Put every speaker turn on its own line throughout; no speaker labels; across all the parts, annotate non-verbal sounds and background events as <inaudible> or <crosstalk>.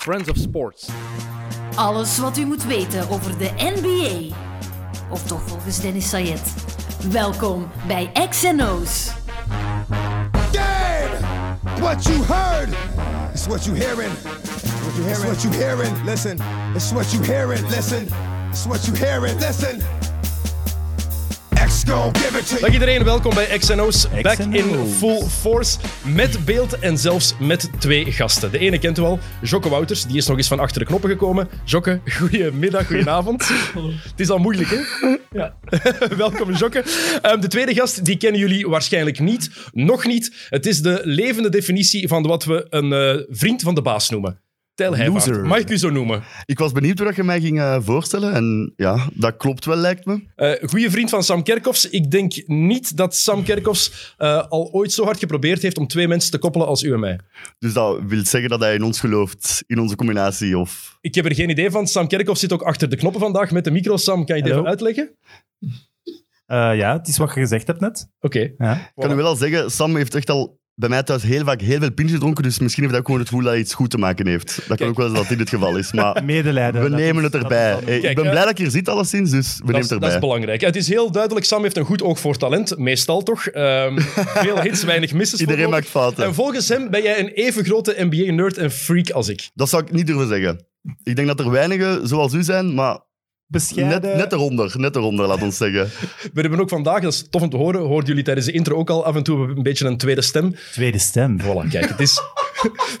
Friends of Sports.
Alles wat u moet weten over de NBA. Of toch volgens Dennis Sayed. Welkom bij XNO's.
Dead! What you heard is what you hearing. What you hearing. It's what you hearing. Listen. It's what you hearing. Listen. It's what you hearing. Listen. X gon' give it to you.
Dag iedereen, welkom bij XNO's Back in
XNO's.
Full Force. Met beeld en zelfs met twee gasten. De ene kent u al, Jokke Wouters, die is nog eens van achter de knoppen gekomen. Jokke, <laughs> goedemiddag, goedenavond. Het is al moeilijk, hè? Ja. <laughs> welkom, Jokke. Ehm, de tweede gast, die kennen jullie waarschijnlijk niet. Nog niet. Het is de levende definitie van wat we een eh, vriend van de baas noemen. Tel Heijvaart.
Loser.
Mag ik u zo noemen?
Ik was benieuwd hoe dat je mij ging eh, voorstellen. En ja, dat klopt wel, lijkt me.
Eh goede vriend van Sam Kerkhoffs. Ik denk niet dat Sam Kerkhoffs eh, al ooit zo hard geprobeerd heeft om twee mensen te koppelen als u en mij.
Dus dat wil zeggen dat hij in ons gelooft, in onze combinatie. Of...
Ik heb er geen idee van. Sam Kerkhoffs zit ook achter de knoppen vandaag met de micro. Sam, kan je dit
Hallo.
even uitleggen?
Eh, ja, het is wat je gezegd hebt net.
Oké.
Ja.
Ik kan u wel al zeggen, Sam heeft echt al bij mij thuis heel vaak heel veel pintjes gedronken. Dus misschien heeft hij ook gewoon het gevoel dat hij iets goed te maken heeft. Dat kan ook wel eens dat dit het geval
<laughs>
is. Maar
Medelijden.
we
dat
nemen
is-
het
dat
erbij.
is dan-
Hey,
Kijk,
ik ben
eh,
blij dat je hier zit, alleszins. Dus we nemen
Dat,
het
is- dat is
erbij.
belangrijk. Het is heel duidelijk, Sam heeft een goed oog voor talent. Meestal toch.
<laughs>
Ehm, veel hits, weinig misses.
Iedereen
voorkomen.
maakt fouten.
En volgens hem ben jij een even grote NBA-nerd en freak als ik.
Dat zou ik niet durven zeggen. Ik denk dat er weinigen zoals u zijn, maar
Bescheiden.
net, net eronder. Net eronder, laat ons
<laughs>
zeggen.
We hebben ook vandaag, dat is tof om te horen, hoorden jullie tijdens de intro ook al af en toe een beetje een tweede stem.
Tweede stem.
Voilà, kijk, het is... <laughs>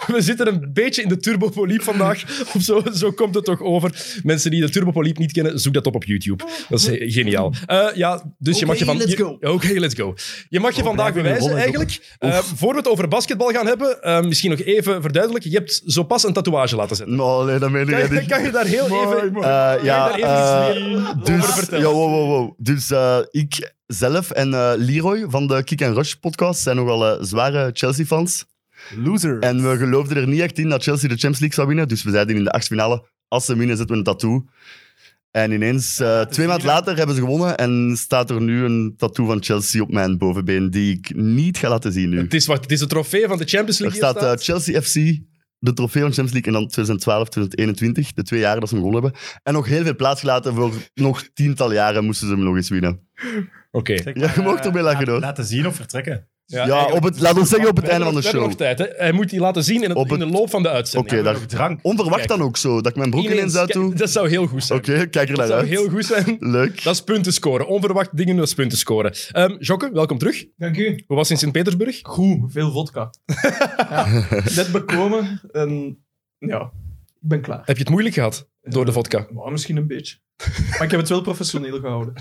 We zitten een beetje in de turbopoliep vandaag. Of zo, zo komt het toch over. Mensen die de turbopoliep niet kennen, zoek dat op op YouTube. Dat is he- geniaal. Eh, ja, dus je mag je van...
let's
je-
go.
Oké, let's go. Je mag je vandaag
blijven we
bewijzen,
rollen,
eigenlijk. Eh, voor we het over basketbal gaan hebben, eh, misschien nog even verduidelijken. Je hebt zo pas een tatoeage laten zetten.
Oh, nee, dat meen ik
Kan,
niet.
je- kan je daar heel even...
Eh, ja,
daar even
eh,
iets meer over
dus,
vertellen?
ja, wow, wow, wow. dus eh, ik zelf en eh, Leroy van de Kick and Rush podcast zijn nogal eh, zware Chelsea-fans.
Loser.
En we geloofden er niet echt in dat Chelsea de Champions League zou winnen. Dus we zeiden in de achtfinale, als ze winnen, zetten we een tattoo. En ineens, eh, twee maanden later, hebben ze gewonnen. En staat er nu een tattoo van Chelsea op mijn bovenbeen, die ik niet ga laten zien nu.
Het is, wat, het is de trofee van de Champions
Er
League.
staat
hier
eh, Chelsea FC, de trofee van Champions League, en dan 2012, 2021, de twee jaren dat ze hem gewonnen hebben. En nog heel veel plaats gelaten voor nog tientallen jaren moesten ze hem nog eens winnen.
Oké.
<laughs>
Zeg
Ja, je
maar,
mag
eh,
erbij lachen,
laat-
hoor.
Laten zien of vertrekken.
Ja, op het, laat ons zeggen op het einde van de
We hebben
show.
nog tijd, hè. Hij moet die laten zien in, het-
Op het-
in de loop van de uitzending.
Oké,
We
daar-
hebben nog drank.
Onverwacht
Kijk.
dan ook zo, dat ik mijn broek ineens uit doe.
Kijk, Dat zou heel goed zijn.
Oké, kijk er
Dat
naar
zou
uit.
heel goed
<laughs>
zijn.
Leuk.
Dat is punten scoren. Onverwacht dingen, dat is punten scoren. Ehm Jokke, welkom terug.
Dank u.
Hoe was het in Sint-Petersburg?
Goed, veel vodka. <laughs> ja. Net bekomen en ja, ik ben klaar.
Heb je het moeilijk gehad door de vodka?
Maar misschien een beetje. Maar ik heb het wel professioneel gehouden.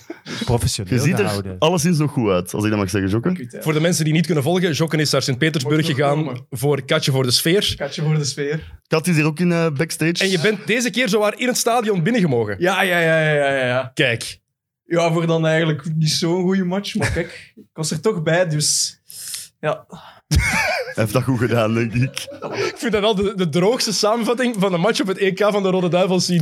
Professioneel
Je ziet er
gehouden.
alleszins nog goed uit, als ik dat mag zeggen, Jokke.
Goed, hè.
Voor de mensen die niet kunnen volgen, Jokke is naar Sint-Petersburg
Mocht nog
gegaan
komen.
voor Katje voor de Sfeer.
Katje voor de sfeer.
Kat is hier ook in eh, backstage.
En je bent deze keer zowaar in het stadion binnengemogen.
Ja, ja, ja, ja, ja, ja.
Kijk,
Ja, voor dan eigenlijk niet zo'n goede match. Maar kijk, ik was er toch bij, dus ja.
Hij heeft dat goed gedaan, denk ik.
ik vind dat wel de, de droogste samenvatting van een match op het EK van de Rode Duivels zien.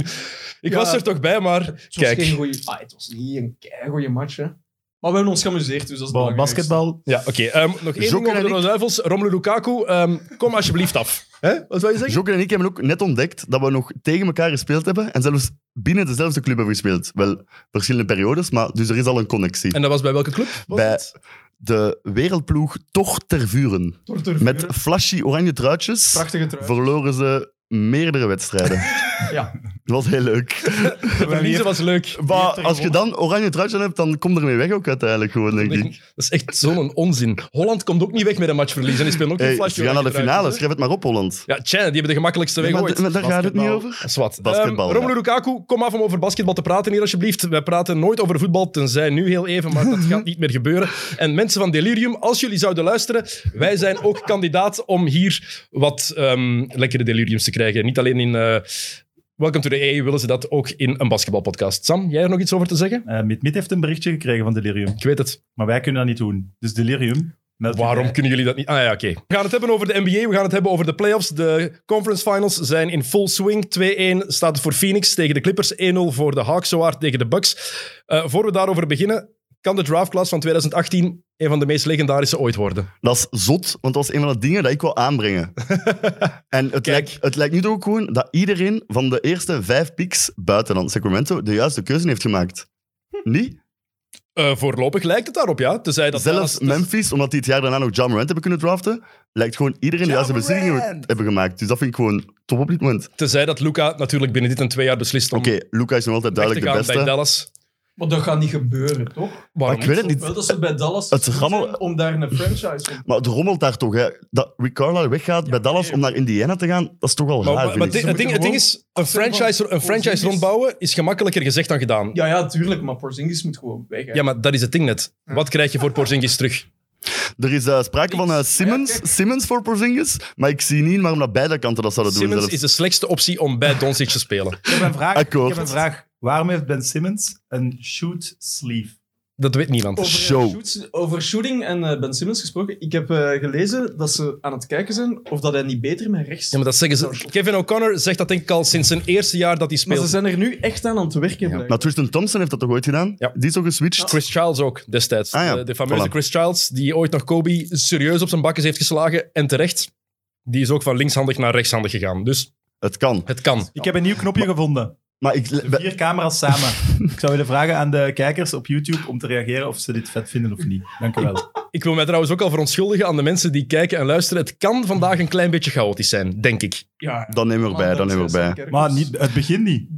Ik
Ja.
was er toch bij, maar
Het was,
kijk.
geen goeie, ah, het was niet een goede match, hè. Maar we hebben ons geamuseerd, dus dat
Bon,
is belangrijk.
basketbal.
Ja, oké. ehm, nog één ding
Jokke
over de
en
Rode Duivels. Romelu Lukaku, ehm, kom alsjeblieft af. Hè? Wat zou je zeggen?
Jokke en ik hebben ook net ontdekt dat we nog tegen elkaar gespeeld hebben. En zelfs binnen dezelfde club hebben gespeeld. Wel, verschillende periodes, maar dus er is al een connectie.
En dat was bij welke club? Was
Bij-
het?
de wereldploeg toch ter vuren.
Tortuur.
Met flashy oranje truitjes
Prachtige trui.
verloren ze meerdere
<laughs>
wedstrijden.
Ja.
Dat was heel leuk.
De <laughs> verliezen was leuk.
Maar als je dan oranje truitjes aan hebt, dan kom je ermee weg ook uiteindelijk gewoon, denk
Dat
ik.
is echt zo'n onzin. Holland komt ook niet weg met een matchverlies. En die spelen ook een
Hey,
flashje.
ze gaan naar de
eruit,
finale,
hè?
schrijf het maar op, Holland.
Ja, tja, die hebben de gemakkelijkste weg
maar,
ooit.
maar daar gaat het niet
Basketbal.
over.
Dat is wat.
Basketbal,
Ehm,
ja.
Romelu Lukaku, kom af om over basketbal te praten hier alsjeblieft. Wij praten nooit over voetbal, tenzij nu heel even, maar dat gaat niet meer gebeuren. En mensen van Delirium, als jullie zouden luisteren, wij zijn ook kandidaat om hier wat ehm, lekkere deliriums te krijgen. Niet alleen in eh Welcome to the EU willen ze dat ook in een basketbalpodcast. Sam, jij er nog iets over te zeggen?
Eh Mid Mid heeft een berichtje gekregen van Delirium.
Ik weet het.
Maar wij kunnen dat niet doen. Dus Delirium. meld u
Waarom
bij.
kunnen jullie dat niet? Ah ja, oké. We gaan het hebben over de NBA, we gaan het hebben over de playoffs. De conference finals zijn in full swing. 2-1 staat het voor Phoenix tegen de Clippers, 1-0 voor de Hawks, zo hard tegen de Bucks. Eh voor we daarover beginnen, kan de draftclass van 2018 een van de meest legendarische ooit worden.
Dat is zot, want dat is een van de dingen dat ik wil
<laughs>
aanbrengen. en het lijkt, het lijkt nu toch ook gewoon dat iedereen van de eerste vijf picks buiten dan Sacramento de juiste keuze heeft gemaakt.
Hm.
Niet?
Eh, voorlopig lijkt het daarop, ja. Tenzij dat dus-
Zelfs
Dallas-
Memphis, omdat die het jaar daarna nog John Morant hebben kunnen draften, lijkt gewoon iedereen de juiste beslissingen
Morant!
hebben gemaakt. Dus dat vind ik gewoon top op dit moment. Oké,
Tenzij dat Luca natuurlijk binnen dit en twee jaar beslist om
Luca is nog altijd
weg te
duidelijk de
gaan bij
beste.
Dallas.
Maar dat gaat niet gebeuren, toch?
Waarom
ik weet het
niet?
Wel dat ze bij Dallas
Het rammel-
zijn om daar een franchise op
Maar het rommelt daar toch, hè. Dat Rick Carlisle weggaat bij Dallas om naar Indiana te gaan, dat is toch wel
Maar,
raar,
maar
vind
het,
ik.
ding- het ding, het ding is, een franchise, een franchise rondbouwen is gemakkelijker gezegd dan gedaan.
Ja, ja, tuurlijk, maar Porzingis moet gewoon weg. hè.
Ja, maar dat is het ding net. Wat krijg je voor Porzingis terug?
Er is eh, sprake van eh, Simmons,
<laughs>
Simmons voor Porzingis, maar ik zie niet waarom dat beide kanten dat zouden
Simmons
doen.
is
zelfs.
de slechtste optie om bij Doncic te spelen.
Ik heb een vraag. Ik
Akkoord.
heb een vraag. Waarom heeft Ben Simmons een shoot sleeve?
Dat weet niemand.
Over, eh,
Show.
shoots- over shooting en eh, Ben Simmons gesproken. Ik heb eh, gelezen dat ze aan het kijken zijn of dat hij niet beter met rechts...
Ja, maar dat zeggen ze. Kevin O'Connor zegt dat denk ik al sinds zijn eerste jaar dat hij
maar ze
speelt.
zijn er nu echt aan aan het werken. blijkbaar.
Maar Tristan Thompson heeft dat toch ooit gedaan?
Ja.
Die is toch geswitcht?
Chris Childs ook destijds.
Ah ja,
de, de fameuze
voilà.
Chris Childs, die ooit nog Kobe serieus op zijn bakjes heeft geslagen. En terecht. Die is ook van linkshandig naar rechtshandig gegaan. Dus
Het kan.
het kan.
Ik heb een nieuw knopje gevonden.
Maar ik,
De vier camera's samen. Ik zou willen vragen aan de kijkers op YouTube om te reageren of ze dit vet vinden of niet. Dank u
<laughs>
wel.
Ik wil mij trouwens ook al verontschuldigen aan de mensen die kijken en luisteren. Het kan vandaag een klein beetje chaotisch zijn, denk ik.
Ja,
dan nemen we
Oh,
erbij, dan nemen we erbij.
Maar niet, het begin niet. <laughs>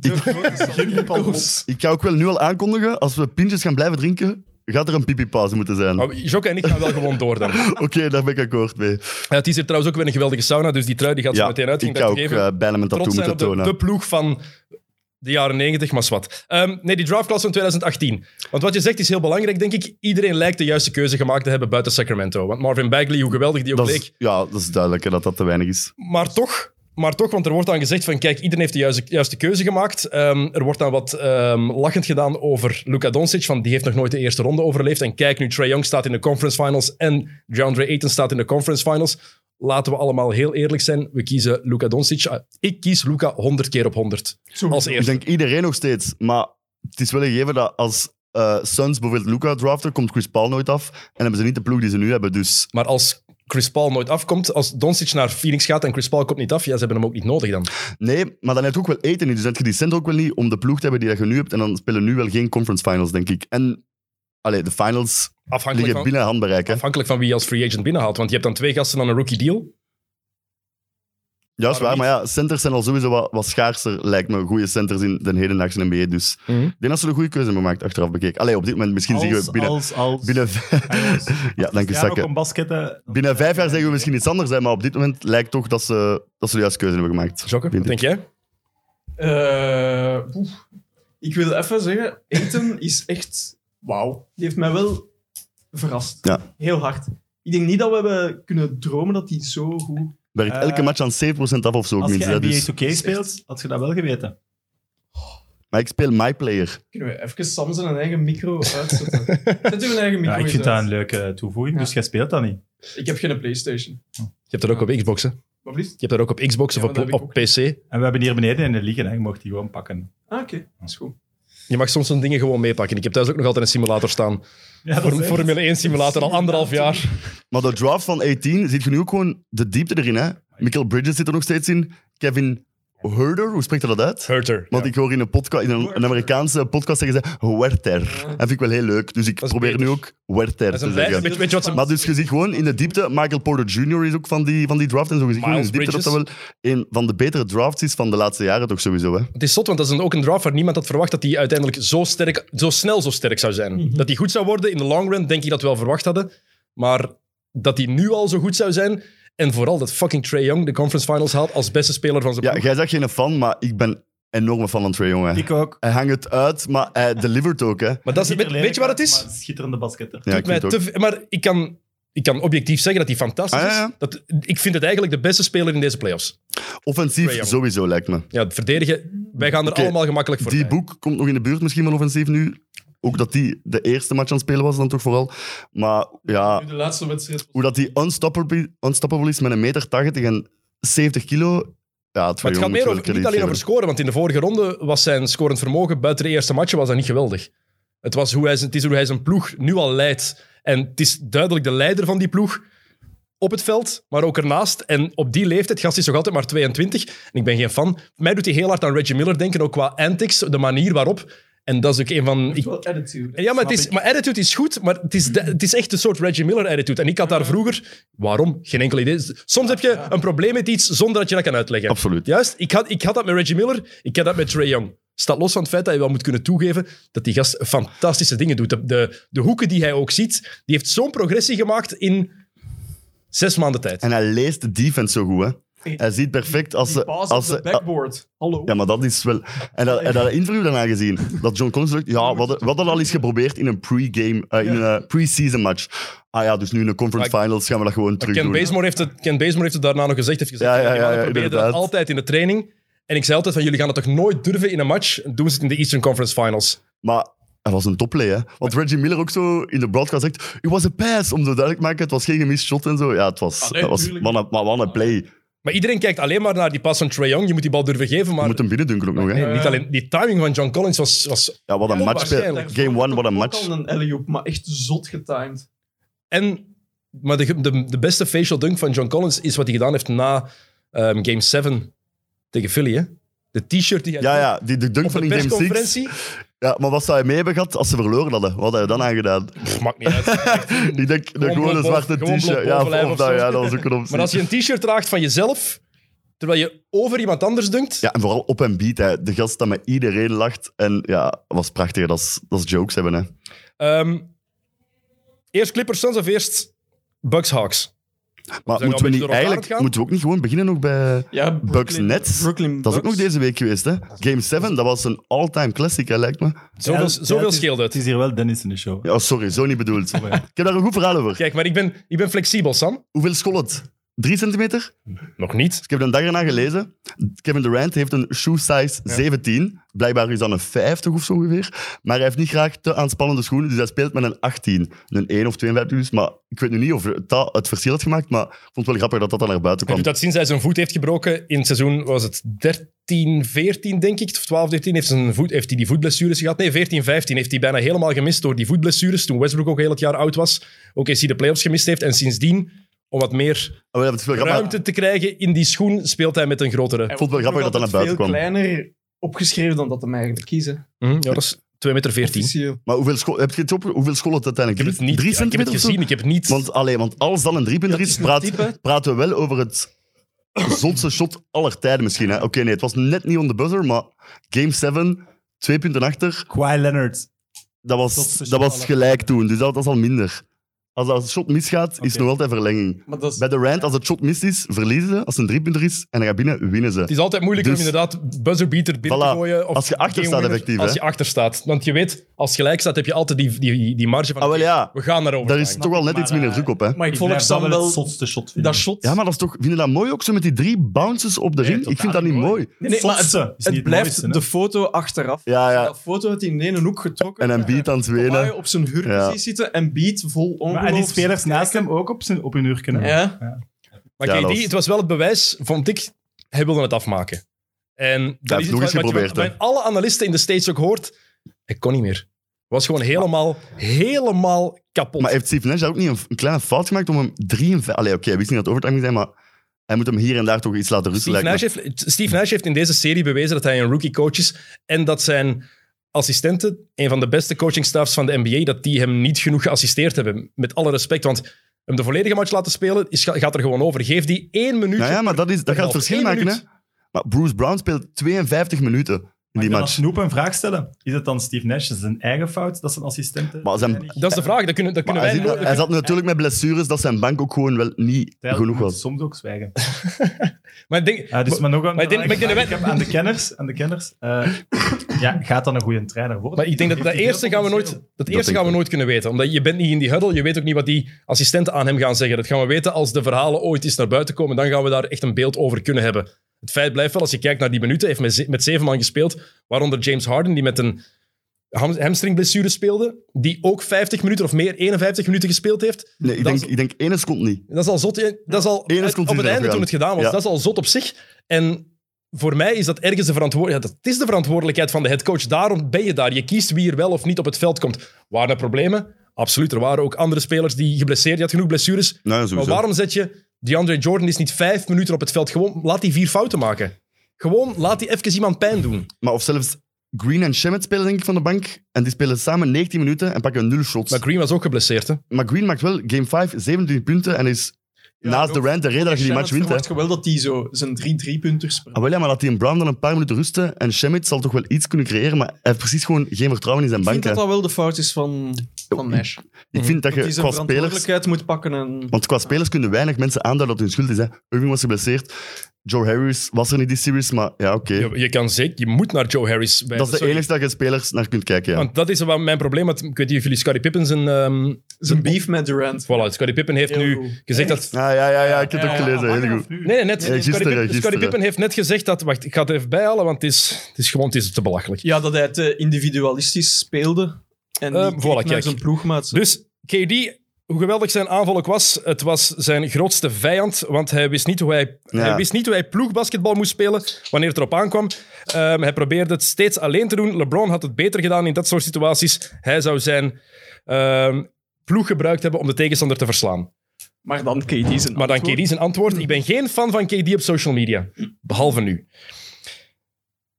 Ik ga ook wel nu al aankondigen, als we pintjes gaan blijven drinken, gaat er een pipipauze moeten zijn.
Maar Jocke en ik gaan wel gewoon door dan.
<laughs> Oké, daar ben ik akkoord mee.
Ja, het is hier trouwens ook weer een geweldige sauna, dus die trui die gaat zo
Ja,
meteen uit.
ik
ga
ga ook eh, bijna mijn tattoo
trots zijn
moeten
op de,
tonen.
de ploeg van de jaren 90, maar zwart. Ehm, nee, die draftclass van 2018. Want wat je zegt is heel belangrijk, denk ik. Iedereen lijkt de juiste keuze gemaakt te hebben buiten Sacramento. Want Marvin Bagley, hoe geweldig die ook
Dat
leek.
is, ja, dat is duidelijk hè, dat dat te weinig is.
Maar toch, maar toch, want er wordt dan gezegd van kijk, iedereen heeft de juiste, juiste keuze gemaakt. Ehm, er wordt dan wat ehm, lachend gedaan over Luka Doncic, van die heeft nog nooit de eerste ronde overleefd. En kijk, nu Trae Young staat in de conference finals en DeAndre Ayton staat in de conference finals. Laten we allemaal heel eerlijk zijn, we kiezen Luka Doncic. Ah, Ik kies Luka 100 keer op 100. Als
Ik
eerste.
denk iedereen nog steeds, maar het is wel een gegeven dat als eh Suns bijvoorbeeld Luca draften, komt Chris Paul nooit af en hebben ze niet de ploeg die ze nu hebben. Dus
Maar als Chris Paul nooit afkomt, als Doncic naar Phoenix gaat en Chris Paul komt niet af, ja, ze hebben hem ook niet nodig dan.
nee, maar dan heb je ook wel eten niet. Dus heb je die cent ook wel niet om de ploeg te hebben die dat je nu hebt en dan spelen nu wel geen conference finals, denk ik. En allee, de finals
Afhankelijk
liggen
van,
binnen handbereik. Hè.
afhankelijk van wie je als free agent binnenhaalt. Want je hebt dan twee gasten aan een rookie deal.
Ja, is waar,
Waarom
maar ja, centers zijn al sowieso wat, wat schaarser, lijkt me, goede centers in de hedendaagse NBA. Dus ik denk dat ze een goede keuze hebben gemaakt, achteraf bekeken. Allee, op dit moment misschien zeggen
Mhm.
we
Als,
binnen...
als, als.
binnen
Als
ja, dank je,
Cristiano
Sakke.
kon basketten.
<laughs> Binnen vijf jaar zeggen we misschien iets anders, hè, maar op dit moment lijkt toch dat ze, dat ze de juiste keuze hebben gemaakt.
Jokke,
Vind
wat
ik.
denk jij?
Eh, oeh. ik wil even zeggen, Eten is echt... Wauw. Die heeft mij wel verrast.
Ja.
Heel hard. Ik denk niet dat we hebben kunnen dromen dat hij zo goed...
Werkt
Eh,
elke match aan 7% af of zo. ook
Als je
minstens, hè, dus.
NBA 2K speelt, had je dat wel geweten.
Maar ik speel my player.
Kunnen we even Sam zijn eigen micro
<laughs>
uitzetten? Zet uw eigen micro
Ja, ik
eens
vind dat
uit.
een leuke toevoeging,
Ja.
dus jij speelt dat niet.
Ik heb geen Playstation.
Je hebt dat ook op Xbox, hè? Je
Wat blieft?
hebt dat ook op Xbox
Ja,
of
maar dat
op,
heb ik
op
ook.
PC.
En we hebben hier beneden in de liggen, hè. je mocht die gewoon pakken.
Ah, oké. Is goed.
Je mag soms zo'n dingen gewoon meepakken. Ik heb thuis ook nog altijd een simulator staan.
Ja, dat
Voor, Formule 1 simulator, al anderhalf jaar.
Maar de draft van 18 ziet je nu ook gewoon de diepte erin. Hè? Michael Bridges zit er nog steeds in. Kevin Herder, hoe spreekt hij dat uit?
Hurter.
Want ik hoor in een, podcast, in een, een Amerikaanse podcast zeggen ze Werther. Dat vind ik wel heel leuk. Dus ik
Dat is
probeer nu
beter.
ook Werther
Dat
te
is een lijst.
zeggen.
Weet, weet je wat ze-
Maar dus je ziet gewoon in de diepte, Michael Porter Jr. is ook van die, van die draft. En zo je ziet gewoon in de
Miles
diepte dat dat wel een van de betere drafts is van de laatste jaren toch sowieso. Hè?
Het is zot, want dat is een- ook een draft waar niemand had verwacht dat hij uiteindelijk zo, sterk, zo snel zo sterk zou zijn. Dat hij goed zou worden in de long run, denk ik dat we wel verwacht hadden. Maar dat hij nu al zo goed zou zijn. En vooral dat fucking Trae Young de conference finals haalt als beste speler van zijn
Ja,
ploeg.
jij zegt geen fan, maar ik ben enorme fan van Trae Young. hè.
Ik ook.
Hij hangt het uit, maar hij delivert ook. Hè.
Maar dat is, weet, weet je wat het is?
Maar schitterende basketter.
Ja, ik
doet mij
vind het ook.
te ve- maar ik kan, ik kan objectief zeggen dat hij fantastisch
Ah, ja, ja.
is. Dat, ik vind het eigenlijk de beste speler in deze playoffs. Trae
Offensief
Young.
sowieso lijkt me.
Ja, het verdedigen, wij gaan er
Oké,
allemaal gemakkelijk voor.
Die boek komt nog in de buurt misschien wel offensief nu. Ook dat die de eerste match aan het spelen was dan toch vooral. Maar ja,
Nu de laatste wedstrijd.
hoe dat die unstoppable, unstoppable is met een meter 80 en 70 kilo. Ja,
maar
Trae
het
Young
gaat meer
moet wel
over, niet
krediet
alleen
geven.
over scoren, want in de vorige ronde was zijn scorend vermogen buiten de eerste match was dat niet geweldig. Het, was hoe hij, zijn- het is hoe hij zijn ploeg nu al leidt. En het is duidelijk de leider van die ploeg op het veld, maar ook ernaast. En op die leeftijd, gast is nog altijd maar 22. En ik ben geen fan. Mij doet hij heel hard aan Reggie Miller denken, ook qua antics, de manier waarop. En dat is ook een van... ik-
Wel attitude.
ja, maar, het is, maar attitude is goed, maar het is, de- het is echt een soort Reggie Miller attitude. En ik had daar vroeger... Waarom? Geen enkel idee. Soms heb je een probleem met iets zonder dat je dat kan uitleggen.
Absoluut.
Juist, ik had, ik had dat met Reggie Miller, ik had dat met Trey Young. Staat los van het feit dat je wel moet kunnen toegeven dat die gast fantastische dingen doet. De, de, de hoeken die hij ook ziet, die heeft zo'n progressie gemaakt in zes maanden tijd.
En hij leest de defense zo goed, hè. Hij ziet perfect als
Die
ze...
paas
Als
op de
ze ah,
backboard. Hallo.
ja, maar dat is wel... En dat, en dat interview daarna gezien, dat John Collins zegt, ja, wat dat al is geprobeerd in een pre-game, eh, in een eh, pre-season match. Ah ja, dus nu in de conference
Maar-
finals gaan we dat gewoon terug
Ken
doen.
Bazemore, heeft het, Ken Bazemore heeft het daarna nog gezegd. Heeft gezegd
Ja, ja,
"Die
ja,
mannen
ja,
proberen dat
inderdaad.
altijd in de training. En ik zei altijd van, jullie gaan het toch nooit durven in een match? Doen ze het in de Eastern Conference Finals.
Maar hij was een topplay, hè. Want Reggie Miller ook zo in de broadcast zegt, it was a pass, om zo duidelijk te maken, het was geen gemist shot en zo. Ja, het was...
Ah, nee,
dat was
tuurlijk.
man, maar wat een play. Je
Maar iedereen kijkt alleen maar naar die pas van Trae Young. Je moet die bal durven geven, maar...
moet hem binnendunken ook nog, hè.
Nee, niet alleen, die timing van John Collins was, was
Ja, wat een
Ja,
match.
waarschijnlijk.
Game one, wat een
Ook
match.
al een alley-oop, maar echt zot getimed.
En, maar de, de, de beste facial dunk van John Collins is wat hij gedaan heeft na ehm, Game 7 tegen Philly. Hè? De t-shirt die hij
Ja,
droeg
ja, die, die dunk
op
van
de
in game 6.
persconferentie.
Ja, maar wat zou hij mee hebben gehad als ze verloren hadden? Wat had hij dan aangedaan?
Pff, maakt niet
<laughs>
uit.
Ik denk, de
Gewoon
gewone
blond
zwarte
boven- gewoon
t-shirt.
blond
Ja,
bovenlijf
of
of
dat,
zo.
ja, dat was ook een
<laughs>
optie.
Maar als je een t-shirt draagt van jezelf, terwijl je over iemand anders dunkt...
Ja, en vooral op en beat. Hè. De gast dat met iedereen lacht. En ja, was prachtig. Dat is, dat is jokes hebben, hè.
ehm, eerst Clippers Suns of eerst Bucks Hawks?
Maar
al een
moeten
beetje
we, niet,
door elkaar
eigenlijk,
gaan?
moeten we ook niet gewoon beginnen nog bij...
Ja, Brooklyn,
Bucks Nets.
Brooklyn
Dat is ook nog
Bucks.
deze week geweest, hè. Game 7, dat was een all-time classic, hè, lijkt me.
Zoveel,
Ja,
zoveel
het is-
scheelde
Het
het.
is hier wel Dennis in de show.
Ja, sorry, zo niet bedoeld. Ik heb daar een goed verhaal over.
Kijk, maar ik ben, ik ben flexibel, Sam.
Hoeveel school het? Drie centimeter?
Nog niet.
Dus Ik heb een dag
Mhm.
erna gelezen. Kevin Durant heeft een shoe size 17. Blijkbaar is dat een 50 of zo ongeveer. Maar hij heeft niet graag te aanspannende schoenen, dus hij speelt met een 18. Een 1 of 52 dus. Maar ik weet nu niet of het, dat het verschil heeft gemaakt, maar ik vond het wel grappig dat dat dan naar buiten
Hij
kwam.
doet dat sinds hij zijn voet heeft gebroken. In het seizoen was het 13, 14, denk ik. Of 12, 13 heeft, zijn voet, heeft hij die voetblessures gehad. Nee, 14, 15 heeft hij bijna helemaal gemist door die voetblessures. Toen Westbrook ook heel het jaar oud was. Ook eens hij de playoffs gemist heeft. En sindsdien, om wat meer
Maar we hebben het Ah, wel grappig-
ruimte te krijgen in die schoen, speelt hij met een grotere.
Hij
vond het wel
wordt
grappig dat dat
nog
naar buiten
altijd
kwam.
veel kleiner opgeschreven dan dat hem eigenlijk kiezen.
Mhm,
Hm, ja, dat is 2,14 meter. Ik
Officieel.
Maar hoeveel school, heb je het op, hoeveel school het uiteindelijk
heb het niet
Drie
ja, ik heb het
centimeter of zo?
gezien. Ik heb het niet.
Want, allee, want als dan een driepunter
Ja, het
is,
is
praat-
een type.
praten we wel over het zotste shot aller tijden misschien. hè. Oké, nee, het was net niet on the buzzer, maar game 7, twee punten achter.
Kawhi Leonard.
Dat was,
Zotste
dat was
shot
gelijk toen, dus dat, dat is al minder. Als dat shot misgaat, is het nog altijd verlenging.
Maar dat is
Bij de Rand, als het shot mis is, verliezen ze. Als het een driepunter is en hij gaat binnen, winnen ze.
Het is altijd moeilijker
Dus-
om inderdaad buzzerbeater binnen
Voilà.
te gooien. Of
Als je achter staat,
gamewinner,
effectief,
Als
hè?
je achter staat. Want je weet, als gelijk staat, heb je altijd die, die, die marge van...
Ah, wel ja.
We gaan erover.
Daar is toch wel net
maar,
iets minder
eh,
druk op, hè?
Maar ik volg
blijf
Sam
dat
wel
het zotste shot vinden.
dat shot.
Ja, maar dat is toch, vind je dat mooi ook, zo met die drie bounces op de
Nee,
ring? Ik
totaal
vind dat niet
niet
mooi.
Nee, nee, maar het,
Zotste. Is
het
niet het
blijft
mooiste, hè?
de foto achteraf.
Ja, ja.
Dat foto had hij in één hoek getrokken.
En een beat aan het
Waar je
wenen.
op zijn huurpositie
Ja.
zitten en beat vol ongeloof.
Maar, en die spelers naast hem ook op, zijn, op hun uur kunnen.
Ja.
Maar
Ja,
KD,
dat was-
het was wel het bewijs, vond ik, hij wilde het afmaken. En dat
heeft
is het
nog eens
wat- wat je
geprobeerd,
bij
hè.
alle analisten in de States ook hoort, hij kon niet meer. Was gewoon helemaal, helemaal kapot.
Maar heeft Steve Nash daar ook niet een, een kleine fout gemaakt om hem 53... Allee, oké, hij wist niet dat het overtime ging zijn, maar hij moet hem hier en daar toch iets laten rusten.
Steve, Nash
lijkt me.
heeft, Steve Nash heeft in deze serie bewezen dat hij een rookie coach is en dat zijn assistenten, een van de beste coachingstafs van de NBA, dat die hem niet genoeg geassisteerd hebben. Met alle respect, want hem de volledige match laten spelen is, gaat er gewoon over. Geef die één minuut.
Nou ja, maar dat, is, dat gaat
Half.
het verschil
Eén
maken, hè.
minuut.
Maar Bruce Brown speelt 52 minuten in
Die
die
kan als
match.
Snoep een vraag stellen. Is het dan Steve Nash zijn eigen fout dat zijn assistenten?
Maar zijn-
weinig-
Dat is de vraag. Dat kunnen, dat
Maar
kunnen
hij,
wij
zit-
nooit-
hij zat natuurlijk met blessures dat zijn bank ook gewoon wel niet
Tijl
genoeg
moet
was.
Soms ook zwijgen.
Maar ik denk,
Ja, dus maar nog een
maar ik denk- maar ik denk dat
ik heb aan de kenners. Aan de kenners eh, ja, gaat dan een goede trainer worden?
Maar ik denk dat
Heeft
dat
hij veel
eerste gaan we nooit,
potentieel?
dat eerste
denk
gaan we
ik.
nooit kunnen weten. Omdat je bent niet in die huddle. Je weet ook niet wat die assistenten aan hem gaan zeggen. Dat gaan we weten als de verhalen ooit eens naar buiten komen. Dan gaan we daar echt een beeld over kunnen hebben. Het feit blijft wel, als je kijkt naar die minuten, heeft met, ze- met zeven man gespeeld. Waaronder James Harden, die met een ham- hamstringblessure speelde. Die ook 50 minuten of meer, 51 minuten gespeeld heeft.
Nee, ik
dat,
denk, ik denk ene seconde niet.
is, dat is al zot. Dat is al,
Eén is
op het
continu
einde
afgegaan.
toen het gedaan was.
Ja.
Dat is al zot op zich. En voor mij is dat ergens de verantwoordelijkheid. Het is de verantwoordelijkheid van de headcoach. Daarom ben je daar. Je kiest wie er wel of niet op het veld komt. Waren er problemen? Absoluut. Er waren ook andere spelers die geblesseerd. Je had genoeg blessures.
Nou, sowieso.
Maar waarom zet je DeAndre Jordan is niet vijf minuten op het veld? Gewoon laat die vier fouten maken. Gewoon laat die even iemand pijn doen.
Maar of zelfs Green en Shemet spelen, denk ik, van de bank. En die spelen samen 19 minuten en pakken 0 shots.
Maar
Maar,
Green was ook geblesseerd. Hè?
Green maakt wel game 5, 27 punten en is naast
en
de
ook-
rand de reden dat je die match wint. hè.
verwacht gewoon dat hij zo zijn drie driepunters per
Ah, wel ja, maar laat die een Brown dan een paar minuten rusten en Shemet zal toch wel iets kunnen creëren, maar hij heeft precies gewoon geen vertrouwen in zijn
Ik
bank.
vind dat
hè.
dat wel de fout is van, van Nash.
Ik vind dat
Dat hij
je
zijn
qua spelers...
verantwoordelijkheid moet pakken en...
Want qua spelers kunnen weinig mensen aanduiden dat hun schuld is. Hè. Irving was geblesseerd. Joe Harris was er niet die series, maar ja, oké.
Je, je kan zeker, je moet naar Joe Harris. wijzen.
Dat is de
Sorry.
enige dat je spelers naar kunt kijken, ja.
Want dat is wat mijn probleem. Want ik weet niet of jullie Scottie Pippen zijn. ehm
Zijn beef met Durant.
voilà, Scottie Pippen heeft
Heel
nu
goed.
gezegd dat
Ah, ja, ja, ja, ik heb het ook gelezen. Heel goed.
Nee, nee, net.
Ja, gisteren,
Scottie Pippen-
gisteren.
Scottie Pippen heeft net gezegd dat. Wacht, ik ga het er even bijhalen, want het is, het is gewoon het is te belachelijk.
Ja, dat hij te individualistisch speelde. En
Eh,
die
voilà,
keek naar
kijk.
zijn ploegmaat.
Dus KD, hoe geweldig zijn aanval ook was, het was zijn grootste vijand, want hij wist niet hoe hij,
Ja.
hij, wist niet hoe hij ploegbasketbal moest spelen wanneer het erop aankwam. Ehm, hij probeerde het steeds alleen te doen. LeBron had het beter gedaan in dat soort situaties. Hij zou zijn ehm, ploeg gebruikt hebben om de tegenstander te verslaan.
Maar dan KD zijn
Maar dan
antwoord.
KD zijn antwoord. Ik ben geen fan van KD op social media. Behalve nu.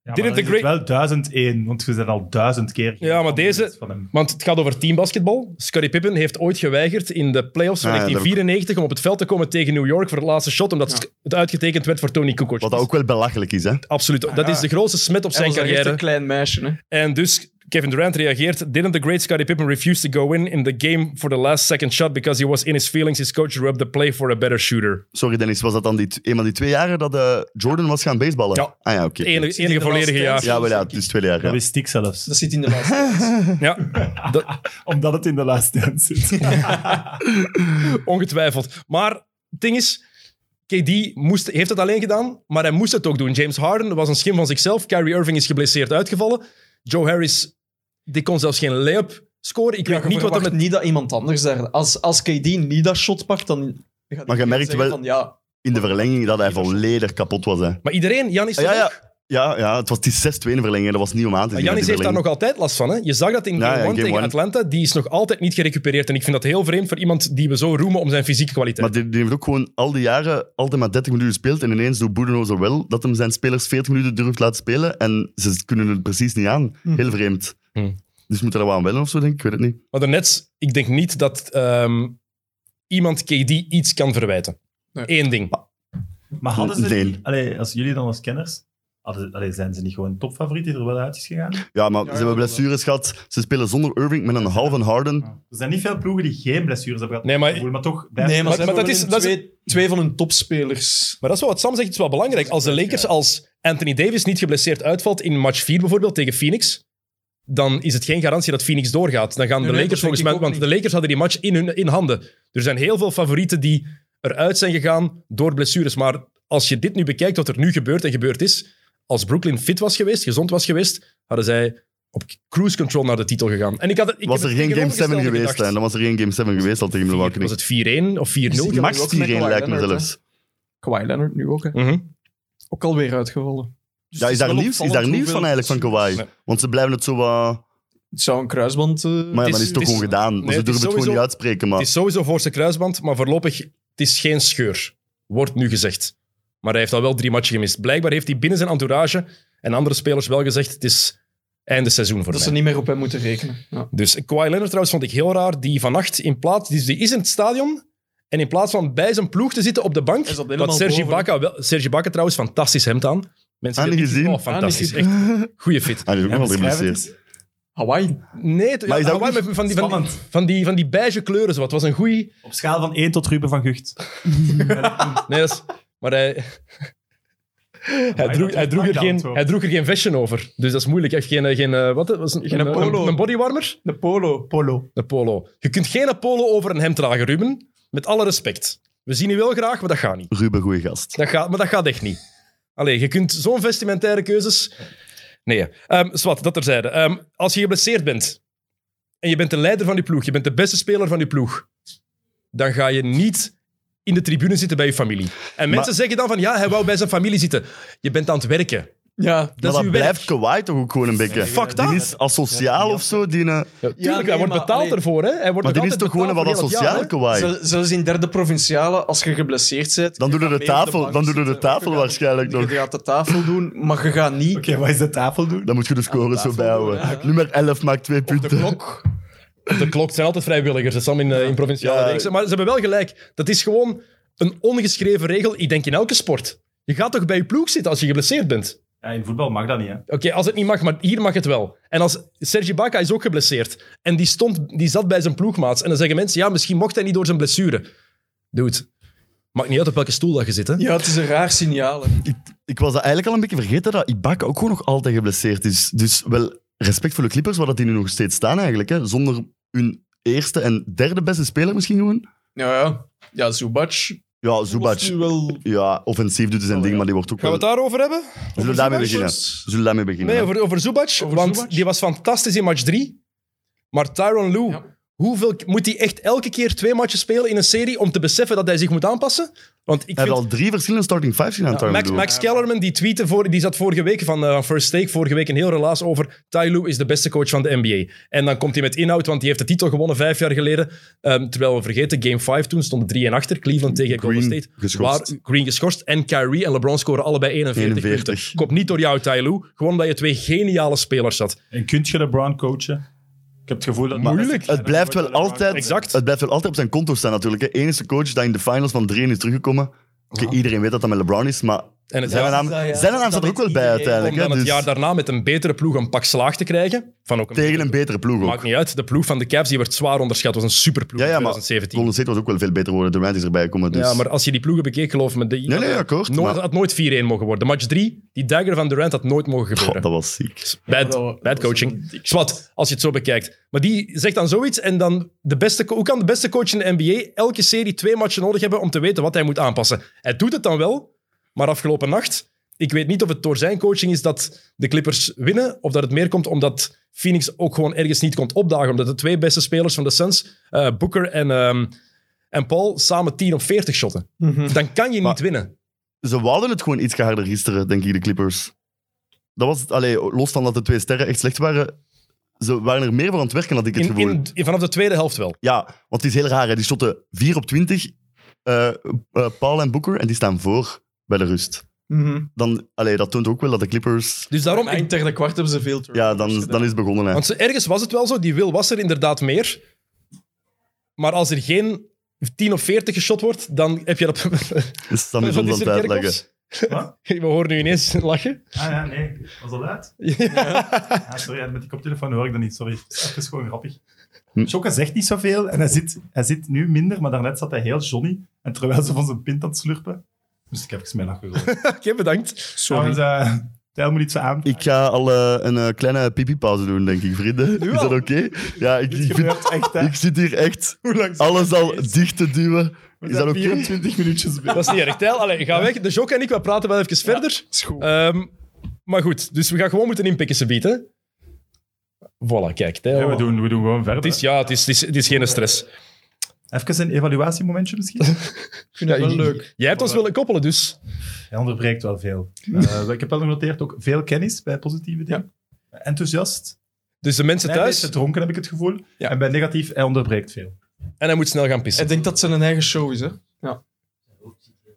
Didn't
Dit
the
is
great-
wel 1001, want we zijn al duizend keer.
Ja, maar deze-
Van hem.
Want het gaat over teambasketbal. Scottie Pippen heeft ooit geweigerd in de playoffs van
Ah, ja,
1994 om op het veld te komen tegen New York voor de laatste shot, omdat het uitgetekend werd voor Tony Kukoc.
Wat dat ook Ah, wel belachelijk is, hè.
Absoluut. dat is de grootste smet op
Hij
zijn
was daar echt
carrière.
een klein meisje. Hè.
En dus Kevin Durant reageert. Didn't the great Scottie Pippen refuse to go in in the game for the last second shot because he was in his feelings? His coach rubbed the play for a better shooter.
Sorry Dennis, was dat dan die, een van die twee jaren dat eh, Jordan was gaan baseballen?
Ja.
Ah ja, oké.
Het enige, enige
de laatste
volledige jaar.
tijd.
Ja, wel ja, het is twee jaar.
Dat
Ja.
is Stik zelfs.
Dus-
Dat zit in de
<laughs>
laatste.
Ja, dat,
Omdat het in de laatste hand zit.
<laughs> Ongetwijfeld. Maar het ding is, KD moest, heeft het alleen gedaan, maar hij moest het ook doen. James Harden was een schim van zichzelf. Kyrie Irving is geblesseerd uitgevallen. Joe Harris, die kon zelfs geen layup scoren. Ik weet
Je
niet wat er
verwacht
met...
niet dat iemand anders daar... Als, als KD niet dat shot pakt, dan... dan gaat
Maar je
iedereen
merkt
zeggen
wel-
Van, ja,
In de verlenging dat hij volledig kapot was, hè.
Maar iedereen, Janis,
Ah, Ja, ja.
ook.
Ja, ja, het was die 6-2 in de verlenging. Dat was niet om aan te
Maar
Ah,
zien.
Janis
die
heeft daar
verlenging.
nog altijd last van. Hè? Je zag dat in
Ja,
Game
ja,
1
in game
tegen
one.
Atlanta. Die is nog altijd niet gerecupereerd. En ik vind dat heel vreemd voor iemand die we zo roemen om zijn fysieke kwaliteit.
Maar die, die heeft ook gewoon al die jaren altijd maar 30 minuten gespeeld. En ineens doet Boedenhozer wel dat hem zijn spelers 40 minuten durft laten spelen. En ze kunnen het precies niet aan. Heel vreemd.
Hm.
Dus moet er wel aan wennen of zo, denk ik. Ik weet het niet.
Maar daarnet, ik denk niet dat ehm, iemand KD iets kan verwijten.
Nee.
Eén ding.
Maar hadden ze
Nee.
niet... Allee, als jullie dan als kenners... hadden- allee, zijn ze niet gewoon topfavoriet die er wel uit is gegaan?
Ja, maar
ja,
ze hebben
dat
blessures gehad. Ze spelen zonder Irving met een halve Harden.
Er zijn niet veel ploegen die geen blessures hebben gehad.
Nee, maar-
Voel, toch...
nee, maar,
maar
ze hebben
dat is-
wel
dat is-
twee, twee van hun topspelers.
Maar dat is wel wat Sam zegt, het is wel belangrijk. Als de Lakers als Anthony Davis niet geblesseerd uitvalt in match 4 bijvoorbeeld tegen Phoenix, dan is het geen garantie dat Phoenix doorgaat. Dan gaan de
Nee, nee,
Lakers
dat
volgens
denk
mij,
ik ook
want de Lakers hadden die match in, hun, in handen. Er zijn heel veel favorieten die eruit zijn gegaan door blessures. Maar als je dit nu bekijkt, wat er nu gebeurt en gebeurd is, als Brooklyn fit was geweest, gezond was geweest, hadden zij op cruise control naar de titel gegaan. En ik had, het- ik
Was
heb
er
het
geen Game 7
tegenovergestelde
geweest, hè?
gedacht.
Dan was er geen Game 7 geweest al tegen Milwaukee.
Was
Was
het 4-1 of 4-0?
het-
Max
ook met
4-1 lijkt me
Kawhi Leonard,
zelfs.
Kawhi Leonard nu ook, hè.
Mhm.
Ook alweer uitgevallen. Dus
Ja,
het
is daar
wel
nieuws, is daar
opvallend
nieuws van
hoeveel-
eigenlijk van Kawhi?
Nee.
Want ze blijven het zo wat...
Het zou een kruisband... eh,
Maar ja,
Mm. Het
dan
is-
is het
het
toch
is-
gewoon gedaan.
nee,
ze
het is
durven het gewoon
sowieso-
niet uitspreken, maar...
Het is sowieso voorste kruisband, maar voorlopig het is geen scheur. Wordt nu gezegd. Maar hij heeft al wel drie matchen gemist. Blijkbaar heeft hij binnen zijn entourage en andere spelers wel gezegd: het is einde seizoen voor
dat
mij.
ze niet meer op hem moeten rekenen. Ja.
Dus Kawhi Leonard trouwens vond ik heel raar. Die vannacht in plaats. Die, die is in het stadion. En in plaats van bij zijn ploeg te zitten op de bank.
Hij zat helemaal
Wat Sergi
boven.
Bakker wel. Sergi Bakker trouwens, fantastisch hemd aan. Mensen
Aan
die-
gezien?
Oh, fantastisch. Echt goede fit.
Ah, die is ook nog wel geblesseerd.
Hawaii.
Nee, het-
Maar is dat ook
Hawaii
niet
met- van, die, van, die,
spannend?
van, die, van die beige kleuren. Zo. Het was een goeie.
Op schaal van 1 tot Ruben van Gucht.
Nee, dat is- maar
<laughs>
hij... Hij
dat
droeg,
is
hij, droeg er
een
geen,
antwoord.
hij droeg er geen vestje over. Dus dat is moeilijk. Hij heeft geen, eh, geen, eh, wat, eh, was een,
Geen polo.
Een, een bodywarmer?
De polo.
Polo.
Een polo. Je kunt geen polo over een hemd dragen, Ruben. Met alle respect. We zien je wel graag, maar dat gaat niet.
Ruben, goeie gast.
Dat gaat, maar dat gaat echt niet. Allee, je kunt zo'n vestimentaire keuzes... Nee, Ehm zwart, dat terzijde. Ehm als je geblesseerd bent en je bent de leider van die ploeg, je bent de beste speler van die ploeg, dan ga je niet in de tribune zitten bij je familie. En mensen
Maar-
zeggen dan van, ja, hij wou bij zijn familie zitten. Je bent aan het werken.
Ja,
Dat
maar
is uw
dat
werk.
blijft Kawhi toch ook gewoon een beetje.
Fuck
die
dat.
is asociaal of zo. Die, eh,
Ja, tuurlijk,
nee,
hij wordt
maar-
betaald
nee.
ervoor. Hè? Hij wordt
maar die
nog
is
altijd
toch gewoon
betaald
wat
voor heel het jaar,
asociaal,
hè?
Kawhi?
Zel- zelfs in derde provinciale, als je geblesseerd bent...
Dan
je
doen we
gaat
de
mee op
tafel-
bank
dan doen we de
zitten.
tafel
Je gaat-
waarschijnlijk nog.
Je gaat de tafel doen, maar je gaat niet...
Oké, wat is de tafel doen?
Dan moet je de score zo
tafel
bijhouden.
door, ja.
Nummer 11 maakt twee
De
punten.
klok. De klok het zijn altijd vrijwilligers. Het is allemaal in, eh, in provinciale
Ja.
reeksen. Maar ze hebben wel gelijk. Dat is gewoon een ongeschreven regel. Ik denk in elke sport. Je gaat toch bij je ploeg zitten als je geblesseerd bent?
Ja, in voetbal mag dat niet, hè?
Oké, als het niet mag, maar hier mag het wel. En als Sergi Baca is ook geblesseerd. En die, stond, die zat bij zijn ploegmaats. En dan zeggen mensen, ja, misschien mocht hij niet door zijn blessure. Dude, maakt niet uit op welke stoel dat je zit, hè?
Ja, het is een raar signaal. hè.
Ik was dat eigenlijk al een beetje vergeten dat Ibaka ook gewoon nog altijd geblesseerd is. Dus wel respect voor de Clippers, waar dat die nu nog steeds staan eigenlijk. Hè. Zonder hun eerste en derde beste speler misschien gewoon.
Ja, ja. Ja, Zubac.
Ja,
was
Zubac.
nu wel...
Ja, offensief doet hij zijn ding, maar die wordt ook
Oh, Gaan we
wel...
het daarover hebben?
Zullen we daarmee beginnen?
Zubac?
Zullen we daarmee beginnen?
Nee,
hè?
over, over Zubac,
Over
want
Zubac?
die was fantastisch in match 3. Maar Tyron Lue,
Ja.
hoeveel, moet hij echt elke keer twee matches spelen in een serie om te beseffen dat hij zich moet aanpassen? Want ik
Hij heeft
vind...
al drie verschillende starting fives gedaan, Tyron
Max,
Lue.
Max Kellerman die tweette voor, die zat vorige week van eh, van First Take, vorige week een heel relaas over Ty Lue is de beste coach van de NBA. En dan komt hij met inhoud, want die heeft de titel gewonnen vijf jaar geleden. Ehm, terwijl we vergeten, game 5 toen stonden 3 en achter. Cleveland tegen Golden
Green
State.
geschorst.
Waar Green geschorst en Kyrie en LeBron scoren allebei 41,
41.
punten. Komt niet door jou, Ty Lue. Gewoon omdat je twee geniale spelers had.
En kunt je LeBron coachen? Ik heb het gevoel dat...
Moeilijk. Het blijft wel altijd,
Exact.
het blijft wel altijd op zijn konto staan natuurlijk. hè. Enige coach dat in de finals van 3 is teruggekomen. Oké, Iedereen weet dat dat met LeBron is, maar
En het
zijn naam,
dat, ja.
zijn naam
Dat
staat er ook
weet
wel bij
iedereen,
om
uiteindelijk.
dan
Hè?
het
Dus
jaar daarna met een betere ploeg een pak slaag te krijgen. Van ook een
tegen een betere ploeg ook.
Maakt niet uit. De ploeg van de Cavs die werd zwaar onderschat. was een superploeg
Ja, ja,
in
maar
2017.
Golden State was ook wel veel beter geworden. Durant is erbij gekomen. Dus.
Ja, maar als je die ploegen bekeek, geloof me... Die,
Nee, nee, akkoord,
Nooit-
maar-
dat had nooit 4-1 mogen worden. Match 3, die dagger van Durant had nooit mogen
God,
gebeuren.
Oh, dat was ziek.
maar
bad,
dat was-
bad
dat was
coaching.
een dik
Zwat, als je het zo bekijkt. Maar die zegt dan zoiets en dan... De beste, co- hoe kan de beste coach in de NBA elke serie twee matchen nodig hebben om te weten wat hij moet aanpassen? Hij doet het dan wel, maar afgelopen nacht... Ik weet niet of het door zijn coaching is dat de Clippers winnen, of dat het meer komt omdat Phoenix ook gewoon ergens niet komt opdagen. Omdat de twee beste spelers van de Suns, eh, Booker en, ehm, en Paul, samen 10 op 40 shotten.
Mhm.
Dan kan je niet
Maar-
winnen.
Ze wouden het gewoon iets harder gisteren, denk ik, de Clippers. Dat was het. Allee, los van dat de twee sterren echt slecht waren, ze waren er meer voor aan het werken, had ik het
In,
gevoel.
in, in- vanaf de tweede helft wel.
Ja, want het is heel raar. Hè. Die shotten 4 op 20, eh, eh, Paul en Booker, en die staan voor bij de rust.
Mhm.
Dan, allee, dat toont ook wel dat de Clippers...
Dus daarom, ik-
Eind derde kwart hebben ze veel terug.
Ja, dan, dan is het begonnen. Hè.
Want ze- ergens was het wel zo, die wil was er inderdaad meer. Maar als er geen 10 of 40 geschot wordt, dan heb je dat... <laughs>
Dus Sammy
<laughs>
Wat
John aan
is
het
er,
uitleggen.
Kerkhoffs? <laughs> We horen nu ineens lachen.
Ah ja, nee. Was dat luid? Ah, sorry, ja, met die koptelefoon hoor ik dat niet. Sorry. Het is gewoon grappig.
Hm.
Sjokke zegt niet zoveel en hij zit, hij zit nu minder, maar daarnet zat hij heel Johnny. En terwijl ze van zijn pint aan het slurpen, moest ik even mijn lachen gooien.
Oké, bedankt.
Trouwens, eh, tel me niet zo aan.
Ik ga al eh, een eh, kleine pipi-pauze doen, denk ik,
<laughs>
vrienden. Is dat
al?
oké? Ja, ik, ik, vind-
gebeurt echt, hè.
ik zit hier echt
Hoe lang zijn
alles
we
al
geweest?
dicht te duwen.
We
Is
zijn
dat oké?
24 <laughs> minuutjes
Dat
binnen.
is niet erg. Tijl, allee, ga weg. De Jok en ik, we praten wel even verder.
is goed.
Ehm, maar goed, dus we gaan gewoon moeten inpikken, ze bieden. Voilà, kijk. Tijl.
Ja, we, doen, we doen gewoon verder.
Het is, ja, het is, het is, het is geen stress.
Even een evaluatiemomentje misschien?
Ik vind dat wel leuk.
Jij hebt ons willen koppelen, dus.
Hij onderbreekt wel veel. Eh, ik heb wel genoteerd ook veel kennis bij positieve dingen. Enthousiast.
Dus de mensen
Hij is
thuis.
dronken, heb ik het gevoel.
Ja.
En bij negatief, hij onderbreekt veel.
En hij moet snel gaan pissen.
Ik denk dat het zijn eigen show is, hè.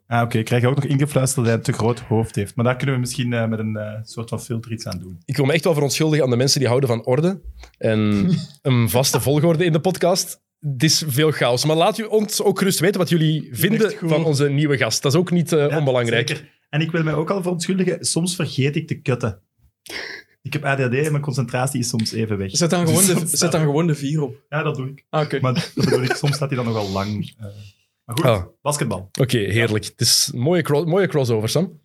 Ah, oké. Ik krijg ook nog ingefluisterd dat hij een te groot hoofd heeft. Maar daar kunnen we misschien eh, met een eh, soort van filter iets aan doen.
ik wil me echt wel verontschuldigen aan de mensen die houden van orde en een vaste volgorde in de podcast. Het is veel chaos. Maar laat u ons ook gerust weten wat jullie vinden
echt goed.
van onze nieuwe gast. Dat is ook niet eh,
Ja,
onbelangrijk.
zeker. En ik wil mij ook al verontschuldigen, soms vergeet ik te kutten. Ik heb ADHD en mijn concentratie is soms even weg.
Zet dan gewoon de, zet dan gewoon de vier op.
Ja, dat doe ik.
Ah, oké.
Maar dat bedoel ik, soms staat hij dan nogal lang. eh. maar goed,
Ah.
basketbal.
Oké, heerlijk. Het is een mooie, cro- mooie crossover, Sam.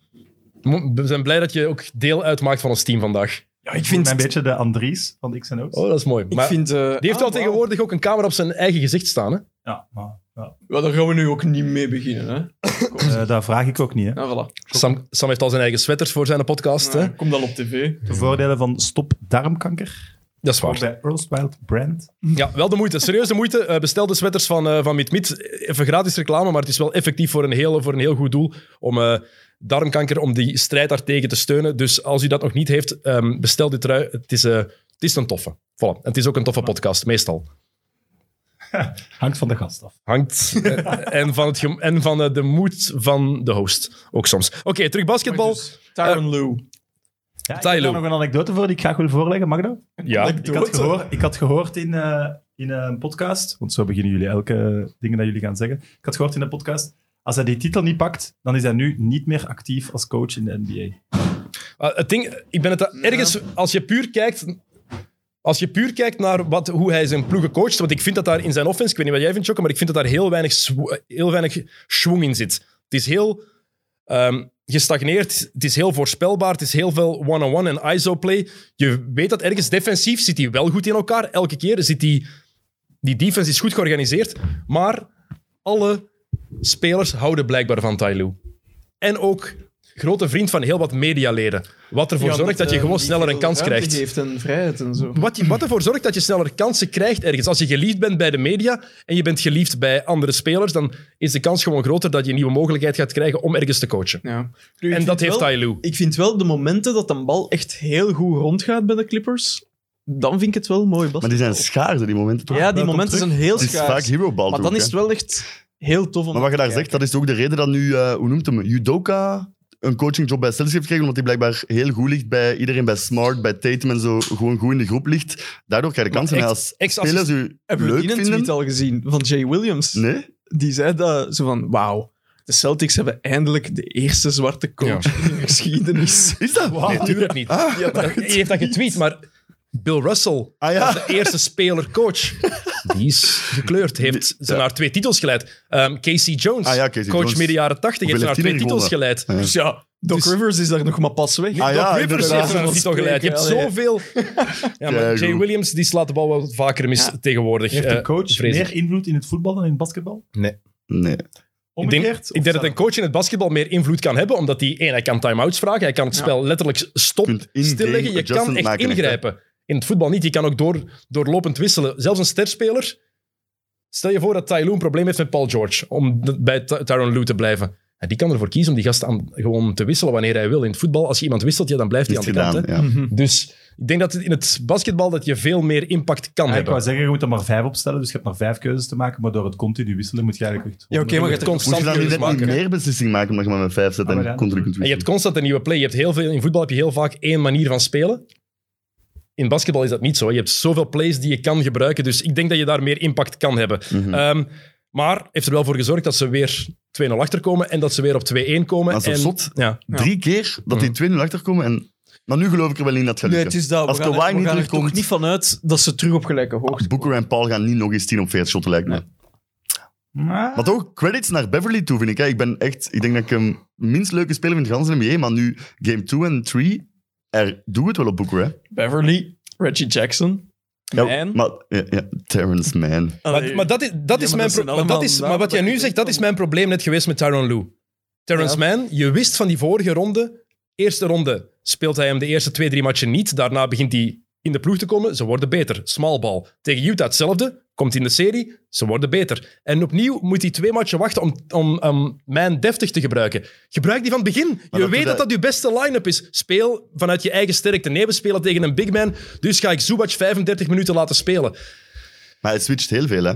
Mo- We zijn blij dat je ook deel uitmaakt van ons team vandaag.
Ja,
ik vind-
Een beetje de Andries van X O's.
Oh, dat is mooi.
Ik
Maar
vind... eh,
die heeft
ah,
wel
wauw.
tegenwoordig ook een camera op zijn eigen gezicht staan. Hè?
Ja, maar ja.
Wel, daar gaan we nu ook niet mee beginnen, hè.
Eh, dat vraag ik ook niet. Hè.
Nou, voilà.
Sam, Sam heeft al zijn eigen sweaters voor zijn podcast. Hè?
Kom dan op tv.
De voordelen van stop darmkanker.
Dat is waar.
Bij Earl's Wild Brand.
Ja, wel de moeite. Serieus de moeite. Eh, bestel de sweaters van, eh van MidMid. Even gratis reclame, maar het is wel effectief voor een, hele, voor een heel goed doel om eh, darmkanker, om die strijd daartegen te steunen. Dus als u dat nog niet heeft, ehm, bestel die trui. Het is, eh, het is een toffe. Voilà. En het is ook een toffe podcast, meestal.
Hangt van de gast af.
Hangt. eh, en van, het, gem- en van eh, de moed van de host, ook soms. Oké, terug basketbal.
Tyron Lou.
Ja, ik
Tylo.
heb daar nog een anekdote voor die ik graag wil voorleggen. Mag dat?
Ja.
Ik had gehoord, ik had gehoord in, eh, in een podcast, want zo beginnen jullie elke ding dat jullie gaan zeggen. Ik had gehoord in een podcast, als hij die titel niet pakt, dan is hij nu niet meer actief als coach in de NBA.
Eh, het ding, ik ben het da- ergens, als je puur kijkt. Als je puur kijkt naar wat, hoe hij zijn ploegen coacht, want ik vind dat daar in zijn offense, ik weet niet wat jij vindt, Jokke, maar ik vind dat daar heel weinig, swo- heel weinig schwung in zit. Het is heel ehm, gestagneerd, het is heel voorspelbaar, het is heel veel one-on-one en ISO-play. Je weet dat ergens defensief zit hij wel goed in elkaar. Elke keer zit die, die defense is goed georganiseerd, maar alle spelers houden blijkbaar van Tai Lue. En ook grote vriend van heel wat medialeden. Wat ervoor zorgt dat je
eh,
gewoon sneller een kans krijgt.
geeft en vrijheid en zo.
Wat, je- wat ervoor zorgt dat je sneller kansen krijgt ergens. Als je geliefd bent bij de media en je bent geliefd bij andere spelers, dan is de kans gewoon groter dat je een nieuwe mogelijkheid gaat krijgen om ergens te coachen.
Ja. Nu, ik
En
vind
dat heeft
wel-
Tai Lue.
Ik vind wel de momenten dat een bal echt heel goed rondgaat bij de Clippers, dan vind ik het wel mooi
Maar
basketbal.
die zijn schaars, die momenten toch?
ja, die momenten zijn heel
Het is vaak
schaars.
hero ball
Maar
toch ook,
dan is
hè?
het wel echt heel tof om
Maar wat je
naar
daar
te
zegt, dat is ook de reden dat nu, eh, hoe noemt hem, Judoka een coachingjob bij Celtics heeft gekregen, omdat hij blijkbaar heel goed ligt bij iedereen, bij Smart, bij Tatum en zo, gewoon goed in de groep ligt. Daardoor krijg je kansen. En
echt-
als
ex-assist-
spelers u
Hebben we
leuk
die een
vinden...
tweet al gezien van Jay Williams?
Nee?
Die zei dat, zo van, wauw, de Celtics hebben eindelijk de eerste zwarte coach in hun
<laughs>
geschiedenis.
Is dat? Nee.
Natuurlijk niet. Dat- Je heeft dat getweet, maar Bill Russell,
Ah ja.
de eerste speler-coach, die is gekleurd, heeft ze naar twee titels geleid. Ehm, Casey Jones,
Ah ja, Casey
coach
Jones.
midden jaren 80, heeft ze naar
heeft
twee
die
titels
gewonnen?
geleid.
Dus ja, Doc Rivers is daar nog maar pas weg.
Ah ja,
Doc Rivers heeft
inderdaad.
ze naar een titel geleid. Je hebt
Allee.
zoveel... Ja, maar
Keigoed.
Jay Williams die slaat de bal wel vaker mis tegenwoordig.
Heeft
eh,
de coach
vrees ik.
meer invloed in het voetbal dan in het basketbal?
Nee.
Ik denk,
Omgekeerd?
ik denk dat een
een
coach in het basketbal meer invloed kan hebben, omdat hij, één, hij kan time-outs vragen, hij kan het spel letterlijk stop,
Kunt in-game
stilleggen, je kan
adjustment
echt
maken, echt, hè?
ingrijpen. in het voetbal niet, je kan ook door, doorlopend wisselen. Zelfs een sterspeler, stel je voor dat Ty Lue een probleem heeft met Paul George, om de- bij Ty- Tyronn Lue te blijven. Ja, die kan ervoor kiezen om die gast aan, gewoon te wisselen wanneer hij wil. In het voetbal, als je iemand wisselt, ja, dan blijft hij aan
Is het
de kant.
gedaan,
hè.
Mhm.
ja.
Dus ik denk dat in het basketbal dat je veel meer impact kan
ik wou
hebben.
zeggen, je moet er maar vijf opstellen, dus je hebt maar vijf keuzes te maken, maar door het continu wisselen moet je eigenlijk echt...
Ja, oké, maar je hebt er
Moet je
constant
dan niet
keuzes
net niet
maken.
meer beslissing maken omdat je maar met vijf zet
Ah, maar
en
ja,
continu kunt
En je
wisselen?
hebt constant een nieuwe play. Je hebt heel veel, in voetbal heb je heel vaak één manier van spelen. In basketbal is dat niet zo. hè. Je hebt zoveel plays die je kan gebruiken. Dus ik denk dat je daar meer impact kan hebben. Ehm, maar heeft er wel voor gezorgd dat ze weer 2-0 achterkomen en dat ze weer op 2-1 komen.
Dat is
en,
toch zot?
Ja.
Drie keer dat die 2-0 achterkomen en... Maar nu geloof ik er wel in dat het gaat
Nee, het
lukken.
is dat.
Als
we gaan,
Kawhi
er- we
niet
gaan er
terugkomt,
toch niet vanuit dat ze terug op gelijke hoogte
Booker en Paul gaan niet nog eens 10 op 40 shotten, lijkt me.
Maar-
Maar toch, credits naar Beverly toe, vind ik. hè. Ik ben echt... Ik denk dat ik hem minst leuke speler vind in de hele NBA, maar nu game 2 en 3... Er doe het wel op Booker, hè?
Beverly, Reggie Jackson.
Ja,
Man.
Maar, ja, ja, Terrence Man.
Maar, maar dat is, dat is
maar
mijn
dat zijn
pro- maar, dat
allemaal
is, maar
namen
wat jij
dat
nu
je
zegt,
denkt
dat is
van-
mijn probleem net geweest met Tyronn Lue. Terrence Mann, je wist van die vorige ronde, eerste ronde speelt hij hem de eerste twee, drie matchen niet. Daarna begint hij in de ploeg te komen, ze worden beter. Small ball. Tegen Utah hetzelfde, komt in de serie, ze worden beter. En opnieuw moet hij twee matchen wachten om, om ehm, Mann deftig te gebruiken. Gebruik die van het begin. je
dat
weet
doet
dat
hij-
dat uw beste line-up is. Speel vanuit je eigen sterkte. Nee, we spelen tegen een big man, dus ga ik Zubac 35 minuten laten spelen.
Maar hij switcht heel veel, hè?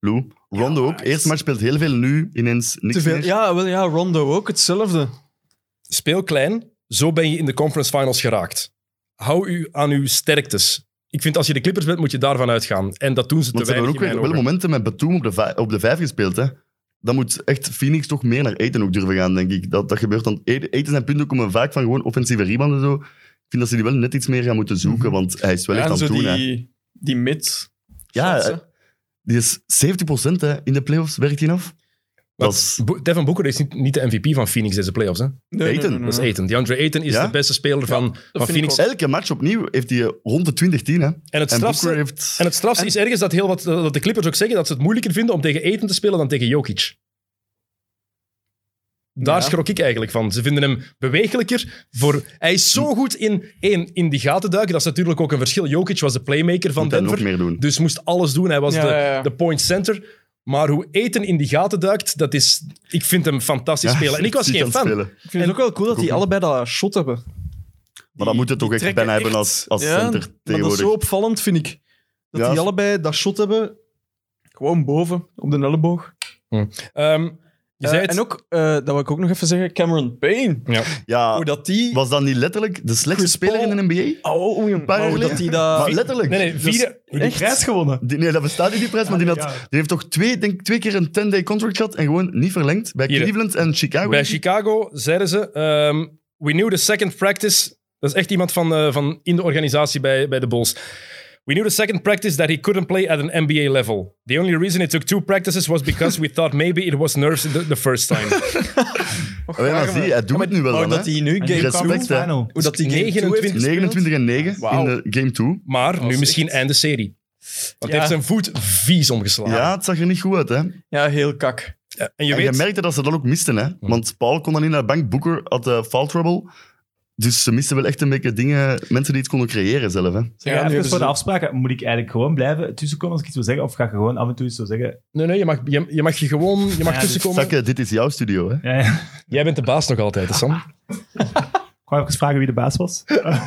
Lou. Rondo ook. Eerste match speelt heel veel, nu ineens niks
Te veel.
meer.
Ja, wel, ja, Rondo ook hetzelfde.
speel klein, zo ben je in de conference finals geraakt. Hou u aan uw sterktes. Ik vind als je de Clippers bent, moet je daarvan uitgaan. En dat doen ze
Want
te
ze
weinig
hebben ook
in
weer
mijn
wel
ogen.
momenten met Batum op de, vij- op de vijf gespeeld, hè? Dan moet echt Phoenix toch meer naar eten ook durven gaan, denk ik. Dat, dat gebeurt dan. Eten zijn punten komen vaak van gewoon offensieve rebound en zo. Ik vind dat ze die wel net iets meer gaan moeten zoeken, want hij is wel
Mhm. Ja,
echt aan
en zo
het doen, hè.
die, die mid.
Ja,
shots, hè.
die is 70% hè, in de playoffs, werkt hij af?
Maar
Dat is...
Bo- Devin Booker is niet, niet de MVP van Phoenix deze playoffs. Hè?
Nee,
Ayton,
Dat is Ayton. DeAndre Ayton is
Mm. Ja?
de beste speler van, van
vind ik
Phoenix.
ook.
Elke match opnieuw heeft hij eh, rond de 20-10, hè.
En het
En
strafste,
Booker heeft...
en het strafste is ergens dat, heel wat, dat de Clippers ook zeggen dat ze het moeilijker vinden om tegen Ayton te spelen dan tegen Jokic. Daar
Ja.
schrok ik eigenlijk van. Ze vinden hem bewegelijker. Voor... Hij is
Hm.
zo goed in, één, in die gaten duiken. Dat is natuurlijk ook een verschil. Jokic was de playmaker van
Moet hij nog
Denver.
meer doen.
Dus moest alles doen. Hij was
Ja,
de,
ja, ja.
de point center. Maar hoe Eten in die gaten duikt, dat is... Ik vind hem fantastisch
Ja, <laughs>
spelen. En ik was
zie
geen
het
fan.
aan het spelen.
Ik vind het ook wel cool dat die allebei dat shot hebben.
Maar dat moet je toch echt
trekken
bijna hebben
echt-
als, als
Ja,
center
Maar dat is
tegenwoordig.
zo opvallend, vind ik. Dat
Ja.
die allebei dat shot hebben, gewoon boven, op de elleboog.
Ehm, je
Eh,
zei het.
En ook, eh, dat wil ik ook nog even zeggen, Cameron Payne.
Ja.
Ja,
Hoe dat die...
Ah. was dat niet letterlijk de slechtste
Chris
speler
Paul-
in de NBA?
Oh, oh, jong.
paar
Maar
jaar
hoe dat die
geleden.
dat...
Maar letterlijk. Dus
Nee, nee, vier...
Dus-
Die prijs gewonnen.
Die- nee, dat bestaat niet, die prijs. Maar die, had,
Ja.
die heeft toch twee, denk, ik, twee keer een 10-day contract gehad en gewoon niet verlengd. Bij
Hier.
Cleveland en Chicago.
Bij Chicago zeiden ze: ehm, We knew the second practice. Dat is echt iemand van, eh, van in de organisatie bij, bij de Bulls. We knew the second practice that he couldn't play at an NBA level. The only reason it took two practices was because we thought maybe it was nerves the, the first time.
Allee, maar zie, hij doet het nu wel
Maar hoe
dan,
dat
hè.
die nu
En
game
die
respect,
conference
hè.
final.
Hoe dat die game
29
29
29 en 9
Wauw.
in de game 2.
Maar nu
was
misschien
echt-
einde serie. Want hij
Ja.
heeft zijn voet vies omgeslagen.
Ja, het zag er niet goed uit, hè.
Ja, heel kak.
En je
en
weet,
je merkte dat ze dat ook misten, hè. Want Paul kon dan niet naar de bank, Booker had eh, foul trouble. Dus ze misten wel echt een beetje dingen, mensen die het konden creëren zelf, hè.
Ze
Ja,
gaan nu dus-
even voor de
zo-
afspraken. Moet ik eigenlijk gewoon blijven tussenkomen als ik iets wil zeggen? Of ga ik gewoon af en toe iets zo zeggen?
nee, nee, je, mag, je, je mag je gewoon je mag
Ja,
tussenkomen.
Zakke, dit is jouw studio, hè.
Ja, ja.
Jij bent de baas nog altijd, hè, Sam.
Ik wou even vragen wie de baas was. Eh,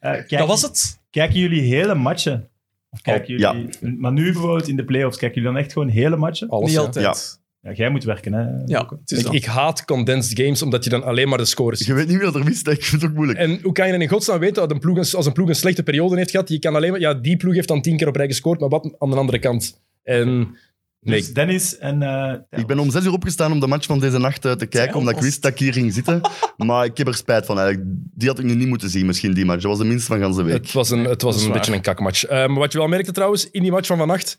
kijk-
Dat was het.
Kijken jullie hele matchen? Of kijken
ja.
jullie, Maar nu bijvoorbeeld in de playoffs, kijken jullie dan echt gewoon hele matchen?
Alles,
Niet
ja.
altijd.
Ja, jij moet werken, hè?
Ja, het is
Ik,
dat.
ik haat condensed games, omdat je dan alleen maar de scores
Je weet niet wie dat er mist, hè. Ik vind het ook moeilijk.
En hoe kan je dan in godsnaam weten dat een ploeg een- als een ploeg een slechte periode heeft gehad? Je kan alleen maar, ja, die ploeg heeft dan tien keer op rij gescoord, maar wat aan de andere kant? En nee,
Dus Dennis en... eh,
Ik ben om zes uur opgestaan om de match van deze nacht eh, te kijken, omdat ik wist dat ik hier ging
<laughs>
zitten. Maar ik heb er spijt van eigenlijk. Die had ik nu niet moeten zien, misschien die match. Dat was de minst van ganse week.
het was een, het was
is
een
waar.
beetje een kakmatch. Eh, maar wat je wel merkte trouwens, in die match van vannacht,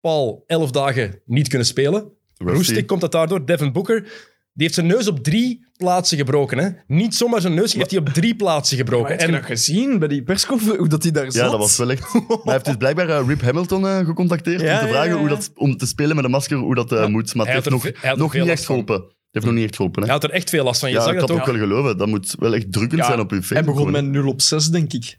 Paul elf dagen niet kunnen spelen.
Rusty.
Roestic komt dat daardoor. Devin Booker, die heeft zijn neus op drie plaatsen gebroken. Hè? Niet zomaar zijn neus, die heeft hij op drie plaatsen
Maar
gebroken.
heb je dat
En
gezien bij die persconferentie? Hoe dat die daar zat?
Ja, dat was wel echt. Maar hij heeft dus blijkbaar eh, Rip Hamilton eh, gecontacteerd
Ja,
om te
ja,
vragen
ja,
Hoe
ja.
dat, om te spelen met een masker hoe dat eh, moet. Maar
Hij
het
had
heeft
er
nog,
ve- hij had er
nog
veel
niet
last
echt
van.
geholpen. Het heeft nog niet echt geholpen. Hè?
hij had er echt veel last van. Je
ja,
zag
ik had
dat
ook
ook.
wel geloven. Dat moet wel echt drukkend
Ja,
zijn op je Facebook.
Hij begon
gewoon.
met 0 op 6, denk ik.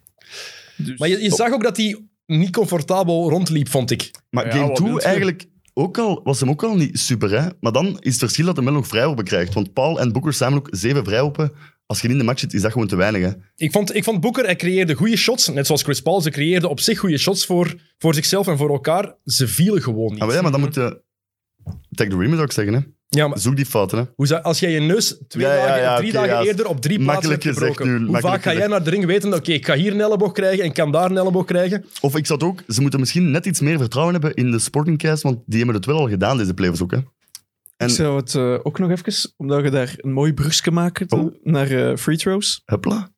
Dus-
Maar je, je zag ook dat hij niet comfortabel rondliep, vond ik.
Maar
Ja,
Game
wat
2
wilt je?
eigenlijk ook al, was hem ook al niet super. Hè? Maar dan is het verschil dat hij wel nog vrijworpen krijgt. Want Paul en Booker samen ook zeven vrijworpen. Als je niet in de match zit, is dat gewoon te weinig. Hè?
Ik vond, ik vond Boeker, hij creëerde goede shots. Net zoals Chris Paul, ze creëerden op zich goede shots voor, voor zichzelf en voor elkaar. Ze vielen gewoon niet.
Ah, wel ja, maar dan moet je... Take the rim zou ik zeggen. Hè.
Ja, maar
Zoek die fouten. Hè.
hoe zou- als jij je neus twee
Ja, ja,
dagen
ja,
en drie
oké,
dagen
ja.
eerder op drie plaatsen
Makkelijk
hebt
gezegd,
gebroken,
Jules,
hoe vaak
makkelijk
ga jij
gezegd.
naar de ring weten, oké, ik ga hier een elleboog krijgen en ik kan daar een elleboog krijgen.
Of ik zou het ook... Ze moeten misschien net iets meer vertrouwen hebben in de sportingcast, want die hebben het wel al gedaan, deze playoffs ook. Hè. En-
Ik zou het eh, ook nog even, omdat je daar een mooi brugje maakt eh, naar eh, free throws.
Huppla.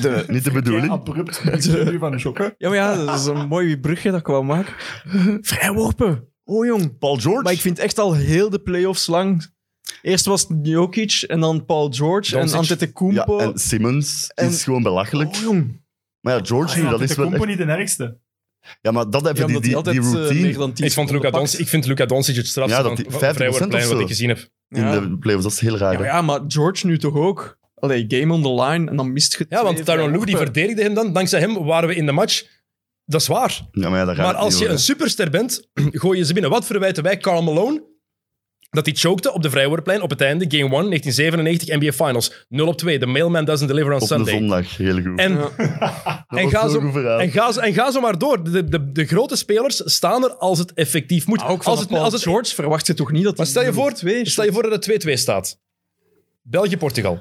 De,
<laughs> Niet de bedoeling.
abrupt. Ik ben nu van de shock, hè?
ja, maar ja, dat is een <laughs> mooi brugje dat ik wou maken. Vrijworpen. Oh, jong.
Paul George.
Maar ik vind echt al heel de playoffs lang. Eerst was het Jokic en dan Paul George
Doncic.
en
ja,
Antetokounmpo.
en Simmons
En-
is gewoon belachelijk.
Oh, Ah, jong.
Maar ja, George, nu, dat is wel echt...
niet de ergste.
Ja, maar dat
Ja,
even die,
omdat hij
die, die
altijd eh,
routine
meer dan 10
Ik, vond Luka
seconden
Doncic,
pakt.
ik vind Luca Doncic het strafste
Ja,
ja,
dat die 50% of
wat
zo.
ik gezien heb.
in
Ja.
de playoffs, dat is heel raar.
Ja,
hè.
maar ja, maar George nu toch ook? Allee, game on the line en dan mist je
Ja, want
twee
Tyronn Lue die
vrijworpen.
verdedigde hem dan. Dankzij hem waren we in de match. Dat is waar.
Ja, maar ja, daar gaat
Maar
het
als
niet
je
over,
een superster bent, <clears throat> gooi je ze binnen. Wat verwijten wij Carl Malone? Dat hij chokte op de vrijwoordplein op het einde. Game 1, 1997, NBA Finals. 0 op 2. The mailman doesn't deliver on
hè. Op de
Sunday.
zondag, heel goed.
En,
Dat
en,
was
ga
zo'n
zo,
goed verhaal.
en, ga zo, en ga zo maar door. De, de, de grote spelers staan er als het effectief moet.
Maar ook van
als
als
het, als het,
George verwacht je toch niet dat
maar stel je,
die-
voor, stel je voor dat het 2-2 staat. België-Portugal.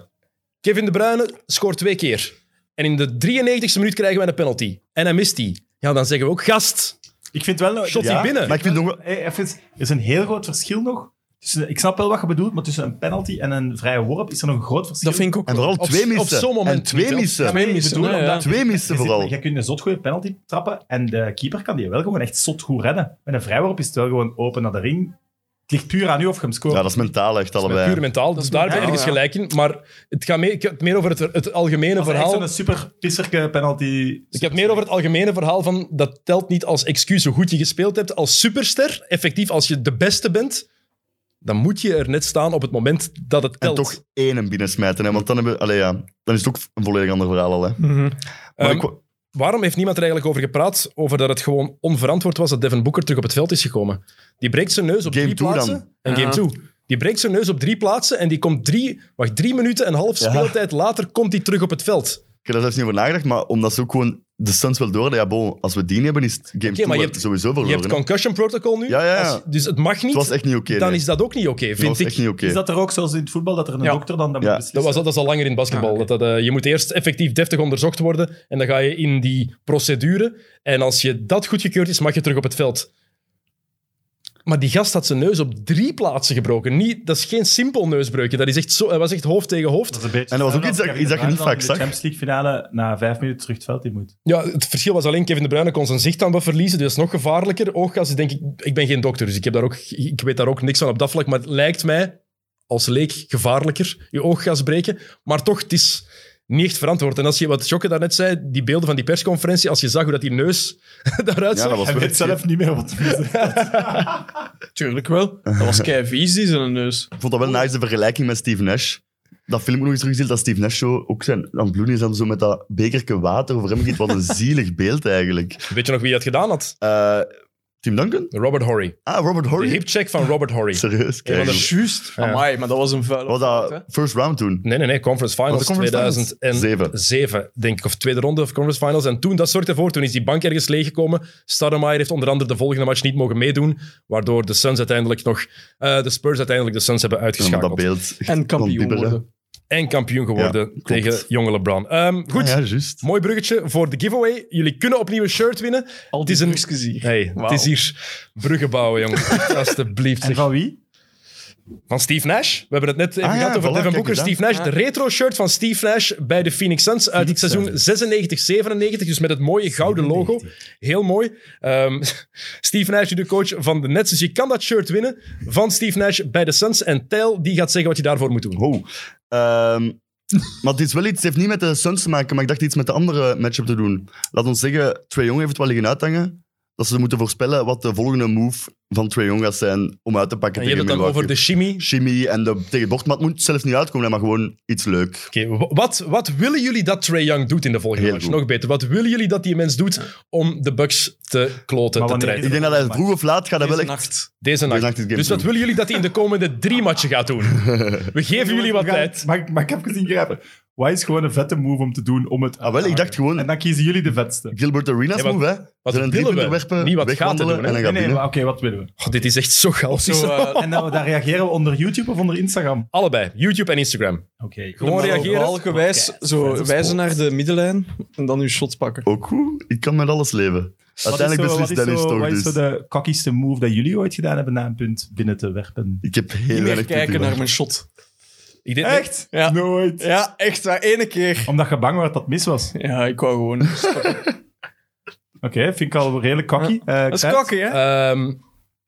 Kevin De Bruyne scoort twee keer. En in de 93e minuut krijgen wij een penalty. En hij mist die. Ja, dan zeggen we ook gast.
Ik vind wel...
Shot die binnen.
Maar ik vind nog wel-
Hey, even, er is een heel groot verschil nog. Tussen, ik snap wel wat je bedoelt, maar tussen een penalty en een vrije worp is er nog een groot verschil.
Dat vind ik ook
En vooral
Op-
twee
op
missen.
zo'n moment
en twee
niet, hè.
missen.
Twee missen,
bedoel,
ja, ja.
omdat-
Twee missen
Je zit-
vooral.
Je kunt een zot goede penalty trappen en de keeper kan die wel gewoon echt zot goed redden. Met een vrijworp is het wel gewoon open naar de ring. Het ligt puur aan u of je hem scoort.
Ja, dat is mentaal echt
Met puur
allebei.
mentaal,
Dat
dus
is
daar ben je
mentaal,
ergens gelijk in. Maar het gaat meer, ik heb het meer over het, het algemene
dat is echt
verhaal.
zo'n super pisserke penalty.
Ik heb het meer over het algemene verhaal van dat telt niet als excuus hoe goed je gespeeld hebt. Als superster, effectief als je de beste bent, dan moet je er net staan op het moment dat het
En
telt.
toch één binnensmijten, hè, want dan, hebben, allee, ja, dan is het ook een volledig ander verhaal al. Hè. Maar
Ehm,
ik wou-
Waarom heeft niemand er eigenlijk over gepraat? Over dat het gewoon onverantwoord was dat Devin Booker terug op het veld is gekomen. Die breekt zijn neus op
Game
drie
two
plaatsen.
dan.
En
Ja.
game 2. Die breekt zijn neus op drie plaatsen en die komt drie, wacht, drie minuten en een half
Ja.
speeltijd later komt hij terug op het veld. Oké,
ik heb daar zelfs niet over nagedacht, maar omdat ze ook gewoon de Suns wel door hadden, ja, bon, als we die niet hebben, is het game
maar je
2
hebt-
sowieso
Je hebt
verloren. hè.
concussion protocol nu.
Ja, ja, ja.
Als- dus het mag niet.
Het was echt niet oké.
dan
nee.
is dat ook niet oké,
Het
vind
was
ik.
echt niet oké.
Is dat er ook, zoals in het voetbal, dat er een
Ja.
dokter dan dat
Ja.
Dat,
moet beslissen?
was, dat is al langer in basketbal.
Ah, oké.
dat, dat, eh, je moet eerst effectief deftig onderzocht worden en dan ga je in die procedure. En als je dat goedgekeurd is, mag je terug op het veld. Maar die gast had zijn neus op drie plaatsen gebroken. Niet, dat is geen simpel neusbreukje. Dat is echt zo, hij was echt hoofd tegen hoofd.
Dat is een beetje
En dat was ook
hetzelfde
iets dat-
als
iets dat je niet
Kevin
vaak
Durant dan
zag.
in de Champions League finale na vijf minuten terug het veld in moet.
Ja, het verschil was alleen Kevin De Bruyne kon zijn zicht aan wat verliezen. Dus dat is nog gevaarlijker. Ooggas, denk ik, ik ben geen dokter, dus ik, heb daar ook, ik weet daar ook niks van op dat vlak. Maar het lijkt mij als leek gevaarlijker, je ooggas breken. Maar toch, het is niet echt verantwoord. En als je, wat Jokke daarnet zei, die beelden van die persconferentie, als je zag hoe dat die neus <laughs> daaruit
Ja,
zag.
dat was
Hij
wel-
weet zelf niet meer wat hij zegt.
Tuurlijk wel. Dat
<laughs>
was kei vies, die zijn neus.
Ik vond dat wel
Oh.
nice, de vergelijking met Steve Nash. Dat film ook nog eens teruggezien, dat Steve Nash zo ook zijn aan het bloeden is en zo met dat bekerke water over hem giet. Wat
<laughs>
een zielig beeld eigenlijk.
Weet je nog wie dat gedaan had?
Eh, Tim Duncan?
Robert Horry.
Ah, Robert
De
Horry.
hipcheck van Robert
<laughs>
Horry.
Serieus, kijk.
Een van
joh.
de-
Juist.
Ja.
Amai, maar dat was een vuile...
Was dat first round toen?
Nee, nee, nee. Conference Finals
Was de conference finals?
2007, denk ik. Of tweede ronde of Conference Finals. En toen, dat zorgt ervoor, toen is die bank ergens leeggekomen. Stoudemire heeft onder andere de volgende match niet mogen meedoen, waardoor de Suns uiteindelijk nog... eh, de Spurs uiteindelijk de Suns hebben
Ja, maar
uitgeschakeld.
dat beeld.
En kampioen
Bieber, hè?
worden.
en kampioen geworden
klopt.
tegen jonge LeBron. Ehm, goed,
Ah, ja, juist.
mooi bruggetje voor de giveaway. Jullie kunnen opnieuw een shirt winnen.
Al
Het
die
is een-
brugjes hier.
Hey,
Wauw.
Het is hier bruggen bouwen,
<laughs>
jongen. Alsjeblieft.
<laughs> En
zeg.
van wie?
Van Steve Nash. We hebben het net even
Ah, ja,
gehad over
voilà,
Devin
kijk
Booker,
eens aan.
Steve Nash.
Ja.
De retro-shirt van Steve Nash bij de Phoenix Suns uit het seizoen 96-97. Dus met het mooie gouden logo. Heel mooi. Ehm, <laughs> Steve Nash, de coach van de Nets. Dus je kan dat shirt winnen van Steve Nash bij de Suns. En Tijl, die gaat zeggen wat je daarvoor moet doen.
Wow. Ehm, maar het, is wel iets, het heeft niet met de Suns te maken, maar ik dacht iets met de andere matchup te doen. Laat ons zeggen, Trae Young heeft het wel liggen uithangen. Dat ze moeten voorspellen wat de volgende move van Trae Young gaat zijn om uit te pakken
En je hebt
tegen
het dan
Milwaukee.
over de chimie.
chemie en de tegen het bord. Maar het moet zelf niet uitkomen, maar gewoon iets leuk.
Oké, wa- wat, wat willen jullie dat Trae Young doet in de volgende
Heel
match?
goed.
Nog beter. Wat willen jullie dat die mens doet om de Bucks te kloten,
Maar
te
wanneer-
treiten?
Ik denk dat hij vroeg of laat gaat dat wel
Deze
echt...
nacht.
Deze nacht.
nacht is game
dus wat
two.
willen jullie dat hij in de komende
<laughs>
drie matchen gaat doen? We geven jullie wat
We gaan-
tijd.
Mag, ik- mag ik even ingrijpen? Wat is gewoon een vette move om te doen om het...
Ah, wel, ik dacht gewoon-
En dan kiezen jullie de vetste.
Gilbert Arenas
Ja, wat-
move, hè?
wat
Zijn
willen
een driepunter
we?
werpen,
Niet wat
wegwandelen
gaten doen, hè?
en dan
Nee,
gaat
nee,
binnen.
maar oké, wat willen we?
Oh, dit is echt zo chaotisch.
Zo, eh,
En dan, daar reageren we onder YouTube of onder Instagram?
Allebei, YouTube en Instagram.
Oké.
Gewoon reageren.
Algewijs, zo wijzen naar de middenlijn en dan uw shot pakken.
Ook goed, ik kan met alles leven. Uiteindelijk beslist Dennis
zo,
toch
Wat is
dus.
zo de kakkieste move dat jullie ooit gedaan hebben na een punt binnen te werpen?
Ik heb heel
Niet meer
weinig punten
kijken naar
gemaakt.
mijn shot.
Ik denk,
Echt?
Ja.
Nooit.
<laughs> Ja, echt waar. Ene keer.
Omdat je bang was dat het mis was.
Ja, ik wou <laughs> gewoon...
Oké, vind ik al redelijk kakkie. Eh,
Dat is
Kat?
kakken, hè?
ehm,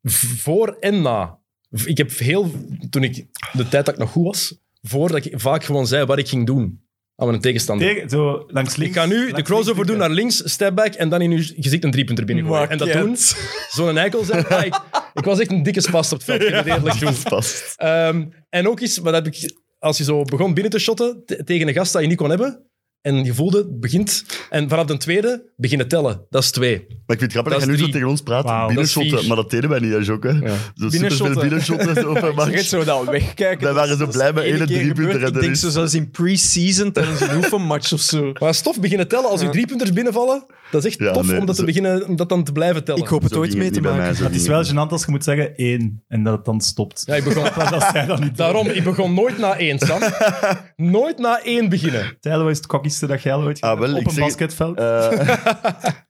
v- voor en na. V- Ik heb heel, toen ik de tijd dat ik nog goed was, voordat ik vaak gewoon zei wat ik ging doen aan mijn tegenstander.
Tegen, zo langs links.
ik ga nu de
langs
crossover
links
doen naar links, step back en dan in uw gezicht een driepunter binnengooien.
Maakt
En dat
niet
doen,
uit.
zo'n eikel zijn. <laughs> Ah, ik, ik was echt een dikke spast op het veld, ik moet eerlijk
<laughs>
doen.
Past.
Ehm, en ook iets, maar dat heb ik, als je zo begon binnen te shotten te- tegen een gast dat je niet kon hebben, en je voelde, het begint, en vanaf de tweede beginnen tellen. Dat is twee.
Maar ik vind het grappig
Dat
dat je
is
nu zo
drie.
tegen ons praat.
Wauw,
dat
binnenshotten,
is
maar dat deden wij niet, hè, Jok, <laughs> hè? Zo superveel
Binnenshotten.
binnenshotten. zo op een match.
Echt zo dat wegkijken.
Wij waren zo
Dat is
blij met
ene
ene
keer
driepunter
gebeurd.
en
Ik
dat
denk
is-
zo zelfs in pre-season tijdens een oefenmatch of zo.
Maar stof beginnen tellen als je driepunters binnenvallen, dat is echt
Ja,
tof
nee,
om, dat te
zo-
beginnen, om dat dan te blijven tellen.
Ik hoop het
Zo
ooit
ging
mee
het
te
niet bij mij,
maken.
zo
Het
ging
is
het
wel
niet.
gênant als je moet zeggen één en dat het dan stopt.
Ja, ik
<laughs>
begon,
Dat zij dan niet
daarom, ik begon nooit na één, Sam. Nooit na één beginnen.
Tijlen, wat is het kakkieste dat jij al ooit
Ah,
gedaan
wel,
hebt
ik
op een
zeg-
basketveld?
Eh,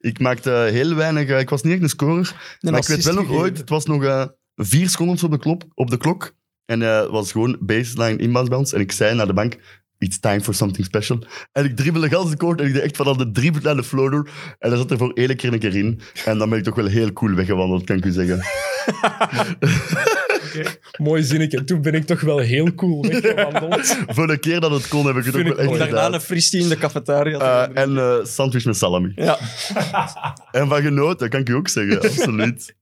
<laughs> ik maakte heel weinig. eh, ik was niet echt een scorer.
Een
maar ik weet
assist
wel nog
gegeven.
ooit. Het was nog eh, vier seconden op de, klop, op de klok. En eh, het was gewoon baseline inbounds bounce. En ik zei naar de bank. It's time for something special. En ik dribbelde gans de court en ik deed echt vanaf de driepunt naar de floor door. En dat zat er voor één keer een keer in. En dan ben ik toch wel heel cool weggewandeld, kan ik
<laughs>
u zeggen.
Mooi zinnetje. Toen ben ik toch wel heel cool weggewandeld.
voor de keer dat het kon, heb ik het
Vind
ook
ik
wel echt
mooi.
gedaan.
Daarna een fristie in de cafetaria.
Eh, en eh, sandwich met salami.
ja, <laughs>
En van genoten, kan ik u ook zeggen. Absoluut.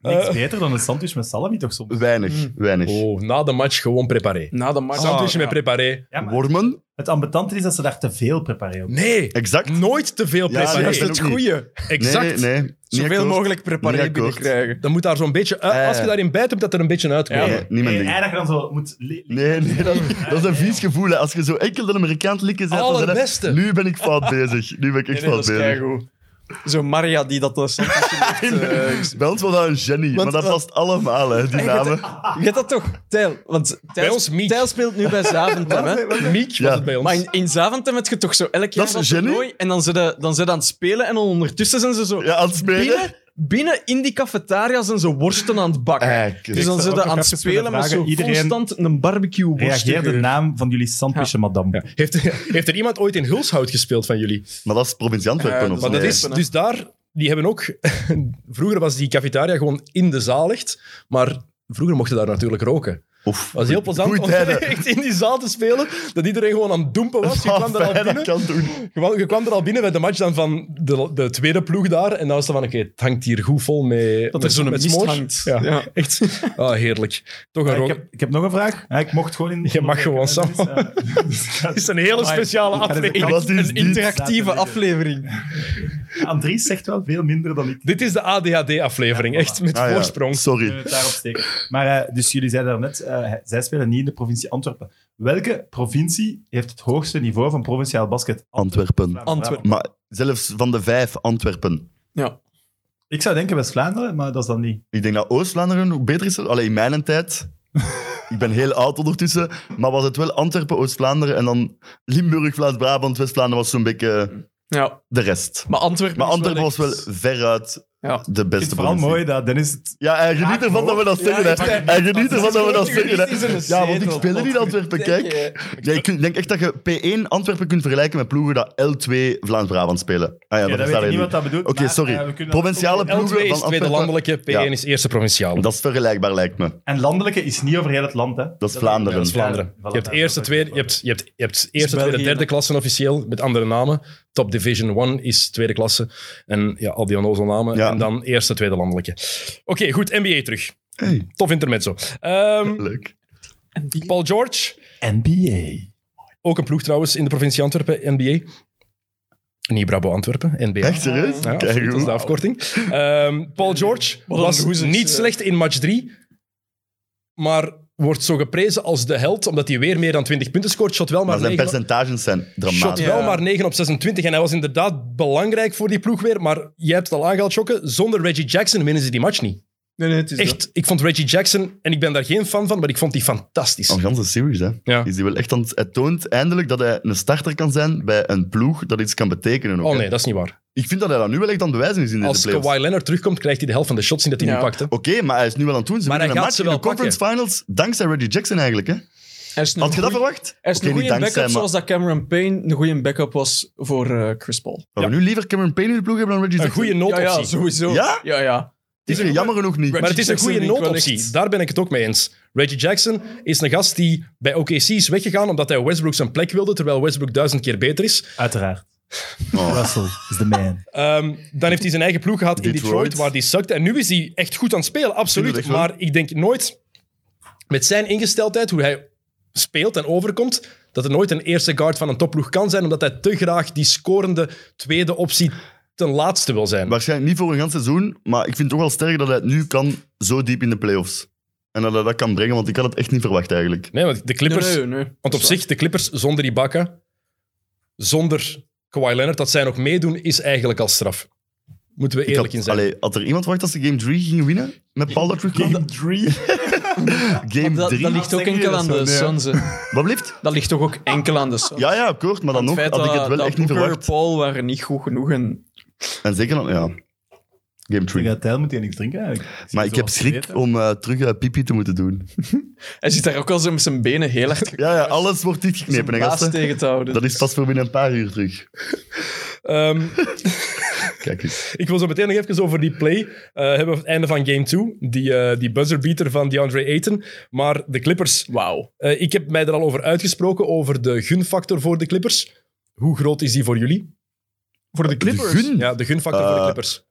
Niks
Eh.
beter dan een sandwich met salami toch soms?
Mm.
Weinig, weinig.
Oh, na de match gewoon preparé.
Na de match.
Sandwich
Ah,
met
ja.
preparé.
Ja, maar
Wormen,
het ambetante is dat ze daar te veel prepareren.
Nee,
exact.
nooit te veel
Ja,
preparé.
nee,
dat is
ik
het
ook niet.
goeie. Exact.
Nee, nee. niet
Zoveel
akkoord.
mogelijk
Niet
preparé
akkoord.
binnenkrijgen.
Dan moet daar zo'n beetje... uit-
Eh.
Als je daarin bijt, moet dat er een beetje uitkomen.
Nee, niet mijn
en
ding.
eigenlijk dan zo moet... li- li-
Nee, nee dat, dat is een vies gevoel. hè. Als je zo enkel de Amerikaan likken bent, dan ben
Allerbeste.
je, nu ben ik fout bezig. Nu ben ik echt
Nee, nee,
fout
dat is
bezig.
keigoed. Zo Maria die dat de sandwich heeft... eh, gezien.
Bij ons was dat een genie, maar dat
wat-
past allemaal, hè, die namen.
Je weet dat toch, Tijl? Want Tijl,
ons Miek.
Tijl speelt nu bij Zaventem, hè?
Miek was
Ja.
het bij ons.
Maar in, in Zaventem heb je toch zo elk jaar
is
dat
een genie.
toernooi en dan zijn ze dan zijn ze aan het spelen en ondertussen zijn ze zo...
Ja, aan het smeren.
binnen, binnen in die cafetaria zijn ze worsten aan het bakken.
Ah, kut.
dus dan
Ik zou ook
zijn ze
nog
aan het
even
spelen
willen
met zo
vragen, iedereen-
constant een barbecue worst.
Reageer de naam van jullie sandwichen, madame.
Heeft, <laughs> heeft er iemand ooit in Hulshout gespeeld van jullie?
Maar dat is provincie Antwerpen,
Eh,
of
Maar dat
nee?
is dus daar, die hebben ook. <laughs> vroeger was die cafetaria gewoon in de zaal echt, maar vroeger mochten daar natuurlijk roken.
Oef.
Het was heel plezant
Goeie
om
tijden.
<laughs> echt in die zaal te spelen, dat iedereen gewoon aan het dompen was. Je
Ah,
kwam er al
fijn, dat
binnen.
kan doen.
Je kwam- je kwam er al binnen bij de match dan van de, de tweede ploeg daar. En dan was het van, oké, het hangt hier goed vol mee.
Dat er zo'n mist hangt.
Ja,
Ja. Ah,
echt. Ah, heerlijk. Toch een
Maar
rook.
ik, heb, ik heb nog een vraag. Ja, ik mocht gewoon in... dus,
Je mag gewoon, Sam. <laughs> Het is een hele
Amai.
speciale
Ja, dat is-
aflevering.
Wat is
Een
dit?
interactieve
Zaten
aflevering.
<laughs> Andries zegt wel veel minder dan ik.
Dit is de ADHD-aflevering, echt met
Ah, ja.
voorsprong.
kunnen
Sorry.
het Eh, daarop steken. Maar eh, dus jullie zeiden daarnet, net, zij spelen niet in de provincie Antwerpen. Welke provincie heeft het hoogste niveau van provinciaal basket?
Antwerpen.
Vlaanderen.
Antwerpen.
Maar zelfs van de vijf Antwerpen.
Ja.
Ik zou denken West-Vlaanderen, maar dat is dan niet.
Ik denk dat Oost-Vlaanderen ook beter is. Alleen in mijn tijd. Ik ben heel oud ondertussen. Maar was het wel Antwerpen, Oost-Vlaanderen en dan Limburg, Vlaams-Brabant, West-Vlaanderen was zo'n beetje
Ja,
de rest.
maar Antwerpen,
Maar
is
Antwerpen was
echt-
wel veruit
Ja.
de
Ik vind
beste
het vooral
provincie.
mooi dat Dennis het...
Ja, en geniet ervan dat we dat
Ja,
zeggen.
ik
hè.
pak-
en geniet ervan dat we dat
Jurist
zeggen.
is
hè.
er een
Ja, want ik
zetel.
speel er niet in Antwerpen,
Denk
kijk.
je-
Ja, ik denk echt dat je P1 Antwerpen kunt vergelijken met ploegen dat L2 Vlaams-Brabant spelen. Ah ja,
Ja,
dat
dat
is
weet ik
daar
niet
niet.
wat dat bedoelt.
Oké,
maar,
sorry.
eh, we kunnen-
Provinciale
L2 is
ploegen van
tweede
Antwerpen-
landelijke, P1
Ja.
is eerste provinciale.
Dat is vergelijkbaar, lijkt me.
En landelijke is niet over heel het land, hè.
Dat is Vlaanderen.
Dat is Vlaanderen.
Ja, voilà,
je hebt
daar-
eerste,
daar-
tweede, je hebt, je hebt, je hebt eerste,
België,
tweede, derde
hè?
klasse officieel, met andere namen. Top Division 1 is tweede klasse. En ja, al die onnozel namen.
Ja.
En dan eerste, tweede landelijke. Oké, goed, NBA terug.
Hey.
Tof intermezzo. Ehm,
Leuk.
Paul George,
NBA.
ook een ploeg trouwens in de provincie Antwerpen, NBA. Niet Brabo Antwerpen, NBA.
Echt serieus?
Ja, absoluut,
Kijk,
dat is de
goed.
afkorting. Ehm, Paul George
Wat een
was
roezels,
niet
eh.
slecht in match 3, maar wordt zo geprezen als de held, omdat hij weer meer dan 20 punten scoort. Shot wel maar,
Maar zijn
9,
percentages zijn
shot
dramatisch.
wel
Ja.
maar 9 op 26. En hij was inderdaad belangrijk voor die ploeg weer, maar jij hebt het al aangehaald, Jokke. Zonder Reggie Jackson winnen ze die match niet.
Nee, nee, het is dat.
Echt, ik vond Reggie Jackson, en ik ben daar geen fan van, maar ik vond die fantastisch.
Een ganse series, hè.
Ja.
Is die wel echt aan het, het toont eindelijk dat hij een starter kan zijn bij een ploeg dat iets kan betekenen. ook,
Oh
hè.
nee, dat is niet waar.
Ik vind dat hij dat nu wel echt aan het bewijzen is in
Als
deze playoffs.
Kawhi Leonard terugkomt, krijgt hij de helft van de shots in dat hij
Ja.
nu pakte.
Oké, maar hij is nu wel aan het doen. Ze
Maar
winnen
hij
een
gaat
match
ze
in de
wel
conference finals dankzij Reggie Jackson eigenlijk. Hè?
Hij is een
Had je dat
goeie-
verwacht?
Hij is
Oké,
een
niet
goede backup,
dankzij, maar-
zoals dat Cameron Payne een goede backup was voor eh, Chris Paul.
Zouden we nu liever Cameron Payne in de ploeg hebben dan Reggie
Een
Jackson?
goede
Ja,
noodoptie.
ja, sowieso.
Ja?
Ja, ja.
Het is er jammer genoeg niet.
Maar het is een
Jackson
goede
vind ik wel
noodoptie.
echt-
Daar ben ik het ook mee eens. Reggie Jackson is een gast die bij OKC is weggegaan omdat hij Westbrook zijn plek wilde, terwijl Westbrook duizend keer beter is.
Uiteraard.
Oh.
Russell is de man.
Ehm, dan heeft hij zijn eigen ploeg gehad in
Detroit.
Detroit, waar die sukte. En nu is hij echt goed aan het spelen,
Vind
absoluut.
ik echt wel.
Maar ik denk nooit, met zijn ingesteldheid, hoe hij speelt en overkomt, dat er nooit een eerste guard van een topploeg kan zijn, omdat hij te graag die scorende tweede optie ten laatste wil zijn.
Waarschijnlijk niet voor een heel seizoen, maar ik vind toch wel sterk dat hij het nu kan zo diep in de playoffs. En dat hij dat kan brengen, want ik had het echt niet verwacht eigenlijk.
Nee, want de Clippers...
Nee, nee, nee.
Want op zich, de Clippers zonder Ibaka, zonder Kawhi Leonard, dat zij nog meedoen, is eigenlijk al straf. Moeten we
Ik
eerlijk
had,
in zijn.
allee, had er iemand verwacht dat ze game 3 gingen winnen? Met Paul dat terugkwam?
<laughs>
<laughs>
Game 3.
Maar
Game
Dat,
3?
dat ligt ook
Zeggen
enkel aan
jullie dat
de
zo? Nee, hè?
Suns. hè.
Wat blijft?
Dat ligt toch ook enkel aan de Suns.
Ja, ja, akkoord, maar dan
Het
nog
feit
had ik het
dat-
wel
dat
echt niet
Booker,
verwacht.
Paul waren niet goed genoeg. En...
En zeker dan, ja. Game 3.
Tijl moet je niks drinken eigenlijk. Zie
Maar
je
ik
zo
heb
wat
schrik
vergeten.
om eh, terug eh, pipi te moeten doen. <laughs>
Hij zit daar ook al zo met zijn benen heel hard geknepen.
Ja, ja, alles wordt
zijn
dichtgeknepen, hè,
baas
gasten.
tegen te houden.
Dat is pas voor binnen een paar uur terug.
Ehm,
Kijk
<laughs>
eens.
ik wil zo meteen nog even over die play eh, hebben. Het einde van game 2. Die, eh die buzzerbeater van DeAndre Ayton. Maar de Clippers.
Wauw.
eh, ik heb mij er al over uitgesproken. Over de gunfactor voor de Clippers. Hoe groot is die voor jullie? Voor de Clippers.
gun?
Ja, de gunfactor voor de
Eh,
Clippers.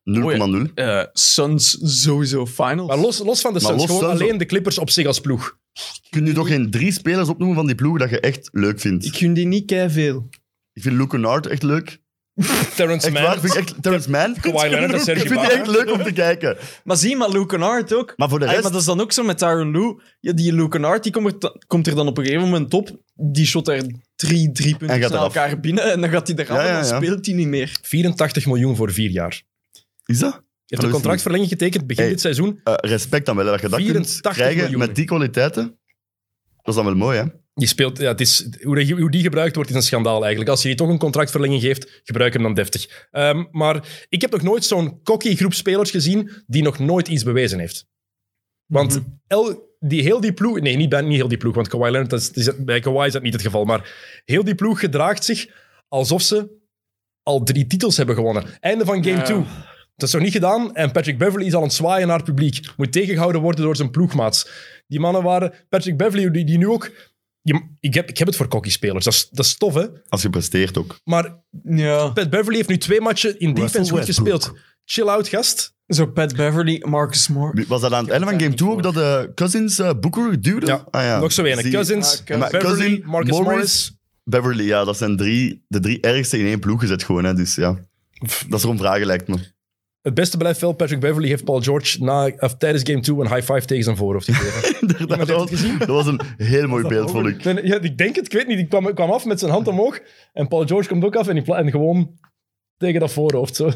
0,0.
Eh, Suns sowieso finals.
Maar los, los van de
Maar
Suns,
los
gewoon
Suns-
alleen de Clippers op zich als ploeg.
Kun je toch geen drie spelers opnoemen van die ploeg dat je echt leuk vindt?
Ik
Ik,
gun die niet kei veel.
vind Luke Kennard echt leuk.
Terrence
Echt waar,
Mann,
vind ik echt... Terrence Mann?
Kawhi Leonard en
Ik
Serge
vind die echt
Ibaka.
leuk om te kijken.
Maar zie maar Luke Kennard ook.
Maar voor de
Hey,
rest...
maar dat is dan ook zo met Tyron Lou. Ja, die Luke Kennard die komt, er, ta- komt er dan op een gegeven moment op. Die shot er drie, drie punten
En gaat
na
eraf.
elkaar binnen. En dan gaat hij eraf
Ja, ja,
en dan
ja.
speelt hij niet meer.
84 miljoen voor vier jaar. Je
Is dat?
hebt een
is
contractverlenging getekend begin
Hey.
dit seizoen.
Eh, respect dan wel, hè, dat je dat kunt
84
krijgen
miljoen.
met die kwaliteiten. Dat is dan wel mooi, hè?
Je speelt, ja, het is, hoe, die- hoe die gebruikt wordt is een schandaal eigenlijk. Als je die toch een contractverlenging geeft, gebruik hem dan deftig. Ehm, maar ik heb nog nooit zo'n cocky groep spelers gezien die nog nooit iets bewezen heeft. Want el- die, heel die ploeg... Nee, niet, bij- niet heel die ploeg, want Kawhi Leonard, dat is, is dat- bij Kawhi is dat niet het geval. Maar heel die ploeg gedraagt zich alsof ze al drie titels hebben gewonnen. Einde van game
Ja.
2. Dat is nog niet gedaan. En Patrick Beverly is al aan het zwaaien naar het publiek. Moet tegengehouden worden door zijn ploegmaats. Die mannen waren... Patrick Beverly, die, die nu ook... je- ik, heb, ik heb het voor cocky-spelers. Dat is, dat is tof, hè?
Als je presteert ook.
Maar
Ja.
Pat Beverly heeft nu twee matchen in defense goed
Westbrook.
gespeeld. Chill out, gast.
Zo Pat Beverly, Marcus Moore.
Was dat aan het einde van game 2 ook dat de Cousins eh, Booker duwde?
Ja,
Ah, ja.
Nog zo weinig.
Zie-
Cousins,
Ah, Cousins.
Beverly,
Cousin,
Marcus
Morris.
Morris.
Beverly, ja, dat zijn drie, de drie ergste in één ploeg gezet gewoon, hè. Dus ja, dat is erom vragen
<laughs>
lijkt me.
Het beste blijft wel, Patrick Beverly heeft Paul George na, of, tijdens game 2 een high five tegen zijn voorhoofd
<laughs>
gegeven.
Inderdaad, dat, was, dat was een heel mooi beeld, vond ik.
Nee, nee, ja, ik denk het, ik weet niet. Die kwam, kwam af met zijn hand omhoog en Paul George komt ook af en, die pla- en gewoon tegen dat voorhoofd. Zo.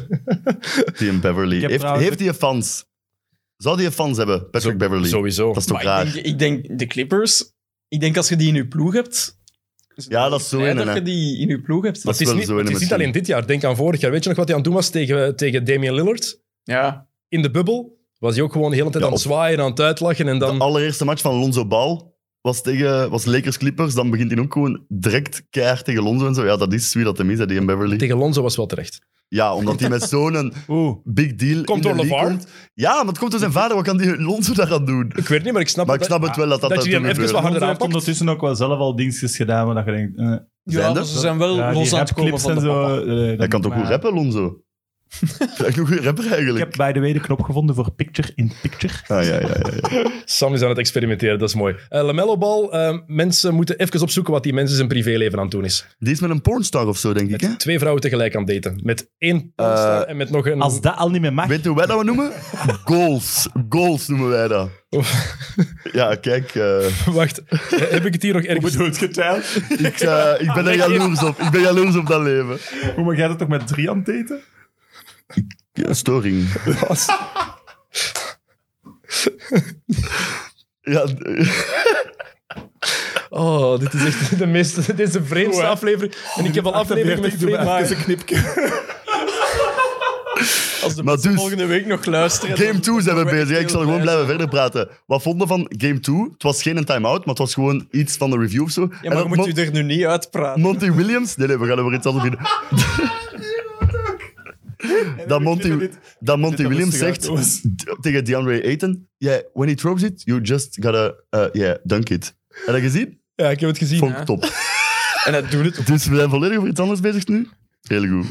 Die en Beverly.
Ik heb
Heeft,
trouwens-
heeft die een fans? Zou die een fans hebben, Patrick Beverly?
<laughs> Sowieso.
Dat is toch
Maar
raar?
ik denk, ik denk de Clippers. Ik denk als je die in je ploeg hebt.
Ja, dat is zo
blij
in,
dat
hè.
je die in je ploeg hebt.
Dat
Het is
wel
niet,
zo in
het is niet
misschien.
alleen dit jaar. Denk aan vorig jaar. Weet je nog wat hij aan het doen was tegen, tegen Damian Lillard?
Ja.
In de bubbel was hij ook gewoon de hele tijd
Ja,
aan het
of-
zwaaien, aan het uitlachen. En dan,
De allereerste match van Lonzo Ball was tegen was Lakers Clippers. Dan begint hij ook gewoon direct keihard tegen Lonzo en zo. Ja, dat is wie dat hem is, hè, die en Beverly.
tegen Lonzo was wel terecht.
Ja, omdat hij met zo'n
Oeh.
big deal
Komt
in
door
de league
LeVar?
komt. Ja, maar het komt door zijn vader. Wat kan die Lonzo daaraan doen?
Ik weet niet, maar ik snap,
Maar ik snap het wel dat dat,
dat je die
toen
hem even
gebeurde.
wat
Harder
harder
heeft
aanpakt.
ondertussen ook wel zelf al dingetjes gedaan waar dat je denkt... eh,
Zijn
Ja, maar
er?
ze zijn wel
ja, die
los aan het komen
rapclips
van
en
de
zo.
papa.
eh,
Hij
dan-
kan toch goed
maar-
rappen, Lonzo? Hij is echt een goede rapper
Ik
eigenlijk.
heb bij de way de knop gevonden voor picture in picture.
Ah, ja, ja, ja, ja.
Sam is aan het experimenteren, dat is mooi. Eh, Lamello Ball, eh, mensen moeten even opzoeken wat die mensen zijn privéleven aan het doen is.
Die is met een pornstar of zo, denk ik. Hè?
Met twee vrouwen tegelijk aan het daten. Met één pornstar
Eh,
en met nog een...
Als dat al niet meer mag,
Weet je hoe wij dat we noemen? Goals. Goals noemen wij dat. Ja, kijk. eh,
<laughs> Wacht, eh, heb ik het hier nog ergens...
<laughs> bedoelt geteld.
ik, eh, ik ben er jaloers op. Ik ben jaloers op dat leven.
Hoe mag jij dat toch met drie aan het daten?
Ja, storing. ja, d-
Oh, dit is echt de meest... <laughs> Dit is de vreemdste aflevering. En ik heb
Oh,
al afleveringen met vreemde...
Even een knipje. Als de
Maar
mensen
dus-
volgende week nog luisteren.
game
dan-
2 zijn we
dan-
bezig. hè. Ik zal gewoon blijven verder praten. Wat vonden we van game 2? Het was geen een time-out, maar het was gewoon iets van de review of zo.
Ja,
En
maar
dat
je moet
Mon-
je er nu niet uitpraten.
Monty Williams... Nee, nee, we gaan over iets anders
<laughs>
beginnen. dat Monty, dat Monty Williams zegt d- tegen DeAndre Ayton... Yeah, when he throws it, you just gotta... eh, yeah, dunk it. Heb je dat gezien?
Ja, ik heb het gezien.
Vond
hè.
ik top.
<laughs> En dat doet het.
Dus we zijn volledig over iets anders bezig nu. Heel goed.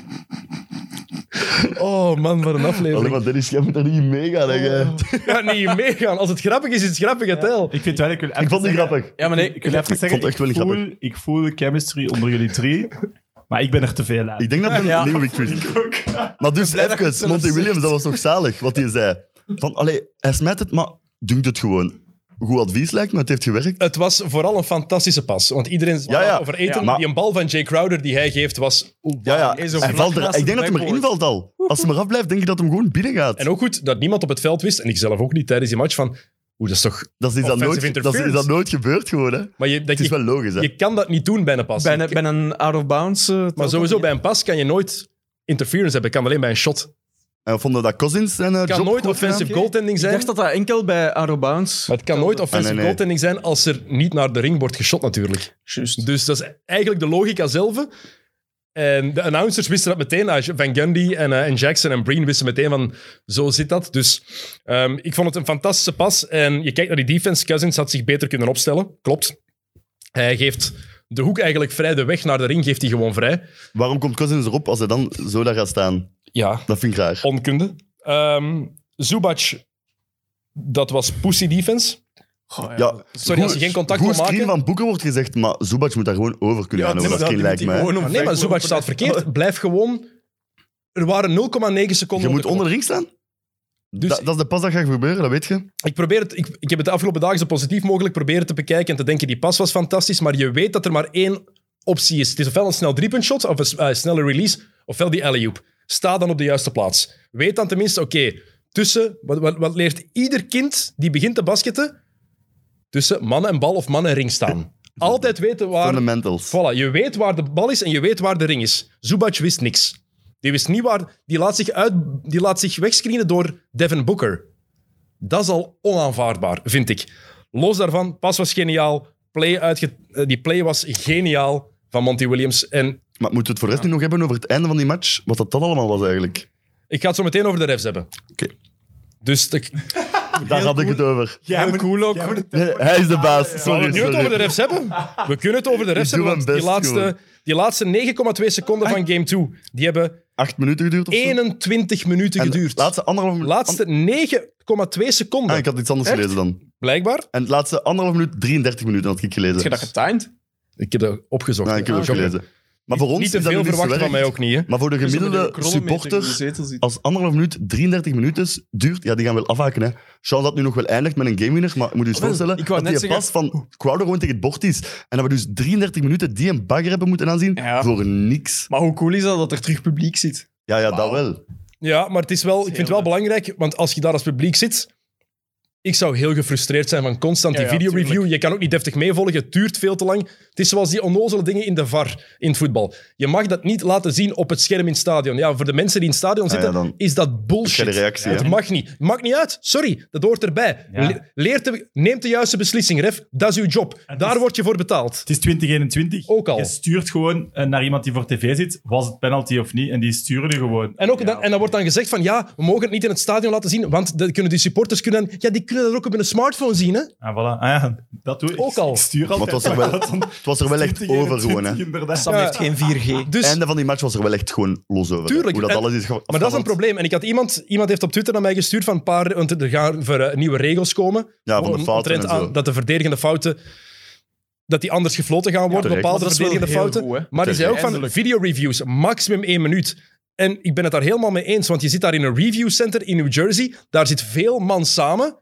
Oh man, wat een
Allee,
aflevering.
maar Dennis, jij moet er niet meegaan. hè,
Oh.
jij.
Ik ga niet meegaan. Als het grappig is, is het grappig, het wel.
Ik vind wel, ik wil even
Ik vond die
zeggen-
grappig.
Ja, maar nee.
Ik wil even zeggen,
vond het echt wel
ik
grappig.
voel, ik voel chemistry onder jullie drie, maar ik ben er te veel aan.
Ik denk dat het een
Ja.
nieuwe victory is. Maar dus
blij dat je
even,
het zelf
Monty
zegt.
Williams, dat was toch zalig wat hij zei. Van, allee, hij smijt het, maar doet het gewoon. Goed advies lijkt me, het heeft gewerkt.
Het was vooral een fantastische pas. Want iedereen
Ja, ja.
over eten.
Ja, maar-
Die een bal van Jay Crowder die hij geeft was...
Ja, ja.
is een
Hij
vlak
valt er,
naast
ik denk
het
dat hij maar
backboard.
invalt al. Als hij maar afblijft, denk ik dat hem gewoon binnen gaat.
En ook goed dat niemand op het veld wist, en ik zelf ook niet tijdens die match, van... Oeh, dat is toch...
Dat is, dat,
Offensive
nooit, dat is dat
interference.
nooit gebeurd gewoon. Hè.
Maar je, dat,
Het is
je,
wel logisch. Hè.
je kan dat niet doen bij een pas.
Bij een, bij een out-of-bounds... eh,
Maar
telt
sowieso,
dat
bij een pas kan je nooit interference hebben. Kan alleen bij een shot. Het
En we vonden dat Cousins zijn eh,
kan
job
nooit
goed
offensive
gedaan.
goaltending
niet. Ik
zijn.
dacht dat dat enkel bij out-of-bounds...
Maar het kan nooit offensive
Ah, nee, nee.
goaltending zijn als er niet naar de ring wordt geschot, natuurlijk.
Juist.
Dus dat is eigenlijk de logica zelf. En de announcers wisten dat meteen. Ah, Van Gundy en, eh, en Jackson en Breen wisten meteen van zo zit dat. Dus ehm, ik vond het een fantastische pas. En je kijkt naar die defense. Cousins had zich beter kunnen opstellen. Klopt. Hij geeft de hoek eigenlijk vrij. De weg naar de ring geeft hij gewoon vrij.
Waarom komt Cousins erop als hij dan zo daar gaat staan?
Ja,
Dat vind ik raar.
onkunde. Ehm Zubac, dat was pussy defense.
Ja,
Oh, Sorry, als je geen contact wil
Goed
maken...
screen van Boeken wordt gezegd, maar Zubac moet daar gewoon over kunnen gaan over dat screen, lijkt mij.
Ah, nee, maar Zubac staat verkeerd. Blijf gewoon... Er waren 0,9 seconden.
Je
op
moet
de klok.
onder de ring staan?
Dus-
dat, dat is de pas dat gaat gebeuren, dat weet je.
Ik, probeer het, ik, ik heb het de afgelopen dagen zo positief mogelijk proberen te bekijken en te denken, die pas was fantastisch, maar je weet dat er maar één optie is. Het is ofwel een snel driepunt shot, of een s- eh, snelle release, ofwel die alley-oop. Sta dan op de juiste plaats. Weet dan tenminste, oké, tussen... Wat, wat, wat leert ieder kind die begint te basketten? Tussen man en bal of man en ring staan. Altijd weten waar...
Fundamentals.
Voilà, je weet waar de bal is en je weet waar de ring is. Zubac wist niks. Die wist niet waar... Die laat zich, uit, die laat zich wegscreenen door Devin Booker. Dat is al onaanvaardbaar, vind ik. Los daarvan, pas was geniaal. Play uitge- eh, die play was geniaal van Monty Williams. En
Maar moeten we het voor de rest nu nog hebben over het einde van die match? Wat dat dan allemaal was eigenlijk?
ik ga het zo meteen over de refs hebben.
Oké.
Dus ik
Daar had ik het over.
Heel cool ook.
Nee, hij is de baas.
Zullen we
Sorry,
het nu het over de
sorry.
refs hebben? <laughs> We kunnen het over de refs
doe
hebben, want
mijn
die
best,
laatste, die laatste 9,2 seconden van game 2, die hebben
Acht minuten geduurd of zo?
21 minuten
En de
geduurd.
Laatste anderhalf minuut.
Laatste 9,2 seconden,
Ah, ik had iets anders
Echt?
gelezen dan.
blijkbaar.
En het laatste anderhalf minuut, 33 minuten had ik gelezen.
Heb je dat getimed?
Ik heb dat opgezocht.
Ja, Ah, ik heb het ook gelezen. Maar voor ons
Ah, Niet te
is dat
veel
niet
verwacht van
verwerkt.
mij ook niet. Hè.
Maar voor de
Dus met
gemiddelde
een chronometer in de
supporter,
zetel zit.
als anderhalf minuut 33 minuten is, duurt, ja, die gaan wel afhaken. Hè. Charles dat nu nog wel eindigt met een gamewinner, maar ik moet je eens
Wel,
voorstellen
ik
dat
wou
die
net zeggen-
pas van Crowder gewoon tegen het bord is. En dat we dus 33 minuten die een bagger hebben moeten aanzien
Ja.
voor niks.
Maar hoe cool is dat dat er terug publiek zit?
Ja, ja, dat wel.
Ja, maar het is wel, ik vind het wel belangrijk, want als je daar als publiek zit, ik zou heel gefrustreerd zijn van constant die
Ja, ja,
videoreview.
tuurlijk.
Je kan ook niet deftig meevolgen, het duurt veel te lang. Het is zoals die onnozele dingen in de VAR in het voetbal. Je mag dat niet laten zien op het scherm in het stadion. Ja, voor de mensen die in het stadion
Ah, ja,
zitten,
dan
is dat bullshit.
heb je de reactie,
het
hè.
mag niet. Maakt niet uit, sorry, dat hoort erbij.
Ja.
Le- Leer te- neem de juiste beslissing, ref. Dat is uw job.
Het
Daar
dus-
is-
word je voor betaald.
Het is 2021.
Ook al.
Je stuurt gewoon eh, naar iemand die voor tv zit, was het penalty of niet, en die sturen je gewoon.
En, ook dan, en dan wordt dan gezegd van ja, we mogen het niet in het stadion laten zien, want de, kunnen die supporters kunnen, ja, die kunnen dat ook op hun smartphone zien. Hè?
Ah, voilà. Ah, ja, dat doe ik.
Ook al.
Ik stuur
Want
altijd.
<laughs>
het was er wel,
Dan
het was er wel echt over gewoon. Hè.
2021 inderdaad.
Sam heeft
Geen 4G.
Dus,
einde van die match was er wel echt gewoon los over. hè.
Tuurlijk,
Hoe dat
en-
alles is ge-
maar dat is een
afgehandeld.
probleem. En ik had iemand, iemand heeft op Twitter naar mij gestuurd van een paar, want er gaan voor, eh, nieuwe regels komen.
Ja, van de
Om-
fouten
omtrent
en zo.
aan dat de verdedigende fouten, dat die anders gefloten gaan worden,
terecht.
bepaalde
Maar dat is wel
verdedigende
heel
fouten.
goed, hè.
maar die zei ook van
Eindelijk.
videoreviews, maximum één minuut. En ik ben het daar helemaal mee eens, want je zit daar in een reviewcenter in New Jersey, daar zit veel man samen.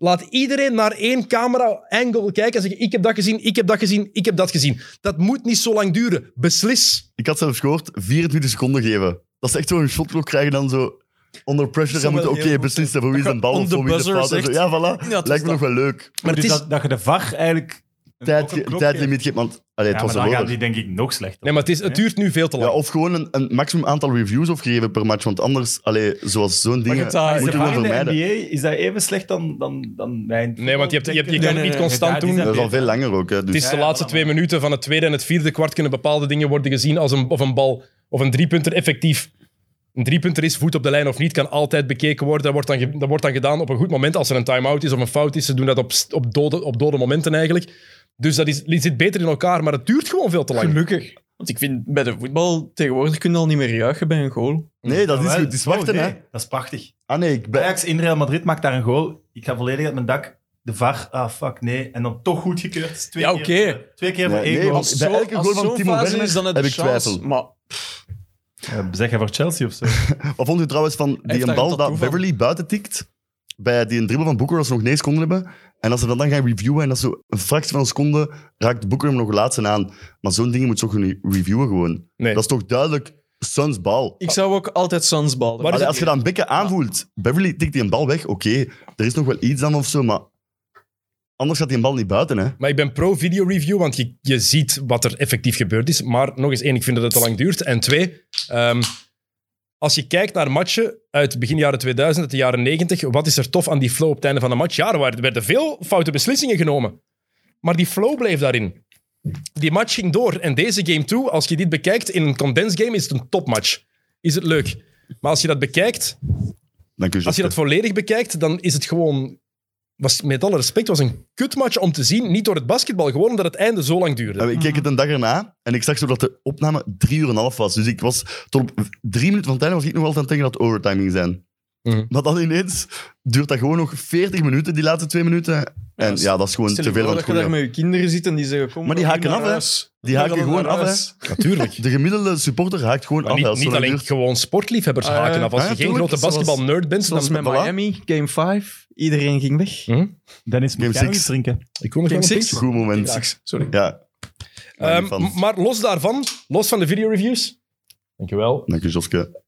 Laat iedereen naar één camera-angle kijken en zeggen: Ik heb dat gezien, ik heb dat gezien, ik heb dat gezien. Dat moet niet zo lang duren. Beslis.
Ik had zelfs gehoord 24 seconden geven. Dat is echt zo'n shotklok krijgen dan zo onder pressure. Dan
wel
moeten oké
heel goed
beslissen voor wie is een bal
On
of
the
voor wie is de
buzzer
fout. en zo.
zegt-
Ja, voilà.
dat is
Lijkt me
dat.
nog wel leuk.
Maar
Dus
het is,
dat, dat je de VAR eigenlijk... een-
Tijd,
ook een klokje-
tijdlimiet geeft, want allee, het
Ja, maar
was
dan
erover.
gaan die denk ik nog slechter.
nee, maar het, is, het duurt nu veel te lang.
Ja, of gewoon een, een maximum aantal reviews opgeven per match. Want anders, allee, zoals zo'n ding,
je
moet
hebt daar-
Maar
je
is de
gewoon
VAR in de
vermijden.
NBA, is dat even slecht dan, dan, dan wij in het
Nee, want je, hebt, je, hebt, je
voetbal,
kan
denk
het
ik?
niet constant
ja, die
doen.
zijn
Dat
Het
is al veel langer ook. Hè, dus.
is de
ja,
laatste
voilà,
twee minuten van het tweede en het vierde kwart kunnen bepaalde dingen worden gezien als een, of een bal of een driepunter effectief. Een driepunter is voet op de lijn of niet, kan altijd bekeken worden. Dat wordt dan, ge- dat wordt dan gedaan op een goed moment als er een time-out is of een fout is. Ze doen dat op, st- op, dode, op dode momenten eigenlijk. Dus dat is, zit beter in elkaar, maar het duurt gewoon veel te lang.
Gelukkig. Want ik vind bij de voetbal tegenwoordig kun je al niet meer juichen bij een goal.
Nee, dat is
Jawel.
goed. Het is wachten,
Oh, nee,
hè.
Dat is prachtig.
Ah nee, ik ben...
Ajax in Real Madrid maakt daar een goal. Ik ga volledig uit mijn dak. De VAR, ah fuck, nee. En dan toch goed gekeurd. Dus twee
Ja,
keer-
oké.
Twee keer voor
Nee,
één
nee,
goal.
want bij elke goal van Timo Werner heb ik twijfel.
Maar
Eh, Zeg je voor Chelsea
<laughs>
of zo?
Wat vond u trouwens van
heeft
die een
daar
bal
een
dat
tattoo van.
Beverly buiten tikt? Bij die een dribbel van Boeker als ze nog 9 seconden hebben. En als ze dat dan gaan reviewen en dat zo een fractie van een seconde raakt Boeker hem nog laatst aan. Maar zo'n ding moet je toch niet reviewen gewoon.
Nee.
Dat is toch duidelijk Suns bal.
ik zou ook altijd Suns ballen.
Maar
Allee,
is
als je dan Bekke aanvoelt, Beverly tikt die een bal weg, oké, er is nog wel iets dan of zo, maar anders gaat die een bal niet buiten, hè.
Maar ik ben pro-video review, want je, je ziet wat er effectief gebeurd is. Maar nog eens één, ik vind dat het te lang duurt. En twee, ehm, als je kijkt naar matchen uit begin jaren 2000 tot de jaren 90, wat is er tof aan die flow op het einde van de match? Ja, er waren- werden veel foute beslissingen genomen. Maar die flow bleef daarin. Die match ging door. En deze game toe, als je dit bekijkt in een condensed game, is het een topmatch. Is het leuk. Maar als je dat bekijkt,
Dan kun je
als je dat volledig bekijkt, dan is het gewoon was, met alle respect, was een kutmatch om te zien. Niet door het basketbal, gewoon omdat het einde zo lang duurde.
Eh, Ik keek het een dag erna en ik zag zo dat de opname drie uur en een half was. Dus ik was tot op drie minuten van het einde was ik nog altijd aan het denken dat het overtime ging zijn.
Mhm.
Maar dan ineens duurt dat gewoon nog 40 minuten, die laatste twee minuten. En
s-
ja, dat is gewoon te
Stel je
veel
voor
van
dat
het
je daar
goede.
met je kinderen zit en die zeggen... Kom,
Maar die
we
haken
gaan
af,
naar
hè.
huis.
Die
We
haken
gaan
gewoon
naar
af, hè.
huis.
Natuurlijk.
<laughs> De gemiddelde supporter haakt gewoon
Maar
af. hè,
niet,
als
niet
zo'n
alleen
duurt.
gewoon sportliefhebbers
Ah, ja.
haken af. Als
Ah,
je
ja,
geen
tuurlijk.
grote
Zoals-
basketbalnerd bent,
Zoals
dan...
met
Voilà.
Miami, Game 5. Iedereen ging weg.
Hm?
Dennis, moet
Game
jij nog
six.
iets drinken?
Ik kom nog
Game
wel op
six?
terug.
Goed moment.
Ja.
Sorry.
Ja.
Ehm,
Ehm,
m- maar los daarvan, los van de videoreviews... Dankjewel.
Dank je, Joske.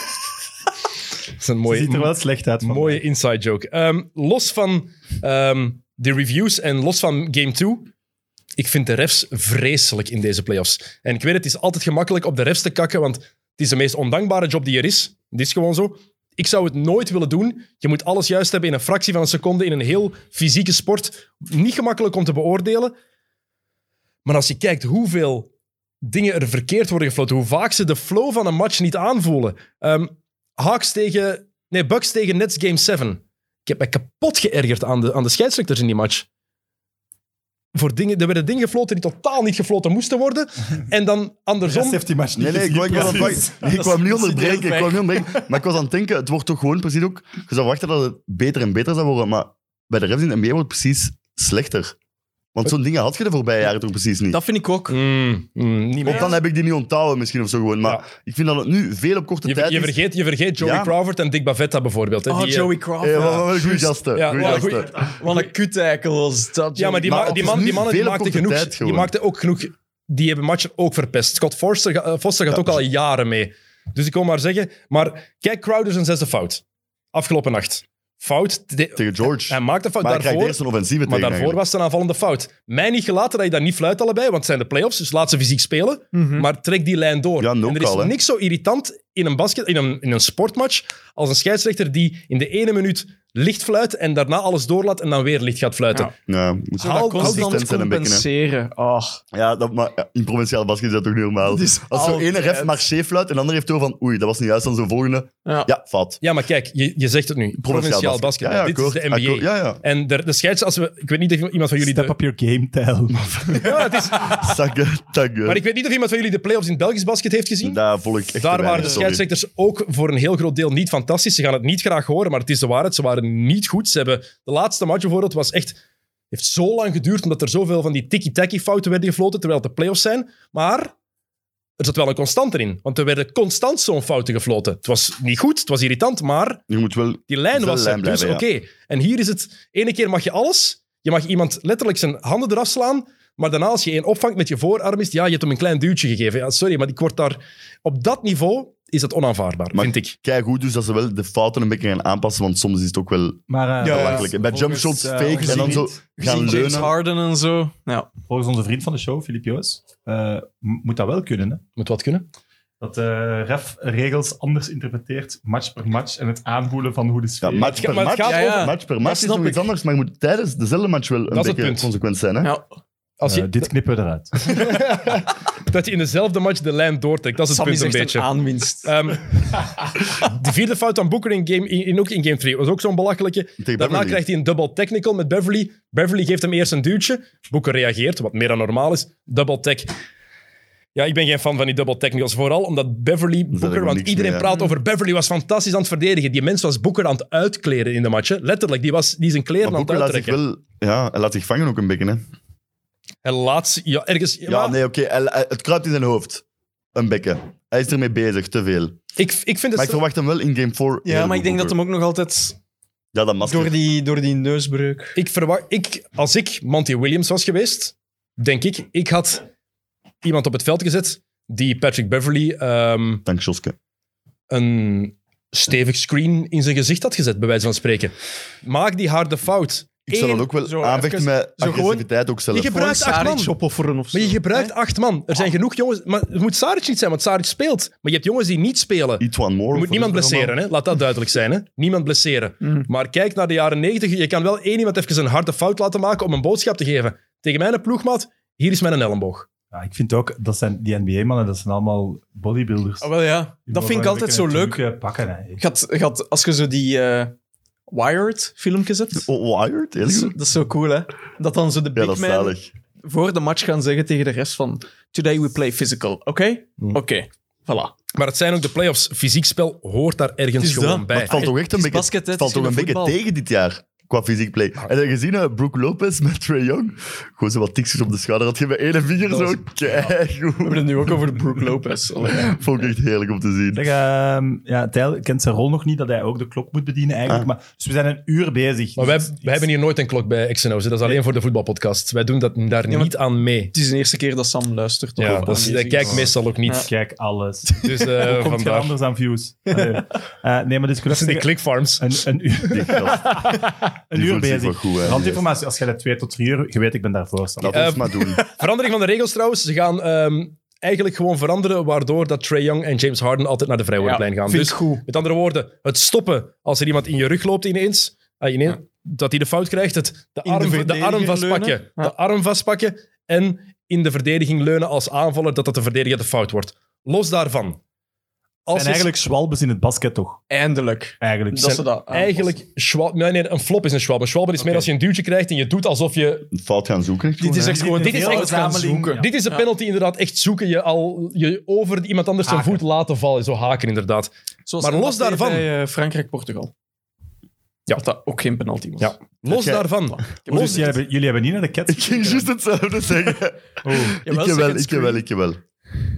Dat is een
Ze
mooie,
ziet er wel slecht uit. van
mooie
mij.
inside joke. Ehm, los van ehm, de reviews en los van Game 2... Ik vind de refs vreselijk in deze playoffs. En ik weet, het is altijd gemakkelijk op de refs te kakken, want het is de meest ondankbare job die er is. Het is gewoon zo. Ik zou het nooit willen doen. Je moet alles juist hebben in een fractie van een seconde in een heel fysieke sport. Niet gemakkelijk om te beoordelen. Maar als je kijkt hoeveel dingen er verkeerd worden gefloten, hoe vaak ze de flow van een match niet aanvoelen. Ehm Hawks tegen... Nee, Bucks tegen Nets Game 7. Ik heb mij kapot geërgerd aan de, aan de scheidsrechters in die match. Voor dingen, er werden dingen gefloten die totaal niet gefloten moesten worden. En dan
De rest
andersom...
heeft die match niet
Nee, nee, ik, wou- ik,
gezien,
wou- ik, wou-
precies.
ik kwam niet onderbreken. Ik
heel
kwam niet onderbreken. Maar ik was aan het denken, het wordt toch gewoon precies ook... Je zou wachten dat het beter en beter zou worden, maar bij de refs in de NBA wordt het precies slechter. Want zo'n dingen had je de voorbije jaren toch precies niet.
Dat vind ik ook.
Mm, mm, niet
Of
meer.
dan heb ik die niet onthouden misschien of zo gewoon. Maar ik vind dat het nu veel op korte
Je,
tijd
je,
is.
vergeet, je vergeet Joey
Ja.
Crawford en Dick Bavetta bijvoorbeeld. hè,
Oh,
die, eh,
Joey Crawford.
Hey, wat- wat een goede gasten.
Ja,
goeie
wat een
gasten.
goeie-
Wat een kuteikel was dat.
Ja, maar die,
Maar
ma-
het
die,
is
man,
nu
die mannen die
veel op
maakten
korte
genoeg.
tijd
die
gewoon.
maakten ook genoeg. Die hebben matchen ook verpest. Scott Forster, ga- eh, Foster gaat ook al jaren mee. Dus ik wil maar zeggen. Maar kijk, Crowder zijn zesde fout. Afgelopen nacht. Fout. De-
Tegen George.
hij maakte fout
maar hij krijgt
daarvoor.
eerst een offensieve
Maar
tegen
daarvoor
eigenlijk.
was het een aanvallende fout. Mij niet gelaten dat je dat niet fluit allebei, want het zijn de playoffs, dus laat ze fysiek spelen. Maar trek die lijn door.
Ja,
en
no
er is
call, hè.
niks zo irritant in een, basket, in, een, in een sportmatch als een scheidsrechter die in de ene minuut licht fluit en daarna alles doorlaat en dan weer licht gaat fluiten.
Ja.
Ja, moet
Haal-
dat constant
consistent zijn een beetje, hè.
compenseren. Ah,
Ja, dat, maar ja, in provinciale basket is dat toch niet normaal.
Dat is
Als zo'n
altijd.
ene ref marché fluit en de andere heeft door van oei, dat was niet juist, dan zo'n volgende.
Ja.
Ja, fout.
Ja, maar kijk, je, je zegt het nu. Provinciaal basketbal.
Ja, ja,
Dit
akkoord,
is de NBA.
akkoord. Ja, ja.
En de, de scheids, als we, ik weet niet of iemand van jullie...
<laughs> Step
De,
up your game, Tijl.
ja, het is,
Zakken, takken.
maar ik weet niet of iemand van jullie de playoffs in Belgisch basket heeft gezien.
Daar volg ik echt te
Daar waren
weinig,
de
sorry.
scheidsrechters ook voor een heel groot deel niet fantastisch. Ze gaan het niet graag horen, maar het is de waarheid. Ze waren niet goed. Ze hebben de laatste match bijvoorbeeld was echt heeft zo lang geduurd omdat er zoveel van die tiki-taki fouten werden gefloten terwijl het de playoffs zijn. Maar er zat wel een constante in, want er werden constant zo'n fouten gefloten. Het was niet goed, het was irritant, maar
Je moet wel...
Die lijn
Zal
was
lijn
er. Dus oké.
blijven,
En hier is het... Ene keer mag je alles. Je mag iemand letterlijk zijn handen eraf slaan. Maar daarna, als je één opvangt met je voorarm, is het, ja, je hebt hem een klein duwtje gegeven. Ja, sorry, maar ik word daar... Op dat niveau is dat onaanvaardbaar,
Maar
vind ik.
Kijk goed, dus dat ze wel de fouten een beetje gaan aanpassen, want soms is het ook wel
Maar eh,
Ja,
belachelijk. Bij jump
volgens,
shots
eh,
fake en dan zo gaan
James
leunen.
Harden en zo. Ja.
volgens onze vriend van de show, Filip Joos, eh, m- moet dat wel kunnen. Hè?
Moet wat kunnen.
Dat de ref regels anders interpreteert, match per match, en het aanvoelen van hoe de
Ja,
sfeer...
match per
maar het
match.
gaat
Ja, ja.
Match per
Dat
match is
snap
nog iets
ik.
anders, maar je moet tijdens dezelfde match wel een
Dat is het
beetje
punt.
consequent zijn. Hè?
ja.
Als je,
Eh, dit knippen we eruit.
<laughs> dat je in dezelfde match de lijn doortrekt. Dat is het
Sam is
punt een
echt
beetje.
een
<laughs>
aanwinst.
Ehm, de vierde fout aan Booker in game, in, in- ook in game 3 was ook zo'n belachelijke. Daarna
Beverly.
krijgt hij een double technical met Beverly. Beverly geeft hem eerst een duwtje. Booker reageert, wat meer dan normaal is. Double tech. Ja, ik ben geen fan van die double technicals. Vooral omdat Beverly Booker,
helemaal
want
niks
iedereen
meer, hè.
praat over Beverly, was fantastisch aan het verdedigen. Die mens was Booker aan het uitkleden in de match. hè. Letterlijk, die, was, die zijn kleren
Maar
aan het
Booker laat zich
uittrekken.
wel... Ja, hij laat zich vangen ook een beetje, hè.
En laatst, ja, ergens.
Ja,
maar
nee, oké. hij- hij- Het kruipt in zijn hoofd. Een bekken. Hij is ermee bezig, te veel.
ik, ik vind
Maar
het.
ik verwacht hem wel in game 4.
ja, maar ik denk dat hem ook nog altijd
Ja, dat masker.
door die, door die neusbreuk...
Ik verwacht, ik, als ik Monty Williams was geweest, denk ik, ik had iemand op het veld gezet die Patrick Beverly ehm,
Dank Joske.
een stevig screen in zijn gezicht had gezet, bij wijze van spreken. Maak die harde fout.
Ik zal
Eén-
dat ook wel
zo
aanvechten
even-
met
zo
agressiviteit ook zelf.
Je gebruikt
Voor
acht man.
Saric opofferen of zo.
Maar je gebruikt acht man. Er zijn genoeg jongens. Maar het moet Saric niet zijn, want Saric speelt. Maar je hebt jongens die niet spelen.
Eat one more.
Je moet
of
niemand
wat is het
blesseren, hè? laat dat duidelijk zijn. Hè? Niemand blesseren.
Mm.
Maar kijk naar de jaren 90. Je kan wel één iemand even een harde fout laten maken om een boodschap te geven. Tegen mijn ploegmaat, hier is mijn elleboog.
Ja, ik vind ook, dat zijn die NBA-mannen, dat zijn allemaal
Oh,
bodybuilders.
Ah, wel ja. Dat vind ik altijd zo leuk.
eh, Pakken, hè.
Gaat, gaat, als je zo die eh, Wired filmpjes hebt.
Oh, Wired?
Dat, is,
Heel goed.
dat is zo cool, hè? Dat dan zo de
Ja,
big
dat is
man
zalig.
voor de match gaan zeggen tegen de rest van... Today we play physical, oké? Oké, voilà.
Maar het zijn ook de playoffs. Fysiek spel hoort daar ergens
Het is
gewoon bij.
dat.
Maar het valt toch echt een
Het is
beetje,
basket, hè,
het valt
het is
toch een
geen
beetje
voetbal.
tegen dit jaar qua fysiek play. En dan gezien eh, Brooke Lopez met Trae Young, gewoon zo wat tikjes op de schouder had je met ene vinger zo.
We
Keigoed.
hebben het nu ook over Brooke Lopez. Allee.
Vond ik echt heerlijk om te zien.
Zeg, ehm, ja, Tijl kent zijn rol nog niet, dat hij ook de klok moet bedienen eigenlijk.
Ah.
Maar, dus we zijn een uur bezig.
Maar wij,
Dus
wij hebben hier nooit een klok bij XNO's. Dat is alleen voor de voetbalpodcast. Wij doen dat daar
maar-
niet aan mee.
Het is de eerste keer dat Sam luistert.
Ja,
Of
dat is-
aan
hij
die-
kijkt meestal ook
ik
niet.
Kijk, alles.
<laughs>
<laughs>
Dus eh,
Komt geen
<laughs> vandaar.
anders aan views. Allee. Eh, nee, maar dus ik wil
Dat zijn die
zeggen,
clickfarms.
een, een uur,
Die gast,
een
die
uur
voelt zich wel
bezig.
goed, hè.
Randinformatie, als jij dat twee tot drie uur, je weet, ik ben daarvoor. Sam.
Laat
Eh,
ons maar <laughs> doen.
Verandering van de regels trouwens. Ze gaan ehm, eigenlijk gewoon veranderen, waardoor dat Trae Young en James Harden altijd naar de vrijwoordlijn gaan.
vind
Dus
ik goed.
met andere woorden, het stoppen als er iemand in je rug loopt ineens, ah, ineens dat hij de fout krijgt, het de
de
arm, de, arm
verdediger
vastpakken.
leunen. Ja.
De arm vastpakken en in de verdediging leunen als aanvaller, dat dat de verdediger de fout wordt. Los daarvan. Als
En eigenlijk zwalbes in het basket toch?
Eindelijk.
Eigenlijk.
Dat ze dat aanpassen.
Eigenlijk, schwal- nee, nee, een flop is een schwalbe. Een schwalbe is meer als je een duwtje krijgt en je doet alsof je...
Fout gaan zoeken.
Dit is echt gewoon...
Dit
Dit
is
is
heel
echt gaan
verzameling.
zoeken.
Ja.
Dit is de penalty inderdaad, echt zoeken. Je, al, je over iemand anders
Haken.
zijn voet laten vallen. Zo haken inderdaad.
Zoals
Maar los
Mbappé
daarvan-
Bij eh, Frankrijk-Portugal.
Ja.
Dat dat ook geen penalty was.
Ja. Los
jij-
daarvan.
Dus
Los,
jullie hebben, jullie hebben niet naar de
Ik <laughs>
Cats
ging juist hetzelfde <laughs> zeggen. Ik
Jawel,
heb wel,
second
ik heb wel,
screen.
ik heb wel.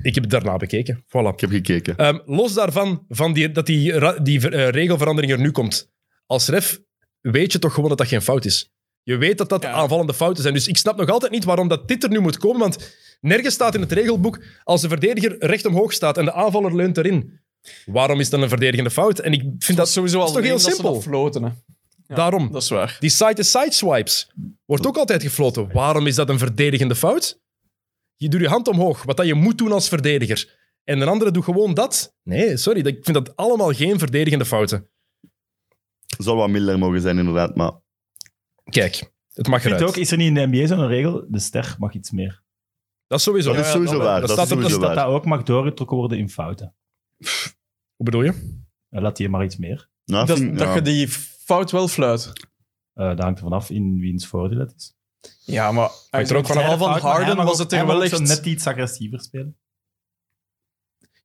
ik heb het daarna bekeken. Voilà.
Ik heb gekeken.
Ehm, los daarvan van die, dat die, ra- die ver- eh, regelverandering er nu komt. Als ref weet je toch gewoon dat dat geen fout is. Je weet dat dat
Ja.
aanvallende fouten zijn. Dus ik snap nog altijd niet waarom dat dit er nu moet komen. Want nergens staat in het regelboek als de verdediger recht omhoog staat en de aanvaller leunt erin. Waarom is dan een verdedigende fout? En ik vind dat,
Dat is sowieso al
is toch heel
alleen dat ze
simpel?
dat floten, hè. Ja,
daarom.
Dat is waar.
Die side-to-side swipes wordt ook altijd gefloten. Waarom is dat een verdedigende fout? Je doet je hand omhoog, wat dat je moet doen als verdediger. En de andere doet gewoon dat. Nee, sorry, dat- ik vind dat allemaal geen verdedigende fouten.
Zal wat milder mogen zijn, inderdaad. Maar
Kijk, het mag
Ik vind
eruit.
ook, is er niet in de NBA zo'n regel? De ster mag iets meer.
Dat is sowieso.
dat is
Ja,
sowieso
wel.
waar.
Dat
Dat is
staat op-
sowieso
Dat
waar.
dat ook mag doorgetrokken worden in fouten.
Hoe bedoel je?
Eh, Laat die maar iets meer.
Nou,
Dat,
vind-
dat
ja.
je die fout wel fluit.
Eh dat hangt ervan af in wiens voordeel het is.
Ja, maar...
hangt er ook
in het
vanaf.
geval van
Fout, maar hij
Harden
mag
was
ook-
het
hij
er
mag
wel
ook zo
echt...
net iets agressiever spelen.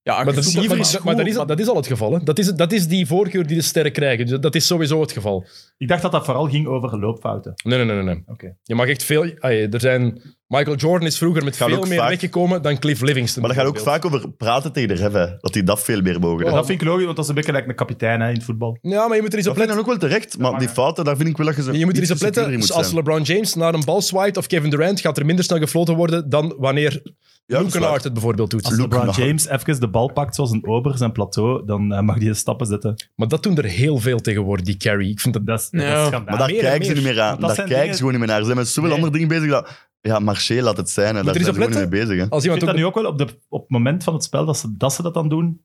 Ja,
Maar dat,
agressiever
maar-
is
maar-
goed,
maar dat, is, al-
maar-
dat is al het geval. Hè? Dat, is, dat is die voorkeur die de sterren krijgen. Dus Dat is sowieso het geval.
Ik dacht dat dat vooral ging over loopfouten.
Nee, nee, nee. nee, nee.
Oké.
Je mag echt veel... ai, er zijn, Michael Jordan is vroeger met
Gaat
veel
ook
meer
vaak-
weggekomen dan Cliff Livingston.
Maar dat gaat ook
bijvoorbeeld.
vaak over praten tegen de ref, hè. Dat die dat veel meer mogen.
En
hè.
dat vind ik logisch, want dat is een beetje like een kapitein hè, in het voetbal.
Ja, maar je moet er eens op
Dat vind ik
letten.
dan ook wel terecht, maar die fouten, daar vind ik wel dat je zo
Je moet er eens
iets
op letten.
subtieler in
Dus
moet
als
zijn.
LeBron James naar een bal zwaait of Kevin Durant, gaat er minder snel gefloten worden dan wanneer
Ja, dat
Luke
is waar.
Kennard het bijvoorbeeld doet.
Als
Luke
LeBron
Kennard.
James even de bal pakt zoals een ober zijn plateau, dan eh, mag hij stappen zetten.
Maar dat doen er heel veel tegenwoordig, die carry. Ik vind dat...
Dat is,
Ja.
dat is
Maar
schandaal.
daar
meer en
kijken ze
meer.
niet meer aan.
Want dat
Daar
zijn
kijken ze
dingen-
gewoon niet meer naar. Ze zijn met zoveel
Nee.
andere dingen bezig. Dat... Ja, Marché laat het zijn. Hè.
er
Daar zijn
eens
ze
op
gewoon niet mee
letten. Ah,
bezig. Hè.
Als
Ik
iemand
vind dat
ook...
nu ook wel op, de, op het moment van het spel dat ze dat, ze dat dan doen,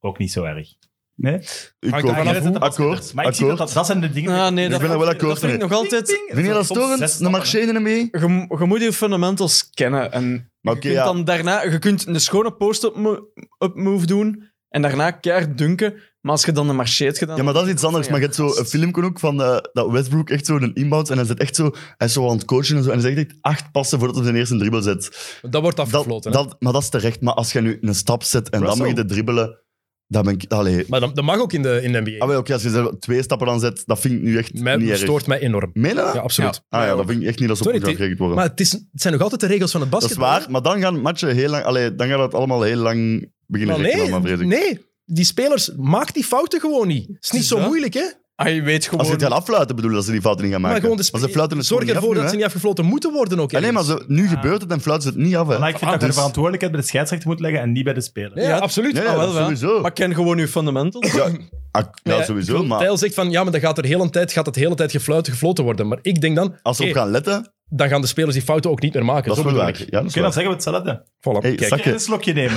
ook niet zo erg. Nee?
Ik
Hangt er
ook
vanaf
niet.
hoe-
Akkoord,
Maar ik zie dat,
akkoord.
dat dat zijn de dingen...
Ah, nee, dat
ben er wel akkoord
dat vind ik
mee.
nog altijd...
Ding, ding.
Vind je dat
Soms zes
storend? Een
stappen,
Marché ermee?
Je, je moet je fundamentals kennen. En
E? Maar
je
oké,
kunt
ja.
dan daarna... Je kunt een schone post-up mo- up move doen en daarna keihard dunken. Maar als je dan een marché hebt gedaan...
Ja, maar dat is iets anders.
Ja.
Maar je hebt zo een filmpje ook van eh, dat Westbrook echt zo een inbounds en hij zit echt zo, hij is zo aan het coachen en zo. En hij zegt echt acht passen voordat hij zijn eerste dribbel zet.
Dat wordt
Dat,
afgefloten. hè.
dat, maar dat is terecht. Maar als je nu een stap zet en dan
Russell.
moet je de dribbelen, dan ben ik... Allee.
Maar dat, dat mag ook in de, in de NBA.
Ah, wel, oké, als je zelf twee stappen dan zet, dat vind ik nu echt
Mij
niet erg.
stoort mij enorm.
Meen je dat?
Ja, absoluut.
Ah ja, dat vind ik echt niet dat ze op
Sorry,
moet afgerekend worden.
Maar het, is, het zijn nog altijd de regels van het
dat is
basketbal.
waar, maar dan gaan matchen heel lang... Allee, dan gaat het allemaal heel lang beginnen
Maar
rekenen, maar
nee,
vrees ik.
nee, die spelers, maak die fouten gewoon niet. Het is niet zo
dat?
moeilijk, hè?
Ah, je weet gewoon...
Als ze het gaan affluiten, bedoel ik dat ze die fouten niet gaan maken.
Maar gewoon de
ze fluiten
spe-
het
Zorg
gewoon niet
ervoor
af
dat ze
nu,
niet afgefloten moeten worden ook.
hè. Ah, nee, maar
ergens.
ze, nu gebeurt het en fluiten ze het niet af. Hè.
Maar ik vind dat je de
Dus-
verantwoordelijkheid bij de scheidsrechter moet leggen en niet bij de speler.
Nee,
Ja.
absoluut.
Nee,
Ah, wel,
dat
wel.
sowieso.
Maar ken gewoon je fundamentals.
Ja, ah, ja,
Nee, ik
sowieso,
bedoel,
maar
Tijl zegt van, ja, maar dan gaat er heel een tijd, gaat het hele tijd gefluiten, gefloten worden. Maar ik denk dan,
als ze op
oké,
gaan letten,
dan gaan de spelers die fouten ook niet meer maken.
dat is
Zo
wel
bedoel
waar.
ik.
Ja, dat is
Oké, dan
waar.
zeggen we hetzelfde.
Voilà,
Hey,
kijk.
zak-
Een slokje nemen.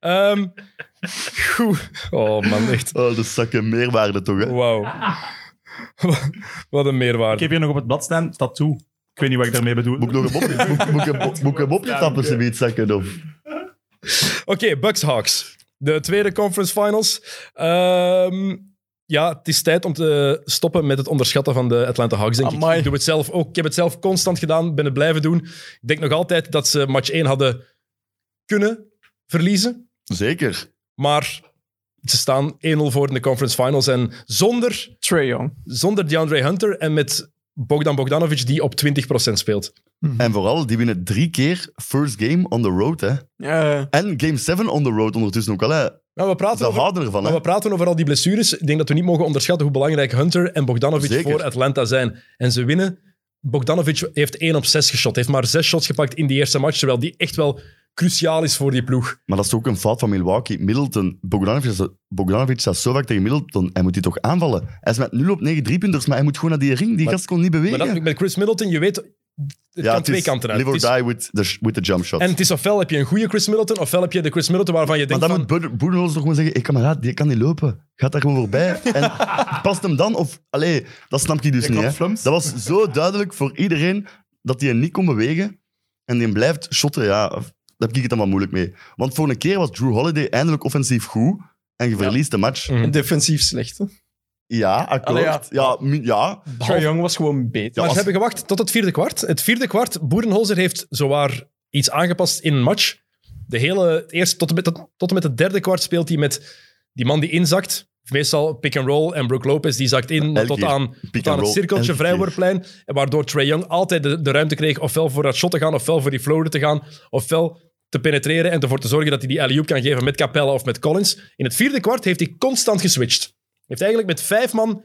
Ehm, goed. Oh man, echt.
Oh, dat is zakken meerwaarde toch, hè?
Wauw. Wat een
Ik
meerwaarde.
heb hier nog op het blad staan, tattoo. Ik weet niet wat ik daarmee bedoel.
Moet ik nog een mopje, moet, moet, ik een mop- moet ik een mopje tappen, ze biedt zakken? Of?
Oké, Bucks Hawks. De tweede conference finals. Ehm, Ja, het is tijd om te stoppen met het onderschatten van de Atlanta Hawks, denk ik.
Amai.
Ik doe het zelf ook. Ik heb het zelf constant gedaan, ben het blijven doen. Ik denk nog altijd dat ze match 1 hadden kunnen verliezen.
Zeker.
Maar ze staan 1-0 voor in de conference finals. En zonder,
Trae Young.
zonder DeAndre Hunter en met Bogdan Bogdanovic, die op 20% speelt.
En vooral, die winnen drie keer first game on the road, hè.
Ja,
En game 7 on the road ondertussen ook wel, hè.
Maar we praten
Ze
over...
houden ervan,
Maar
hè.
we praten over al die blessures. Ik denk dat we niet mogen onderschatten hoe belangrijk Hunter en Bogdanovic
Zeker.
voor Atlanta zijn. En ze winnen. Bogdanovic heeft 1 op 6 geschot. Heeft maar 6 shots gepakt in die eerste match. Terwijl die echt wel cruciaal is voor die ploeg.
Maar dat is ook een fout van Milwaukee. Middleton, Bogdanovic, Bogdanovic staat zo vaak tegen Middleton. Hij moet die toch aanvallen. Hij is met 0 op 9 driepunters, maar hij moet gewoon naar die ring. Die
Maar-
gast kon niet bewegen.
Maar dat, met Chris Middleton, je weet, het kan
het
twee
is
kanten uit.
Live or
Het is-
die with the, sh- with the jump shot.
en het is ofwel heb je een goede Chris Middleton, ofwel heb je de Chris Middleton waarvan je
maar
denkt
dan
van...
moet Bud- Budenholzer toch gewoon zeggen, ik kameraad, die kan niet lopen. Gaat daar gewoon
<laughs>
voorbij. En past hem dan? Of, allee, dat snap ik dus
Je
niet.
kan
Hè.
flums.
Dat was zo duidelijk voor iedereen dat hij niet kon bewegen. En die blijft shotten, ja. Daar heb ik het dan wel moeilijk mee. Want voor een keer was Drew Holiday eindelijk offensief goed. En je verliest de match.
Mhm.
En defensief slecht. hè.
Ja, akkoord.
Allee,
ja.
ja.
mi- ja.
Trae Young was gewoon beter.
Maar
Maar
ze hebben gewacht tot het vierde kwart. Het vierde kwart, Boerenholzer heeft zowaar iets aangepast in een match. De hele, het eerste, tot, en met, tot, en met het derde kwart speelt hij met die man die inzakt. Meestal pick and roll en Brook Lopez die zakt in
Elke
tot
keer.
aan,
Pick
tot aan
and
het
roll,
cirkeltje
elke
vrijwoordplein. En Waardoor Trae Young altijd de, de ruimte kreeg ofwel voor dat shot te gaan, ofwel voor die floater te gaan, ofwel te penetreren en ervoor te zorgen dat hij die alley-oop kan geven met Capella of met Collins. In het vierde kwart heeft hij constant geswitcht. Heeft eigenlijk met vijf man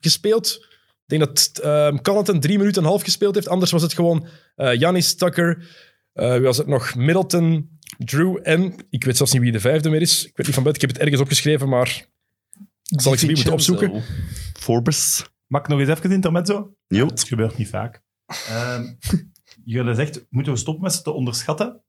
gespeeld. Ik denk dat ehm Connaughton drie minuten en een half gespeeld heeft. Anders was het gewoon eh Janis, Tucker, eh, wie was het nog? Middleton, Drew en... Ik weet zelfs niet wie de vijfde meer is. Ik weet niet van buiten, ik heb het ergens opgeschreven, maar... Zal ik ze niet moeten opzoeken?
Forbes.
Mag ik nog eens even het intermezzo?
Jo.
Dat gebeurt niet vaak. Ehm
<laughs>
jullie zegt, moeten we stoppen met ze te onderschatten?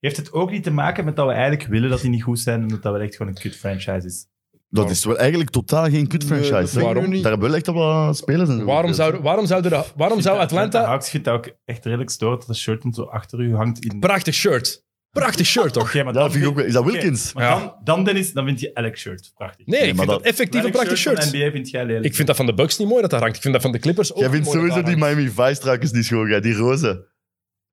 Heeft het ook niet te maken met dat we eigenlijk willen dat die niet goed zijn en dat dat wel echt gewoon een kut franchise is?
Dat is wel eigenlijk totaal geen kut
Nee,
franchise.
dat
hè.
vind ik
nu niet.
Daar hebben we echt al wat spelers in.
Waarom zou, waarom zouden de- waarom zou Atlanta...
Hawks vindt dat ook echt redelijk stoort dat de shirt dan zo achter u hangt. In...
Prachtig shirt. Prachtig shirt, toch?
Oké, maar
Ja,
dan
dat vind ik ook wel- Is dat
Oké,
Wilkins?
maar
Ja.
dan, dan, Dennis, dan vind je elk shirt prachtig.
Nee,
Nee,
ik
maar
vind dat
dat-
effectief een
Welk
prachtig
van
shirt.
NBA vind jij lelijk.
Ik vind dat van de Bucks niet mooi dat dat hangt. Ik vind dat van de Clippers ook
Jij
niet
vindt
mooi dat
sowieso
dat
die
hangt.
Miami Vice-truikers niet schoon, jij, die roze.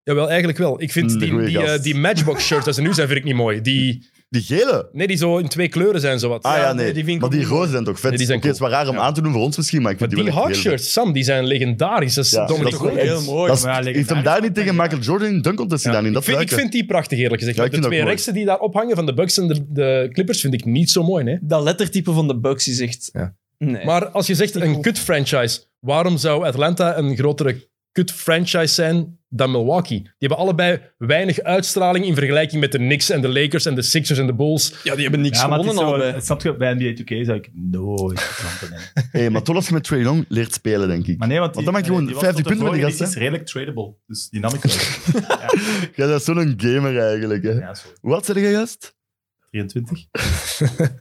Jawel, eigenlijk wel. Ik vind
Mm,
die,
goeie
die, eh,
gast.
die Matchbox-shirts dat ze nu zijn, vind ik niet mooi. Die,
Die gele.
nee, die zo in twee kleuren zijn, zowat.
Ah ja,
Ja,
nee.
nee, die vind ik
maar
ook
die
niet
rozen zijn toch vet?
Nee, die zijn
Oké, het is wel raar om aan te doen voor ons misschien, maar ik
Maar
vind
die
wel echt heel
Hawkshirts, Sam, die zijn legendarisch. Dat is
vet. Ja,
Dominic
dat
Wilkins.
is
wel
echt-
heel mooi,
dat is-
maar ja,
heeft hem daar niet tegen Michael Jordan in dunk contest gedaan. In dat
ik, vind, ik
truikje.
vind die prachtig, eerlijk gezegd.
Ja, ik
de
vind dat
twee
mooi.
reeksen die daar ophangen van de Bucks en de, de Clippers vind ik niet zo mooi. Nee?
dat lettertype van de Bucks is echt...
Ja.
Nee.
Maar als je zegt een kut franchise, waarom zou Atlanta een grotere kut franchise zijn dan Milwaukee? Die hebben allebei weinig uitstraling in vergelijking met de Knicks en de Lakers en de Sixers en de Bulls.
ja, die hebben niks
ja, maar het is
gewonnen
zo,
allebei.
snap je, bij NBA 2K zou ik nooit klanten hebben.
Hey, maar toch als je met Trae Young leert spelen, denk ik.
Maar nee, want, die,
Want dan maak je gewoon
die
50
was tot
punten met die
ervoor,
gasten.
is redelijk tradable, dus die
<laughs>
nam ik wel.
Jij bent zo'n gamer eigenlijk. Hè.
ja, zo.
Wat zeg jij juist?
23.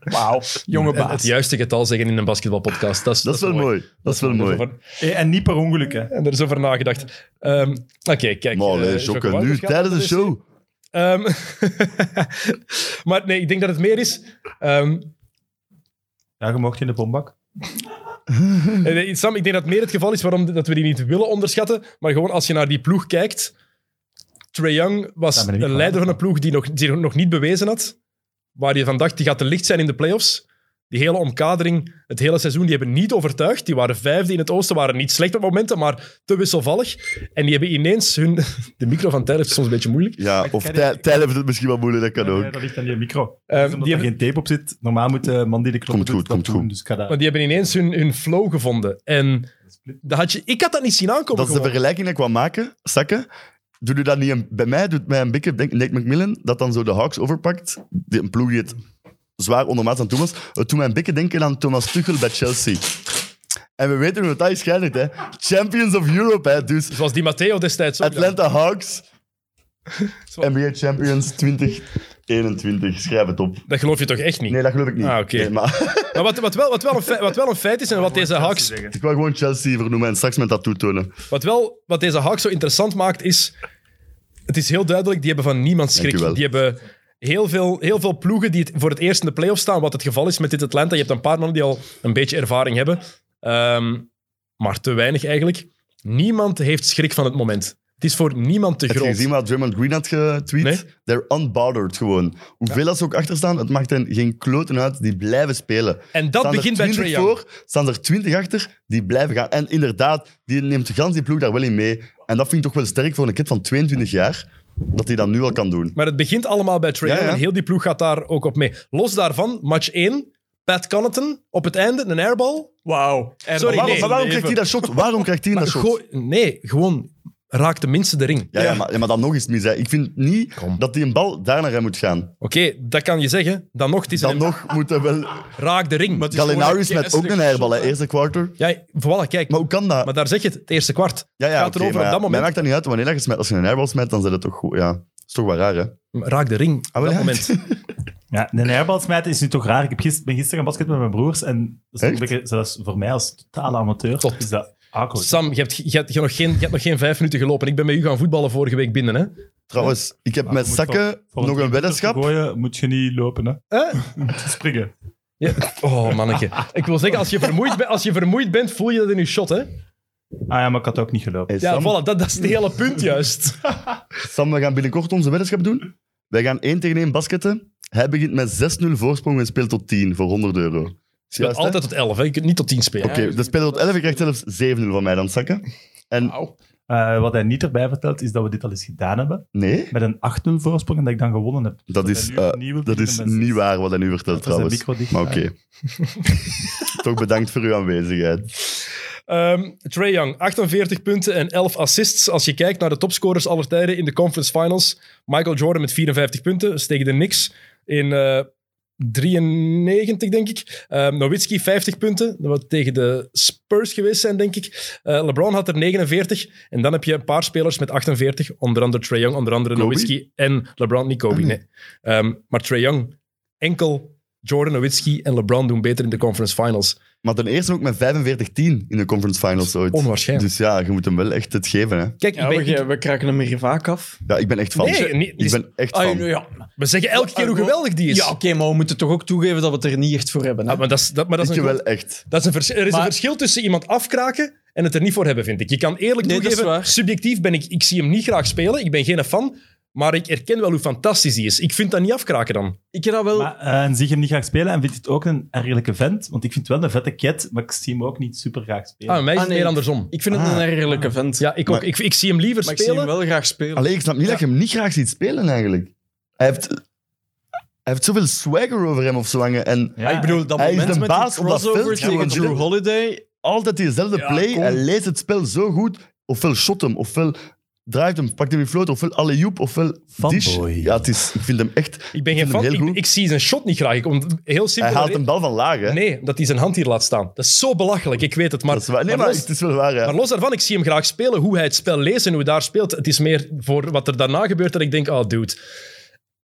Wauw. Jonge
En het
baas.
juiste getal zeggen in een basketbalpodcast. Dat is,
Dat is wel mooi. Dat is wel
Er
mooi.
is over-
Eh, En niet per ongeluk, hè.
En er is over nagedacht. Ehm, Oké, kijk.
Maar
eh,
allee,
Jocko
Jokke, nu
Wouters gaat
tijdens de
dus-
show.
Ehm, <laughs> maar nee, ik denk dat het meer is. ehm,
Ja, je mocht in de bombak.
Eh, nee, Sam, ik denk dat meer het geval is waarom dat we die niet willen onderschatten. Maar gewoon als je naar die ploeg kijkt. Trae Young was
Daar ben ik
een
van
leider van een ploeg die nog, die nog niet bewezen had. Waar je van dacht, die gaat te licht zijn in de playoffs. Die hele omkadering, het hele seizoen, die hebben niet overtuigd. Die waren vijfde in het oosten, waren niet slecht op momenten, maar te wisselvallig. En die hebben ineens hun... <laughs> De micro van Tijl heeft het soms een beetje moeilijk.
Ja, of
ken
Tijl
het.
Tijl heeft het misschien wel moeilijk, dat kan
Ja,
ook.
ja, dat ligt aan die micro.
Ehm,
Dus omdat
die
er
hebben-
geen tape op zit, normaal moet de man die de knop
Komt
doet
goed,
dat
komt
doen.
goed.
Dus ik ga dat...
Maar die hebben ineens hun, hun flow gevonden. En dat had je, ik had dat niet zien aankomen.
Dat is de
gewoon.
vergelijking die ik wou maken, zakken. Doe je dat niet een- bij mij, doet mij een beetje denk, Nick McMillan, dat dan zo de Hawks overpakt. Die, een ploeg die het zwaar ondermaats aan Thomas. Het doet mij een beetje denken aan Thomas Tuchel bij Chelsea. En we weten hoe het dat is geëindigd, hè. Champions of Europe, hè. Dus
Zoals die Matteo destijds ook.
Atlanta
<laughs>
Hawks, NBA Champions 2021. Schrijf het op.
Dat geloof je toch echt niet?
Nee, dat geloof ik niet.
Ah, oké.
Nee, maar <laughs>
Maar wat, wat, wel, wat, wel een feit, wat wel een feit is, en wat deze, Hawks,
ik wil gewoon Chelsea vernoemen en straks met dat toetonen.
wat, wel, wat deze Hawks zo interessant maakt, is... Het is heel duidelijk, die hebben van niemand schrik.
Dank u wel.
Die hebben heel veel, heel veel ploegen die het voor het eerst in de playoffs staan, wat het geval is met dit Atlanta. Je hebt een paar mannen die al een beetje ervaring hebben, Ehm, maar te weinig eigenlijk. Niemand heeft schrik van het moment. Het is voor niemand te
Heb je
groot.
gezien wat Draymond Green had getweet?
Nee.
They're unbothered gewoon. Hoeveel dat ze ook achter staan, het maakt hen geen kloten uit. Die blijven spelen.
En dat
Staan er
begint bij
20
Trae Young.
voor, staan er 20 achter, die blijven gaan. En inderdaad, die neemt de gans die ploeg daar wel in mee. En dat vind ik toch wel sterk voor een kid van 22 jaar, dat hij dat nu al kan doen.
Maar het begint allemaal bij Trae
Ja,
Young
ja.
en heel die ploeg gaat daar ook op mee. Los daarvan, match 1, Pat Connaughton op het einde, een airball.
Wauw. En
Sorry,
Maar waarom,
nee.
maar waarom krijgt hij dat shot? Waarom krijgt hij dat shot?
Gooi- nee, gewoon raak tenminste de ring.
Ja, ja, maar, ja, maar dan nog eens mis. Hè. Ik vind niet
Kom.
dat die een bal daar naar hem moet gaan.
Oké, dat kan je zeggen. Dan nog, het is
Dan
een-
nog moet hij wel...
raak de ring.
het is
Gallinari
gewoon een
met ook een
keiharde
airbal, hè,
shot, hè.
eerste quarter.
Ja, voilà, kijk.
Maar
Maar,
hoe kan dat?
daar zeg je het, het eerste kwart.
ja, ja,
gaat
oké,
erover
maar
op
ja,
dat
Mij
moment.
maakt dat niet uit, wanneer dat je smijt, als je een airbal smijt, dan zit het toch goed. Ja, is toch wel raar, hè?
Raak de ring op
Ah,
dat
wel, ja.
moment.
<laughs>
Ja, een airbal smijten is nu toch raar. Ik heb gisteren, ben gisteren gaan basketten met mijn broers en dat is
Echt?
een beetje, zelfs voor mij als totale amateur
Tot.
is dat awkward.
Sam, je hebt, je, hebt, je, hebt nog geen, je hebt nog geen vijf minuten gelopen. Ik ben met u gaan voetballen vorige week binnen. Hè?
Trouwens, ik heb
Maar
met
moet
Sakke
Voor
nog een
driepunter
weddenschap.
te gooien moet je niet lopen, hè.
Eh?
Je <laughs> moet springen.
Ja. Oh, manneke. Ik wil zeggen, als je, vermoeid bent- als je vermoeid bent, voel je dat in je shot. Hè?
Ah ja, maar ik had ook niet gelopen.
Hey,
Ja,
Sam,
voilà, dat, dat is het hele punt juist.
Sam, we gaan binnenkort onze weddenschap doen. Wij gaan 1 tegen 1 basketten. Hij begint met 6-0 voorsprong en speelt tot 10 voor 100 euro. Is
Je bent
juist, hè?
altijd tot elf. Hè? Je kunt niet tot tien spelen.
Oké, de speler tot 11 krijgt zelfs 7-0 van mij dan, Sakke. En
Wauw.
Eh, wat hij niet erbij vertelt, is dat we dit al eens gedaan hebben.
nee,
Met een 8-0 voorsprong en Dus dat ik dan gewonnen heb.
dat is,
hij nu
eh,
opnieuw wil
dat is
beginnen met
niet
zes.
waar wat hij nu vertelt
Dat is
trouwens.
een micro dicht.
Maar oké. Toch bedankt voor uw aanwezigheid.
Ehm Trae Young, 48 punten en 11 assists. Als je kijkt naar de topscorers aller tijden in de conference finals. Michael Jordan met 54 punten, steeg er niks. In eh, 93, denk ik. Ehm Nowitzki 50 punten, wat tegen de Spurs geweest zijn, denk ik. Eh, LeBron had er 49. En dan heb je een paar spelers met 48. Onder andere Trae Young, onder andere
Kobe?
Nowitzki en LeBron. Niet Kobe, nee. Ehm, maar Trae Young, enkel Jordan, Nowitzki en LeBron doen beter in de conference finals.
Maar ten eerste ook met 45-10 in de conference finals ooit.
Onwaarschijnlijk.
Dus ja, je moet hem wel echt het geven. Hè.
Kijk,
Ja,
ik ben-
we, we kraken hem hier vaak af.
Ja, ik ben echt fan.
Nee, niet-
ik ben echt
Ah,
fan.
ja.
We zeggen elke keer hoe geweldig die is.
Ja, oké, maar we moeten toch ook toegeven dat we het er niet echt voor hebben. Hè?
Ah, maar dat is, dat, maar dat is
Ik
een,
wel
groot-
echt.
dat is een vers- er is een
Maar-
verschil tussen iemand afkraken en het er niet voor hebben, vind ik. Je kan eerlijk
Nee, dat is
toegeven,
waar.
subjectief ben ik, ik zie hem niet graag spelen, ik ben geen fan, maar ik erken wel hoe fantastisch die is. Ik vind dat niet afkraken dan.
ik heb dat wel...
Maar, eh, en zie je hem niet graag spelen en vindt het ook een ergelijke vent? Want ik vind het wel een vette cat, maar ik zie hem ook niet super graag spelen.
Ah, mij is
Ah,
het
nee.
meer andersom.
ik vind het een eerlijke vent.
Ja, ik, ook,
Ah. Maar-
ik, ik zie hem liever
maar ik zie
spelen.
hem wel graag spelen.
Alleen ik snap niet dat je hem niet graag ziet spelen eigenlijk. Hij heeft, hij heeft zoveel swagger over hem of zo hangen. En
Ja,
ik bedoel, dat
hij is
moment
de
met
baas
die
op dat
crossover
veld,
tegen
gewoon.
Drew Holiday.
altijd diezelfde
Ja,
play.
kom.
Hij leest het spel zo goed. Ofwel shot hem, ofwel draait hem, pakt hem in float, ofwel alley-oop, ofwel dish.
Fanboy.
Ja, het is, ik vind hem echt...
Ik ben geen
vind hem
fan,
heel
ik,
goed.
ik zie zijn shot niet graag. Ik, om, heel
Hij
simpel.
haalt een bal van laag, hè.
Nee, dat hij zijn hand hier laat staan. Dat is zo belachelijk, ik weet het. Maar,
Dat is waar. Nee, maar,
maar los-
het is wel waar, ja.
Maar los daarvan, ik zie hem graag spelen. Hoe hij het spel leest en hoe hij daar speelt. Het is meer voor wat er daarna gebeurt dat ik denk, ah, dude.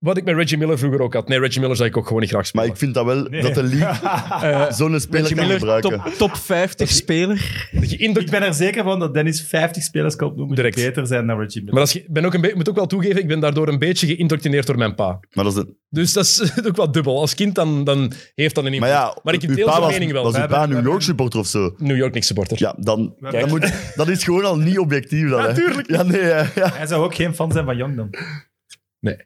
Wat ik met Reggie Miller vroeger ook had. Nee, Reggie Miller zou ik ook gewoon niet graag
Maar
spelen.
ik vind dat wel, dat de
<laughs>
league
eh,
zo'n speler
Reggie
kan
Miller,
gebruiken.
top, top 50 speler.
Je indrukt-
Ik ben er zeker van dat Dennis 50 spelers kan opnoemen die
Direct.
beter zijn dan Reggie Miller.
Maar als je, ben ook een be- moet ook wel toegeven, ik ben daardoor een beetje geïndoctrineerd door mijn pa.
Maar, dat is een-
Dus dat is <laughs> ook wat dubbel. Als kind dan, dan heeft dat een
maar
invloed.
ja,
maar ik
uw
deel
pa
zijn
was,
mening wel.
was uw
Wij
pa een
hebben-
New York supporter of zo?
New York niks supporter.
Ja, dan,
Wij
dan moet, dat is gewoon al niet objectief. Dan, hè.
tuurlijk
Ja, nee, ja, ja.
Hij zou ook geen fan zijn van Young dan.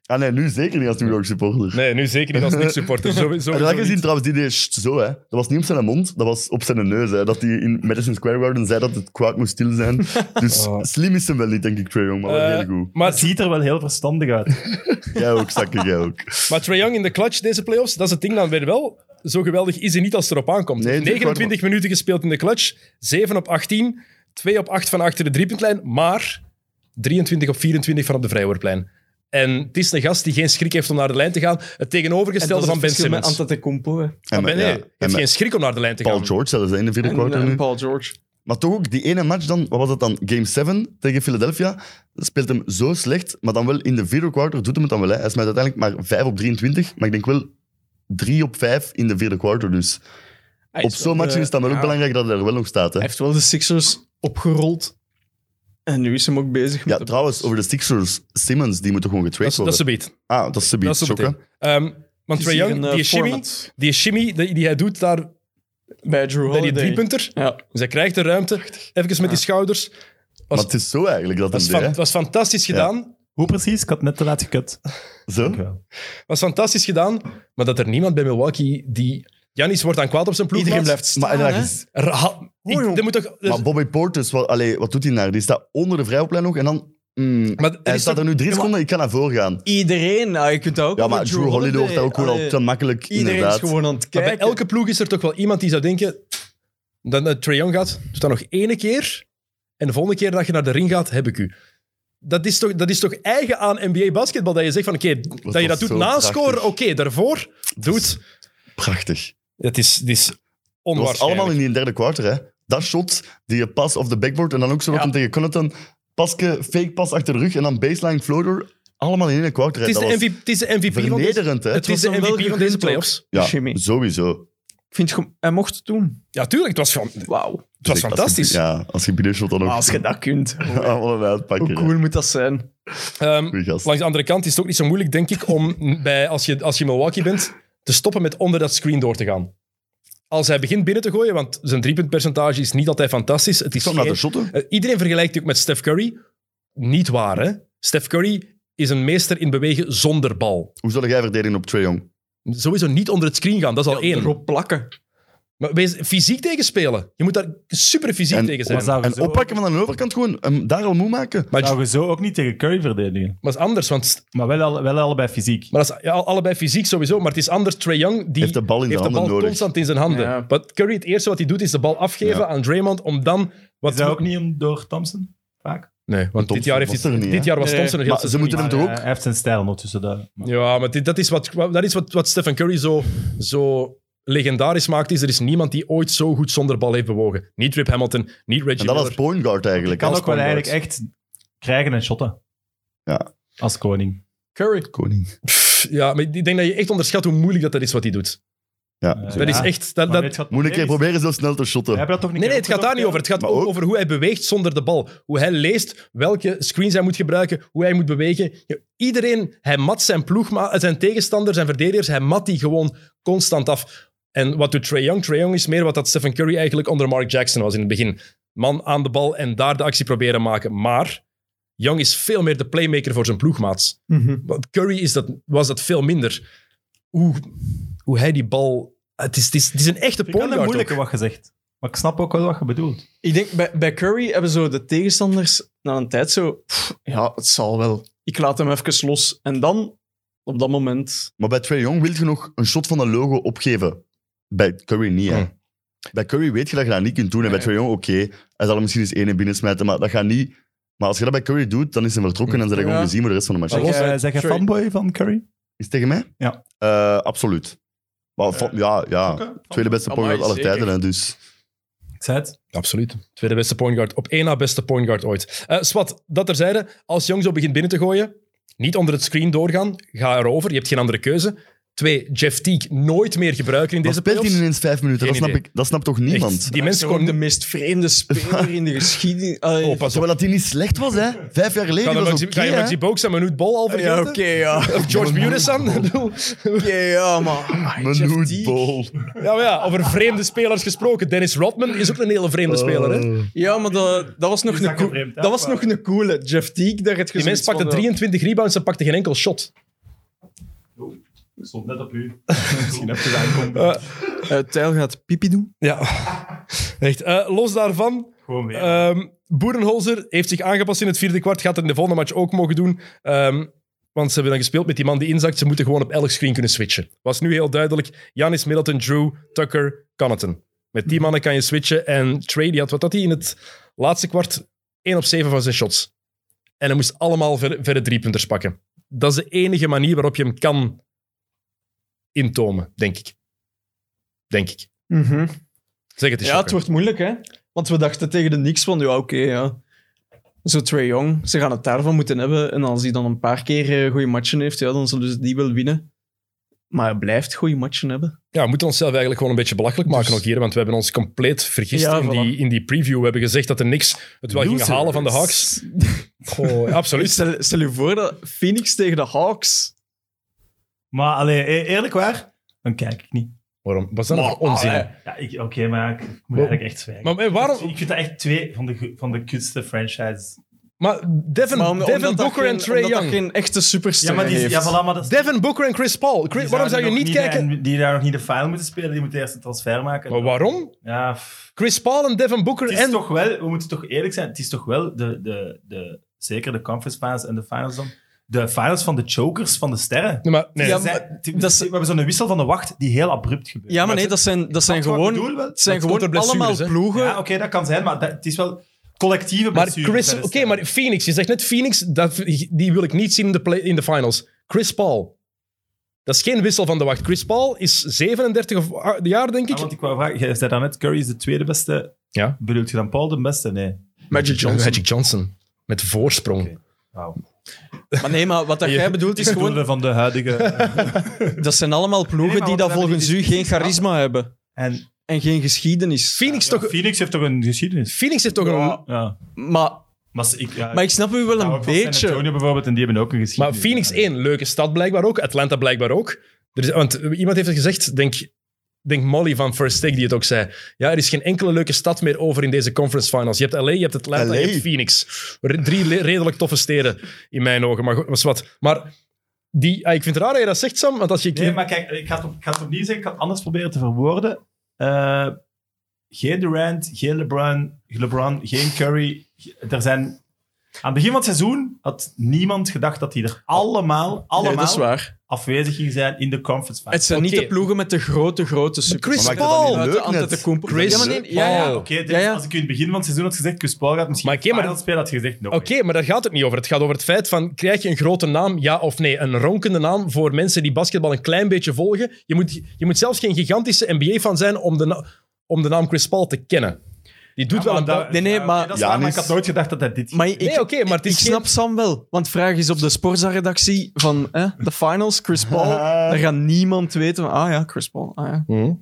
Ah, nee, nu zeker niet als New York supporter.
Nee, nu zeker niet als niks
<laughs>
supporter. Sowieso,
Heb je dat
sowieso
gezien
niet.
trouwens? Die deed sst zo, hè. Dat was niet op zijn mond, dat was op zijn neus. Hè. Dat hij in Madison Square Garden zei dat het kwaad moest stil
<laughs>
zijn. Dus
Oh.
slim is hem wel niet, denk ik, Trae Young, maar wel
Eh,
heel goed.
maar,
Het ziet er wel heel verstandig uit.
Jij ook, zakken, jij ook.
maar Trae Young in de clutch deze playoffs, dat is het ding dan weer wel. Zo geweldig is hij niet als het erop aankomt.
Nee, natuurlijk
29 minuten gespeeld in de clutch, 7 op 18, 2 op 8 van achter de driepuntlijn, maar 23 op 24 van op de vrijwoordplein. En het is een gast die geen schrik heeft om naar de lijn te gaan. Het tegenovergestelde van Ben Simmons.
Met Antetokounmpo hè.
En,
Maar
met-
ben, nee,
ja,
hij Ah,
en
heeft
met
geen eh, schrik om naar de lijn te
Paul
gaan.
George, zelfs hè, in de vierde
en,
quarter
en
nu.
Paul George.
Maar toch ook die ene match dan, wat was dat dan? Game 7 tegen Philadelphia. Speelt hem zo slecht, maar dan wel in de vierde quarter doet hem het dan wel. Hè. Hij smijt uiteindelijk maar 5 op 23, maar ik denk wel 3 op 5 in de vierde quarter. Dus
Hij
op
is
zo'n
wel
match
de-
is het dan wel ook
ja,
belangrijk dat hij er wel nog staat. Hè.
Hij heeft wel de Sixers opgerold. En nu is hem ook bezig met
Ja,
de-
trouwens, over de Sixers, Simmons, die moeten gewoon
Dat
getraind
is, dat is
worden.
een beet.
ah, dat is de
Dat
beat.
is een
Chokken.
beet. Ehm, want
is
Trae
hier
Young,
een, eh,
die shimmy,
format
die, shimmy die, die hij doet daar,
bij Drew
bij die
Holiday.
driepunter,
Ja.
dus hij krijgt de ruimte, even met die schouders.
Maar het is zo eigenlijk dat
Dat
een
was,
deed.
fan-
hè.
was fantastisch gedaan.
Hoe precies? Ik had net te laat gekut.
Zo?
was fantastisch gedaan, maar dat er niemand bij Milwaukee die... Janis wordt dan kwaad op zijn ploeg.
Iedereen blijft
Maar, en
staan.
dan
hè.
is-
Ra- ik,
jong.
er moet toch, er-
maar Bobby Portis, wat, allee, wat doet hij daar? Die staat onder de vrijhoplijn nog en dan... Mm,
maar er
hij
is
staat
toch-
er nu drie seconden, ik kan naar voren gaan.
Iedereen, nou, je kunt dat
Ja,
ook wel
maar
met
Drew Holiday wordt daar ook gewoon al
Allee,
te makkelijk,
Iedereen
inderdaad.
is gewoon aan het
maar
kijken.
bij elke ploeg is er toch wel iemand die zou denken... Dan naar Trae Young gaat, doe dat nog ene keer. En de volgende keer dat je naar de ring gaat, heb ik u. Dat is toch, dat is toch eigen aan NBA-basketbal? Dat je zegt van, oké, dat je
was
dat doet
zo
na
prachtig.
scoren, oké, daarvoor, doet.
Prachtig.
Dat is, dat is
Dat was
onwaarschijnlijk.
allemaal in die derde kwartier, hè. Dat shot, die pas off the backboard en dan ook zo nog een tegen Connaughton. Paske, fake pas achter de rug en dan baseline floater. Allemaal in één kwartier. hè.
het is, de
Dat was
MVP, het is de MVP van deze,
vernederend, hè.
het is de
was hem wel
MVP van
gegund
deze
ook.
playoffs.
Ja,
Jimmy.
sowieso.
Ik vind, gewoon- hij mocht het doen.
Ja, tuurlijk, het was, van, het
Wauw.
was
Als je-
fantastisch.
Dus ja, als je binnenshot dan ook...
Ah, Als je dat
<laughs>
kunt.
Allemaal een uitpakker,
Hoe
hè.
cool moet dat zijn?
Ehm,
Goeie gast.
Langs de andere kant is het ook niet zo moeilijk, denk ik, om <laughs> bij, als, je, als je Milwaukee bent, te stoppen met onder dat screen door te gaan. Als hij begint binnen te gooien, want zijn driepuntpercentage is niet altijd fantastisch. Het is
Kom naar de
geen-
shotten.
Eh, Iedereen vergelijkt die ook met Steph Curry. Niet waar, hè? Steph Curry is een meester in bewegen zonder bal.
Hoe zal jij verdedigen op Trae Young?
Sowieso niet onder het screen gaan, dat is al één.
Erop plakken.
Maar wees fysiek tegenspelen. Je moet daar super fysiek
En
tegen zijn.
Maar
Maar
zou je
En
zo-
oppakken van de overkant gewoon, hem daar al moe maken.
Nou,
Zou je zo ook niet tegen Curry verdedigen?
dat is anders, want
Maar wel, al- wel allebei fysiek.
Maar dat is ja, allebei fysiek sowieso, maar het is anders. Trae Young die
Heeft de bal in de
heeft
handen nodig.
constant in zijn handen.
Ja.
Wat Curry, het eerste wat hij doet, is de bal afgeven
Ja.
aan Draymond om dan... Wat
Is dat ook niet om door Thompson? Vaak.
Nee, want dit
Thompson
jaar, heeft
was
hij-
er niet,
dit
hè?
jaar was
Nee.
Thompson er heel
Maar ze
seizoen
moeten hem
niet.
toch
Maar,
ook...
eh, hij heeft zijn stijl ondertussen. Dat, maar-
Ja, maar dit- dat is, wat, dat is wat, wat Stephen Curry zo, zo legendarisch maakt. Is, er is niemand die ooit zo goed zonder bal heeft bewogen. Niet Rip Hamilton, niet Reggie
En dat
Miller.
als point guard eigenlijk.
kan
als
ook wel
point
eigenlijk
guard.
echt krijgen en shotten.
Ja.
Als koning.
Curry.
Koning.
Pff, ja, maar ik denk dat je echt onderschat hoe moeilijk dat, dat is wat hij doet.
Ja.
Eh,
Dat is
ja.
echt... Dat,
Maar
dat,
weet je wat
Moet een keer
is?
proberen zo snel te
We
shotten.
hebben dat toch niet eh,
Nee, nee,
keer
het gaat daar niet over.
opgezocht,
Het gaat
Maar
ook
ook-
over hoe hij beweegt zonder de bal. Hoe hij leest, welke screens hij moet gebruiken, hoe hij moet bewegen. Ja, Iedereen, hij mat zijn ploegma, zijn tegenstanders, zijn verdedigers, hij mat die gewoon constant af. En wat doet Trae Young? Trae Young is meer wat dat Stephen Curry eigenlijk onder Mark Jackson was in het begin. Man aan de bal en daar de actie proberen maken. Maar Young is veel meer de playmaker voor zijn ploegmaats. Want Curry is dat, was dat veel minder. Hoe, hoe hij die bal... Het is, het is, het is een echte
hè? Ik vind
point
het
guard
moeilijker
ook.
wat je zegt. Maar ik snap ook wel wat je bedoelt.
Ik denk, bij, bij Curry hebben zo de tegenstanders na een tijd zo... "Pff, ja, het zal wel. Ik laat hem even los. En dan, op dat moment...
Maar bij Trae Young wil je nog een shot van een logo opgeven. Bij Curry niet, hè.
Hm.
Bij Curry weet je dat je dat niet kunt doen. En bij
Nee.
Trae Young, oké, hij zal er misschien eens één in binnensmijten, maar dat gaat niet... Maar als je dat bij Curry doet, dan is hij vertrokken en zijn
Ja.
gewoon gezien voor de rest van de match.
Maar
Is
los-
Zeg,
jij-
eh, zeg je
sorry.
fanboy van Curry?
het tegen mij?
Ja.
Eh, absoluut. Maar, fa- ja, ja. Tweede beste point
Amai,
guard aller
zeker.
tijden, hè, dus...
Ik zei het.
Absoluut. Tweede beste point guard. Op één na beste point guard ooit. Eh Swat, dat terzijde. Als Young zo begint binnen te gooien, niet onder het screen doorgaan. Ga erover. Je hebt geen andere keuze. Twee, Jeff Teague nooit meer gebruiken in
Maar
deze
speelt hij
playoffs.
ineens vijf minuten?
Geen
Dat snap,
idee.
ik, dat snapt toch
Echt,
niemand?
die mensen
gewoon de
gewoon...
meest vreemde
<laughs>
speler in de geschiedenis. Allee.
Oh, pas op.
Terwijl dat hij niet slecht was, hè. Vijf jaar geleden
Kan je
was
Maxi-
oké,
Kan je
hè.
Maxi Boaks en Manute Bol al
ja,
vergeten?
oké, <laughs> ja. Oké,
Of George Muresan? Ik bedoel,
ja,
Oh
maar... Amai, Jeff
Manute
Teague.
Bol.
ja, maar ja, over vreemde spelers gesproken. Dennis Rodman is ook een hele vreemde speler. Hè?
Ja, maar dat, dat was nog
Is dat
een cool-
gevreemd, hè?
Dat was nog een coole. Jeff Teague, daar het
Die mens pakte 23 rebounds en pakte geen enkel shot.
Ik stond net op <laughs> u. Misschien heb je dat aankomen.
Eh,
Eh, Tijl gaat pipi doen.
Ja. Echt. eh, los daarvan...
Gewoon weer.
Ehm Boerenholzer heeft zich aangepast in het vierde kwart. Gaat het in de volgende match ook mogen doen. Ehm, want ze hebben dan gespeeld met die man die inzakt. Ze moeten gewoon op elk screen kunnen switchen. Was nu heel duidelijk. Janis, Middleton, Drew, Tucker, Connaughton. Met die mannen kan je switchen. En Trey, die had wat dat hij in het laatste kwart 1 op 7 van zijn shots. En hij moest allemaal ver- verre driepunters pakken. Dat is de enige manier waarop je hem kan intomen, denk ik. Denk ik.
Mhm.
Zeg het eens.
Ja,
Jokke.
het wordt moeilijk, hè? Want we dachten tegen de niks van, ja, oké, ja. Zo Trae Young, ze gaan het daarvan moeten hebben. En als hij dan een paar keer eh, goede matchen heeft, ja, dan zullen ze die wel winnen. Maar hij blijft goede matchen hebben.
Ja, we moeten onszelf eigenlijk gewoon een beetje belachelijk maken ook hier, want we hebben ons compleet vergist
Ja,
in,
voilà.
die, in die preview. We hebben gezegd dat er niks het wel gingen halen van de Hawks. Goh, ja, absoluut.
<laughs> Stel, stel je voor dat Phoenix tegen de Hawks.
Maar allee, e- eerlijk waar, dan kijk ik niet.
Waarom? Was dat nog
Maar,
onzin?
allee.
Ja, ik- Oké, maar ik, ik moet eigenlijk echt zwijgen.
Maar eh, waarom?
ik vind dat echt twee van de, go- van de kutste franchises.
Maar Devin,
Maar om-
Devin
omdat dat
Booker en
geen-
Trey
omdat dat
Young.
geen echte superster
Ja, maar die,
heeft.
ja, voilà, maar dat is-
Devin Booker en Chris Paul. Chris-
die
waarom zou je
nog
niet kijken?
de- die daar nog niet de final moeten spelen, die moeten eerst een transfer maken.
Maar waarom?
Ja, pff.
Chris Paul en Devin Booker
het is
en...
toch wel, we moeten toch eerlijk zijn, het is toch wel de, de, de, zeker de conference finals en de finals dan, de finals van de chokers van de sterren.
Nee, maar, nee.
Ja,
Ze zijn-
maar
die-
dat is-
we hebben zo'n wissel van de wacht die heel abrupt gebeurt.
Ja, maar nee, dat zijn, dat zijn
Snap je wat ik
gewoon,
bedoel wel?
het zijn
Dat komt
gewoon
door blessures,
allemaal
hè?
ploegen.
Ja, oké, dat kan zijn, maar dat, het is wel collectieve
maar
blessures
Chris...
bij de
Oké,
sterren.
maar Phoenix. Je zegt net Phoenix, dat, die wil ik niet zien in de, play, in de finals. Chris Paul. Dat is geen wissel van de wacht. Chris Paul is 37 of, ah, jaar, denk ik.
Ah, want ik wou vragen, jij zei daarnet, Curry is de tweede beste.
Ja.
Bedoelt je dan Paul de beste?
<laughs>
Nee.
Magic
Magic Johnson. Met voorsprong.
Oké. Wauw.
Maar nee, maar wat dat jij bedoelt is
Ik
gewoon...
bedoelde van de
<laughs>
huidige...
Dat zijn allemaal ploegen
Nee, maar
die dat
want we hebben
volgens
die
u geen
discussie
charisma hebben.
en
En geen geschiedenis.
Phoenix,
toch,
toch,
Phoenix heeft toch een geschiedenis?
Phoenix heeft toch een...
Ja.
Maar,
Maar ik, ja,
maar ik snap u
hou
wel een
ook van San
beetje.
Antonio bijvoorbeeld, en die hebben ook een
Maar
geschiedenis.
Phoenix
Ja.
1, leuke stad blijkbaar ook. Atlanta blijkbaar ook. Er is, want iemand heeft het gezegd, denk, denk Molly van First Take die het ook zei. Ja, er is geen enkele leuke stad meer over in deze conference finals. Je hebt LA, je hebt Atlanta,
LA.
je hebt Phoenix. Re- Drie le- redelijk toffe steden in mijn ogen. Maar goed, was wat. Maar die, ah, ik vind het raar dat je dat zegt, Sam. Want als je...
Nee, maar kijk, ik ga het, op- ik ga het opnieuw zeggen. Ik ga het anders proberen te verwoorden. Eh, geen Durant, geen LeBron, LeBron, geen Curry. Er zijn... Aan het begin van het seizoen had niemand gedacht dat die er allemaal, allemaal
Nee, dat is waar.
afwezig gingen zijn in de conference
Het
finals.
zijn
Oké.
niet de ploegen met de grote, grote super.
Chris
Maar maakt dat
Paul!
dan niet leuk net?
Chris
ja, maar nee, ja, ja.
Paul.
Oké, dit-
Ja, ja.
als ik u in het begin van het seizoen had gezegd, Chris Paul gaat misschien
Maar
maar,
oké, maar-
finals spelen, had je gezegd, no.
Oké, maar daar gaat het niet over. Het gaat over het feit van, krijg je een grote naam, ja of nee? Een ronkende naam voor mensen die basketbal een klein beetje volgen. Je moet, je moet zelfs geen gigantische NBA-fan zijn om de, na- om de naam Chris Paul te kennen. Die doet
Ja,
wel een...
maar
paar-
dat-
Nee, nee,
ja, Eh, oké,
maar-
dat is waar, maar ik
Giannis-
had nooit gedacht dat hij dit...
Maar ik,
Nee, oké, maar het is
ik snap Sam wel. Want vraag is op de Sporza-redactie van hè, de finals, Chris Paul. daar gaat niemand weten van, ah ja, Chris Paul. Ah, ja.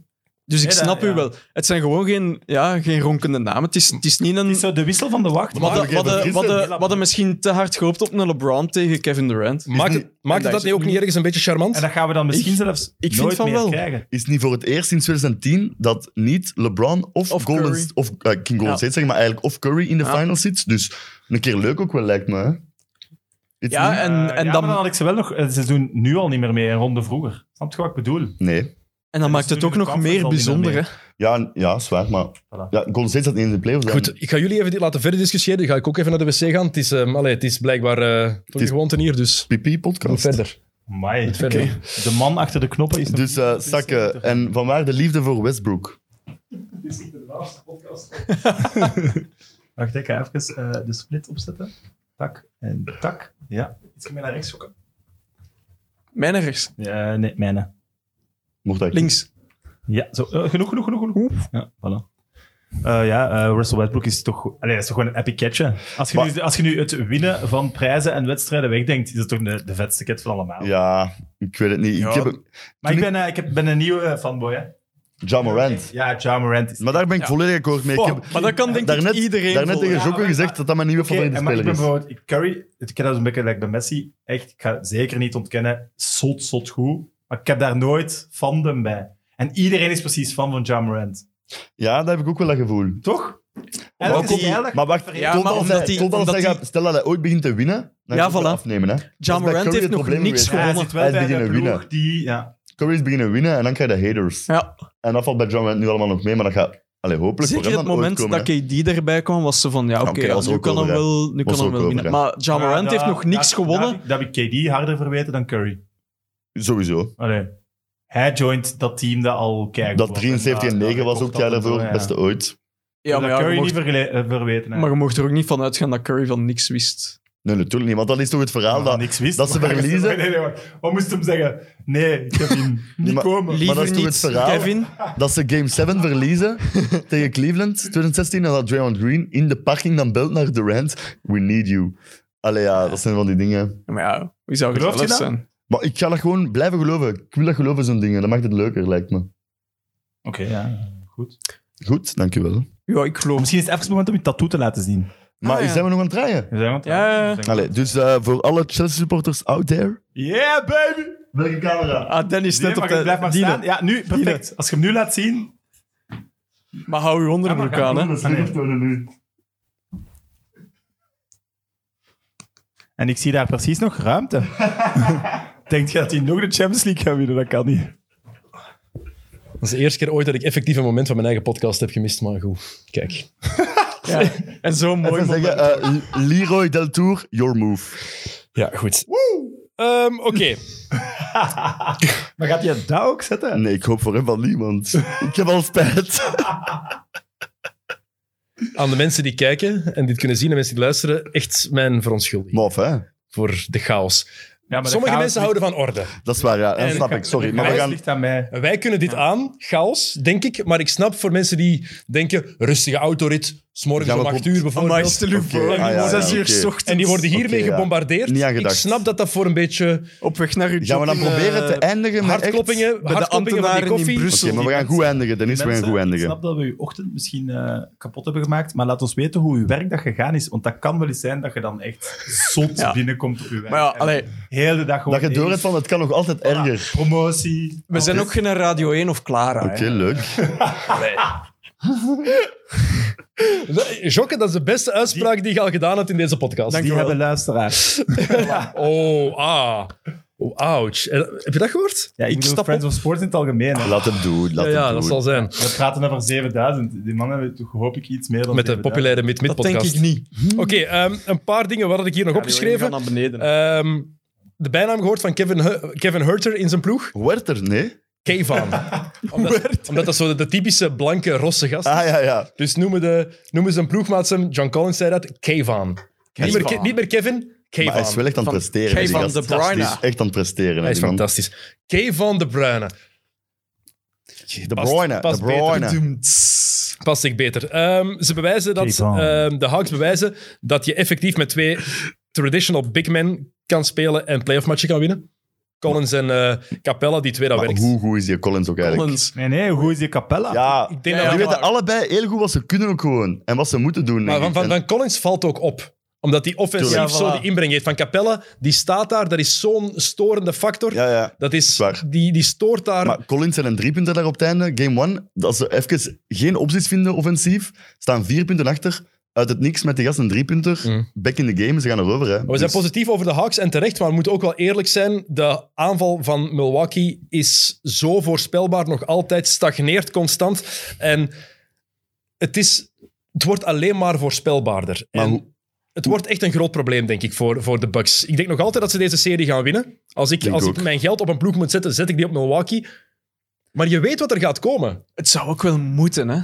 Dus ik
Nee, dat-
snap u
ja.
wel. Het zijn gewoon geen, ja, geen ronkende namen. Het is, het is niet een...
Het is zo de wissel van de wacht.
Wat
Maar-
hadden- wat hadden-
Gisteren.
wat hadden- wat hadden misschien te hard gehoopt op een LeBron tegen Kevin Durant.
Maakt, het, maakt het dat
is
niet ook niet ergens een beetje charmant?
En dat gaan we dan misschien
Ik-
zelfs
ik vind
nooit
van
meer
wel.
krijgen.
Is niet voor het eerst sinds 2010 dat niet LeBron of,
Of
Golden,
Curry.
of eh, ik ging Golden
Ja.
State zeggen, maar eigenlijk of Curry in de
Ja.
finals zit. Dus een keer leuk ook wel, lijkt me. hè. Is
Ja,
niet-
En,
en, en,
Nou ja,
dan,
maar dan had ik ze wel nog het seizoen nu al niet meer mee, een ronde vroeger. Snap je wat ik bedoel?
Nee.
en dan maakt
ze
het
doen
ook
in de
nog
conference
meer
al niet meer
bijzonder. Hè?
Ja, en- ja, zwaar, maar...
Voilà.
Ja, Golden State zat niet in de playoffs. dan.
Goed, ik ga jullie even dit laten verder discussiëren. Dan ga ik ook even naar de wc gaan. Het is, ehm, allee, het is blijkbaar eh voor de
is-
gewoonte hier, dus... Doe
PP-podcast.
verder.
Amai.
verder.
Oké. De man achter de knoppen is nog
Dus eh Sakke, en vanwaar de liefde voor Westbrook? <laughs>
Wacht, ik ga even eh, de split opzetten. Tak en tak. Ja. Iets meer naar rechts zoeken.
Mijn naar rechts.
Ja, nee, mijne.
Mocht dat
Links.
Ja, zo. Eh, genoeg, genoeg, genoeg, genoeg. Ja, voilà. Eh, ja, eh, Russell Westbrook is toch, allee, dat is toch gewoon een epic catch. hè? Als je,
Maar-
nu, als je nu het winnen van prijzen en wedstrijden wegdenkt, is dat toch de, de vetste cat van allemaal.
Ja, ik weet het niet. Ik heb
maar ik ben, eh, ik heb, ben een nieuwe eh, fanboy. Hè?
Ja Morant.
Ja, Ja Morant is
Maar daar ben ik
Ja.
volledig akkoord mee. Ik heb
maar dat kan denk
daarnet,
ik iedereen
daarnet
volgen.
tegen
Ja,
Jocke
maar-
gezegd dat dat mijn nieuwe
Oké,
favoriete
maar ik
speler
ben
is.
bijvoorbeeld ik- Curry, het ken dat een beetje like bij Messi. Echt, ik ga het zeker niet ontkennen. Zot, zot goed. Maar ik heb daar nooit fandom bij. En iedereen is precies fan van Ja Morant.
Ja, dat heb ik ook wel dat gevoel.
Toch?
Maar ook- Maar wacht,
Ja,
tot
maar
als
omdat
hij-
die-
tot als
omdat
hij
die-
gaat- stel dat hij ooit begint te winnen, dan
Ja,
gaat hij
voilà.
wel afnemen. Hè. Dus
Ja
Dat is bij
Morant
Curry
heeft
het
nog
probleem
niks
geweest.
hij
gewonnen.
zit wel
Hij is
bij de
beginnen
ploeg
winnen.
die... Ja.
Curry is beginnen winnen en dan krijg je de haters.
Ja,
En dat valt bij John Morant nu allemaal nog mee, maar dat gaat allee, hopelijk voor
zeker
hem
het
dan ooit
moment
komen,
dat KD erbij kwam, was ze van, ja, oké,
oké,
ja,
was
nu
ook
kan hem
over, hè.
wel, nu
Was
kan hem
ook
wel
over,
winnen.
hè.
Maar Ja Morant
Maar
heeft
dat-
nog niks
dat-
gewonnen.
Dat, dat heb ik KD harder verweten dan Curry.
hè. Sowieso.
Allee. Hij joint dat team dat al kijkt.
Dat 73 en 9 was ook het jaar daarvoor het beste ooit.
Ja, maar
dat
ja,
Curry
je
niet
mocht,
vergele- eh, verweten. hè.
maar je mocht er ook niet van uitgaan dat Curry van niks wist.
Nee, natuurlijk niet, want dat is toch het verhaal
dat
dat...
niks wist.
Ah, dat ze
Maar-
verliezen.
<laughs> Nee, nee, nee, wacht. Wat moest hem zeggen? Nee, ik
<laughs>
heb hem niet
maar-
komen.
dat
Liever
is toch het
niet,
verhaal?
Kevin.
Dat ze Game
<laughs>
7 verliezen tegen Cleveland 2016. En dat Draymond Green in de parking dan belt naar Durant. We need you. Allee, ja, dat zijn van die dingen.
Ja, Maar ja, wie zou
Gelooft
geloofd
je dat?
zijn?
Maar ik ga dat gewoon blijven geloven. Ik wil dat geloven, zo'n dingen. Dat maakt het leuker, lijkt me.
Oké, ja. Goed.
Goed, dankjewel.
Ja, ik geloof.
Misschien is het even het moment om je tattoo te laten zien.
Ah,
Maar
ja.
zijn we nog aan het draaien?
We zijn want
Ja, ja.
Allee, dus eh, voor alle Chelsea-supporters out there...
Yeah, baby!
Welke camera?
Ah, Dennis,
Nee,
net op
maar ik
de...
blijf maar
Dine.
staan. Ja, nu, perfect. Als je hem nu laat zien...
Maar hou je onderbroek
Ja, maar
aan, hè.
Dat is niet nu.
En ik zie daar precies nog
<laughs>
ruimte. Denkt je dat hij nog de Champions League gaat winnen? Dat kan niet.
Dat is de eerste keer ooit dat ik effectief een moment van mijn eigen podcast heb gemist, maar goed. Kijk.
Ja. En zo mooi.
Even
moment.
zeggen, eh, Leroy Del Tour, your move.
Ja, goed. Ehm, Oké.
Maar gaat hij dat ook zetten?
Nee, ik hoop voor hem van niemand. ik heb al spijt.
Aan de mensen die kijken en dit kunnen zien en mensen die luisteren, echt mijn verontschuldiging
Mof, hè?
voor de chaos.
Ja, maar
Sommige mensen houden van orde.
Dat is waar, ja. Dat
En-
snap ik, sorry. Maar
Maar
we
dat
gaan...
ligt aan mij.
Wij kunnen dit aan, chaos, denk ik. Maar ik snap voor mensen die denken, rustige autorit, smorgens
Gaan we
om acht
op-
uur bijvoorbeeld.
Amai, stel je
Oké,
voor.
ah, ja, ja,
Zes uur
oké.
's ochtends.
En die worden hiermee
Oké, ja.
gebombardeerd.
Niet aan
ik
gedacht.
snap dat dat voor een beetje
Op weg naar uw
Gaan we dan
jogging,
proberen
eh,
te eindigen met echt-
hartkloppingen,
de
hartkloppingen van die
ambtenaren in
koffie.
Brussel.
Oké, maar we gaan goed eindigen, Dennis. We gaan
Mensen,
goed
Ik
eindigen.
snap dat we je ochtend misschien eh, kapot hebben gemaakt, maar laat ons weten hoe uw werkdag gegaan is. Want dat kan wel eens zijn dat je dan echt zot
Ja.
binnenkomt op je werk.
Maar ja,
En
allee,
heel de dag gewoon
Dat je door
heel-
hebt van, het kan nog altijd erger.
Promotie.
we zijn ook geen Radio 1 of Clara. hè.
Oké, leuk.
Jokke, dat is de beste uitspraak die je al gedaan hebt in deze podcast.
Die hebben luisteraars.
Oh, ah. Oh, ouch. Eh, Heb je dat gehoord?
Ja, ik
stap
stap Friends of Sports in het algemeen. hè.
Laat hem doen, laat
Ja, ja,
hem
dat
doen.
zal zijn.
We praten over 7000. Die mannen hebben toch hoop ik iets meer dan
Met de
7000.
populaire
Dat denk
Mid-Mid-podcast.
ik niet.
Oké, ehm, een paar dingen. Wat had ik hier nog opgeschreven?
naar beneden.
Ehm, de bijnaam gehoord van Kevin, Hu- Kevin Herter in zijn ploeg?
Werd er, nee?
Kevan.
<laughs>
omdat, omdat dat zo de, de typische blanke, rosse gast is.
Ah, ja, ja.
Dus noemen, de, noemen zijn ploegmaat hem, John Collins zei dat, Kevan. Niet meer, Ke- niet meer Kevin, Kevan.
Maar hij is wel echt aan het
Van-
presteren. hè, die
Kay van
gast.
de Bruyne.
Die is echt aan het presteren. hè,
Hij is
die man.
fantastisch. Kevan de Bruyne.
De Bruyne,
past
de Bruyne.
Past ik beter. Ehm, ze bewijzen dat,
Kevan.
ehm, de Hawks bewijzen dat je effectief met twee traditional big men kan spelen en playoff matchen kan winnen. Collins en eh, Capella, die twee, dat
Maar
werkt.
hoe goed is die Collins ook eigenlijk?
Collins.
Nee, nee, hoe is die Capella?
Ja,
Ik
Ja,
denk
ja,
dat
die
maar-
weten allebei heel goed wat ze kunnen ook gewoon. En wat ze moeten
Maar
doen. denk
van,
ik.
van,
En-
van Collins valt ook op. Omdat die offensief
Tuurlijk. Ja,
zo
voilà.
die inbreng heeft. Van Capella, die staat daar. Dat is zo'n storende factor.
Ja, ja.
Dat is,
Zwaar.
die, die stoort daar.
Maar Collins en een driepunter daar op het einde, game one, dat ze even geen opties vinden offensief, staan vier punten achter, uit het niks met die gast een driepunter,
Mm.
back in the game, ze gaan erover. Hè.
Maar we zijn
Dus-
positief over de Hawks en terecht. Maar we moeten ook wel eerlijk zijn. De aanval van Milwaukee is zo voorspelbaar. Nog altijd stagneert constant. En het, is, het wordt alleen maar voorspelbaarder.
Maar
en
hoe-
het wordt echt een groot probleem, denk ik, voor, voor de Bucks. Ik denk nog altijd dat ze deze serie gaan winnen. Als ik,
Denk
als ik
ook.
mijn geld op een ploeg moet zetten, zet ik die op Milwaukee. Maar je weet wat er gaat komen.
Het zou ook wel moeten, hè?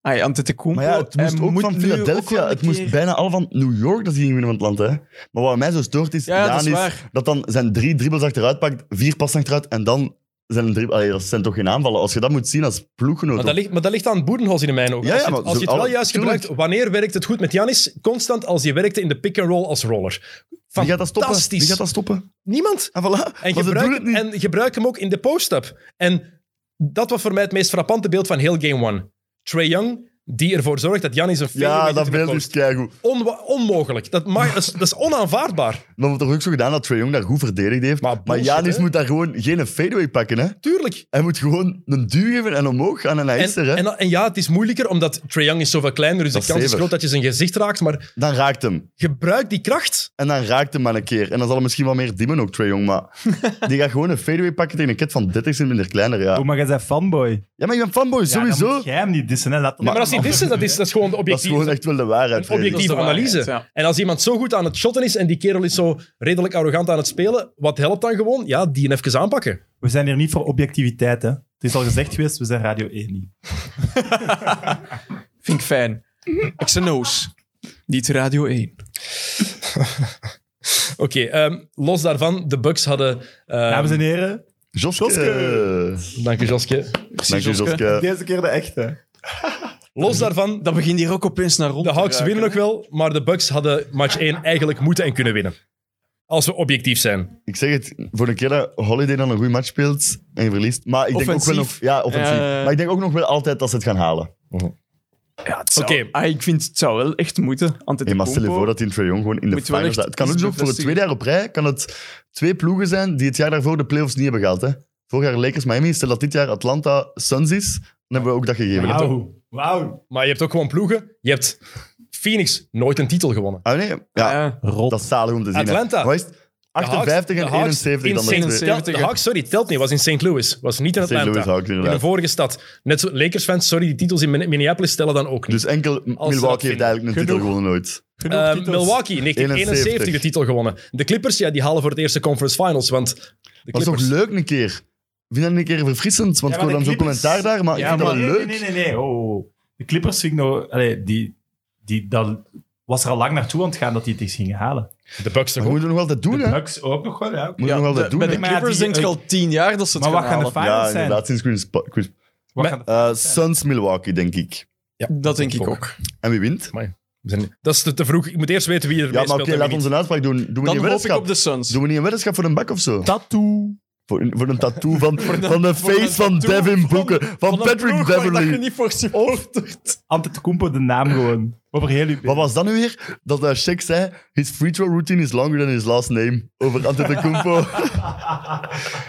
Ai, Antetokounmpo.
Maar ja, het
hij
moest ook
moet
van
nu ook wel
Philadelphia,
een
het moest
keer-
bijna al van New York dat ze gingen winnen van het land. Hè. Maar wat mij zo stoort is,
Ja, dat is
Giannis,
waar.
dat dan zijn drie dribbles achteruit pakt, vier passen achteruit en dan zijn een dribbel... Allee, dat zijn toch geen aanvallen. Als je dat moet zien als ploeggenoot...
Maar dat, ligt, maar dat ligt aan Boerenholz in mijn ogen.
Ja,
als je,
ja,
het-
maar
als je
zo-
het wel
alle-
juist
tuurlijk.
gebruikt, wanneer werkt het goed met Janis? Constant als hij werkte in de pick-and-roll als roller.
Wie gaat dat stoppen?
Fantastisch.
Wie gaat dat stoppen?
Niemand.
En voilà.
En
Maar ze doen
gebruik,
het niet.
en gebruik hem ook in de post-up. En dat was voor mij het meest frappante beeld van heel Game 1. Trae Young, die ervoor zorgt dat Janis een fadeaway
Ja,
doet
dat
in de
beeld is
post.
keigoed.
Onwa- onmogelijk. Dat, mag, dat, is, dat is onaanvaardbaard.
Maar we hebben toch ook zo gedaan dat Trae Young daar goed verdedigd heeft.
Maar
Maar,
bullshit,
Janis
hè?
moet daar gewoon geen fadeaway pakken. Hè.
Tuurlijk.
Hij moet gewoon een duw geven en omhoog gaan en hij is er. Hè.
En, en, en ja, het is moeilijker, omdat Trae Young is zoveel kleiner, dus
Dat
de
is
kans is
stevig.
groot dat je zijn gezicht raakt. Maar
Dan raakt hem.
gebruik die kracht.
En dan raakt hem maar een keer. En dan zal hij misschien wel meer dimmen ook, Trae Young. Maar die gaat gewoon een fadeaway pakken tegen een kid van 30 cent minder kleiner. Ja,
Oh, maar jij bent fanboy.
ja maar ik ben fanboy,
Ja, dan
sowieso.
moet jij hem niet dissen, hè. Laat hem
Maar als die dissen, dat is, dat is gewoon de
Dat is
objectieve...
gewoon echt wel de waarheid.
Een
Frederik.
objectieve
Dat is de
analyse.
waarheid, ja.
En als iemand zo goed aan het shotten is en die kerel is zo redelijk arrogant aan het spelen, wat helpt dan gewoon? Ja, die even aanpakken.
We zijn hier niet voor objectiviteit, hè. Het is al gezegd geweest, we zijn Radio 1 niet.
Vind ik fijn. XNO's. Niet Radio 1.
Oké, ehm, los daarvan, de Bucks hadden... ehm,
Dames en heren,
Joske.
Dank je, Joske.
Dank je, Joske.
deze keer de echte.
Los daarvan,
Dat begint hier ook opeens naar rond
de
te
Hawks
raken,
winnen nog wel, maar de Bucks hadden match 1 eigenlijk moeten en kunnen winnen. Als we objectief zijn.
Ik zeg het, voor een keer dat Holiday dan een goede match speelt en je verliest. Maar ik denk ook wel nog...
Offensief.
Ja, offensief.
Ja.
Maar ik denk ook nog wel altijd dat ze het gaan halen.
Ja, het zou-
Oké.
Ah, ik vind het zou wel echt moeten.
Hey, maar
Antetokounmpo.
stel je voor dat die in Trae Young gewoon in de
Moet wel
finals...
echt
staat. Het kan ook
iets
zo voor het
bevestigen.
tweede jaar op rij kan het twee ploegen zijn die het jaar daarvoor de playoffs niet hebben gehaald. Hè. Vorig jaar Lakers Miami, stel dat dit jaar Atlanta Suns is, dan hebben we ook dat gegeven. hè, toch?
Wauw. Wauw.
Maar je hebt ook gewoon ploegen. Je hebt Phoenix nooit een titel gewonnen.
Ah, nee, ja,
Ja.
Rot.
dat is zalig om te zien. hè.
Atlanta.
Wat is het?
De Hawks-
58
de
en
Hawks
71 dan
in
de
Saint-
twee.
tel- De Hawks, sorry, telt niet. Was in St. Louis. Was niet in
St.
Atlanta.
Louis Hawks,
in de
inderdaad.
vorige stad. Net zo, Lakers-fans, sorry, die titels in Min- Minneapolis tellen dan ook niet.
Dus enkel
dat
Milwaukee heeft
vinden.
eigenlijk een titel
Genoeg.
gewonnen nooit.
Eh, Milwaukee, 1971 de
71.
titel gewonnen. De Clippers, ja, die halen voor het eerste conference finals, want de
Dat is toch
Clippers...
leuk een keer? Ik vind dat een keer verfrissend, want
Ja,
ik hoor
maar
dan
de
zo'n
Clippers-
commentaar daar, maar ik
Ja,
vind dat
maar
wel
nee,
leuk.
nee, nee, nee. Oh. De Clippers vind ik nog... Allee, die, die, dat was er al lang naartoe aan het gaan dat die het eens gingen halen.
De Bucks toch
Dat
ook?
moeten we nog altijd doen,
De
hè?
Bucks ook nog wel, ja.
Moeten we nog altijd
de-
doen,
bij de
hè?
Maar ja,
Clippers
die-
denk ik al tien jaar dat ze het
Maar wat
gaan
gaan de
halen.
finals
Ja,
zijn?
inderdaad, sinds Chris... Pa- Chris
Wat
Maar-
gaan de-
Eh, Suns Milwaukee, denk ik.
Dat denk ik
Ook.
ook.
En wie wint?
We zijn- Dat is te, te vroeg. Ik moet eerst weten wie er
Ja,
mee
maar oké,
speelt en
laat
wie niet.
ons een uitspraak doen. Doen we,
Dan
niet een
hoop ik
weddenschap?
op de Suns.
doen we niet een weddenschap voor een bak of zo?
Tattoo.
Voor een, voor een tattoo van, van de
<laughs> voor een
face van
tattoo
Devin
van-
Booker, van, Patrick
Dat
<laughs>
je
Beverly.
niet voor
Oh,
supportert.
Antetokounmpo, de naam gewoon. Over heel uw
Wat was dat nu weer? Dat eh Shaq zei, his free throw routine is longer than his last name. Over
<laughs>
Antetokounmpo.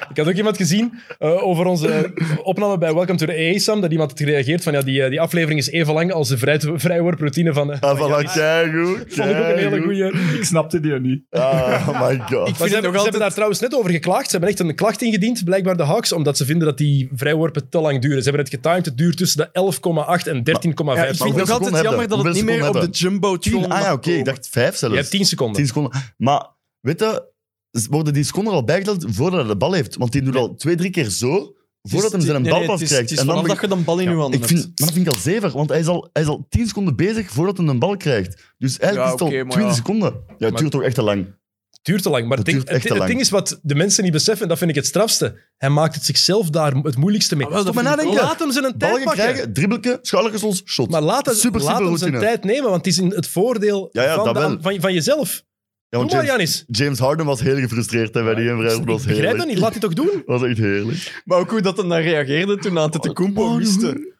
Ik had ook iemand gezien eh, over onze eh, opname bij Welcome to the AA, Sam, dat iemand had gereageerd van ja, die, eh, die aflevering is even lang als de vrij, vrijworproutine van... eh,
Ah, voilà, keigoed,
vond ik ook een hele
keigoed.
goeie.
Ik snapte die niet.
Ah, my god.
Maar ze, hebben,
nog
ze hebben daar trouwens net over geklaagd. Ze hebben echt een klacht ingediend, blijkbaar de Hawks, omdat ze vinden dat die vrijworpen te lang duren. Ze hebben het getimed, het duurt tussen de 11,8 en 13,5
Ja, ik
seconden.
vind het nog
seconden hebben?
altijd jammer dat het
Hoeveel
niet meer op
seconden
de Jumbotron
Ah ja,
mag
oké, ik
komen.
dacht vijf zelfs.
Je hebt 10 seconden.
Tien seconden. Maar weet je, z- worden die seconden al bijgeteld voordat hij de bal heeft? Want die doet al twee, drie keer zo, voordat hij
Het is-
zijn
nee,
bal
nee,
pas
het is-
krijgt.
Het is vanaf
begint-
dat je dan bal in je handen
ik vind,
hebt.
maar dat vind ik al zever, want hij is al, hij is al 10 seconden bezig voordat hij een bal krijgt. Dus eigenlijk
Ja,
is het al
oké, maar
20
ja.
seconden. Ja, het duurt toch echt te lang.
Het duurt te lang. Maar
Het
het ding,
duurt echt
het-
te
het
lang.
ding is wat de mensen niet beseffen, en dat vind ik het strafste. Hij maakt het zichzelf daar het moeilijkste mee.
Ah, wel, dat
Stop maar
vind ik
nadenken.
ook.
Laat hem zijn een tijd
Ballen
pakken.
krijgen, dribbelke, schouderkessels, shot.
Maar laat, hem-
Super
laat
simpele
hem zijn
routine.
tijd nemen, want het is in het voordeel
Ja, ja,
van,
dat
de-
wel.
van, van jezelf.
ja,
Doe
want
maar,
James,
Janis.
James Harden was heel gefrustreerd hè, bij die en Dat was
Begrijp dat
heerlijk.
niet, laat hij toch
<laughs>
doen.
Dat was echt heerlijk.
Maar ook hoe dat dan daar reageerde toen aan de Kumpo miste.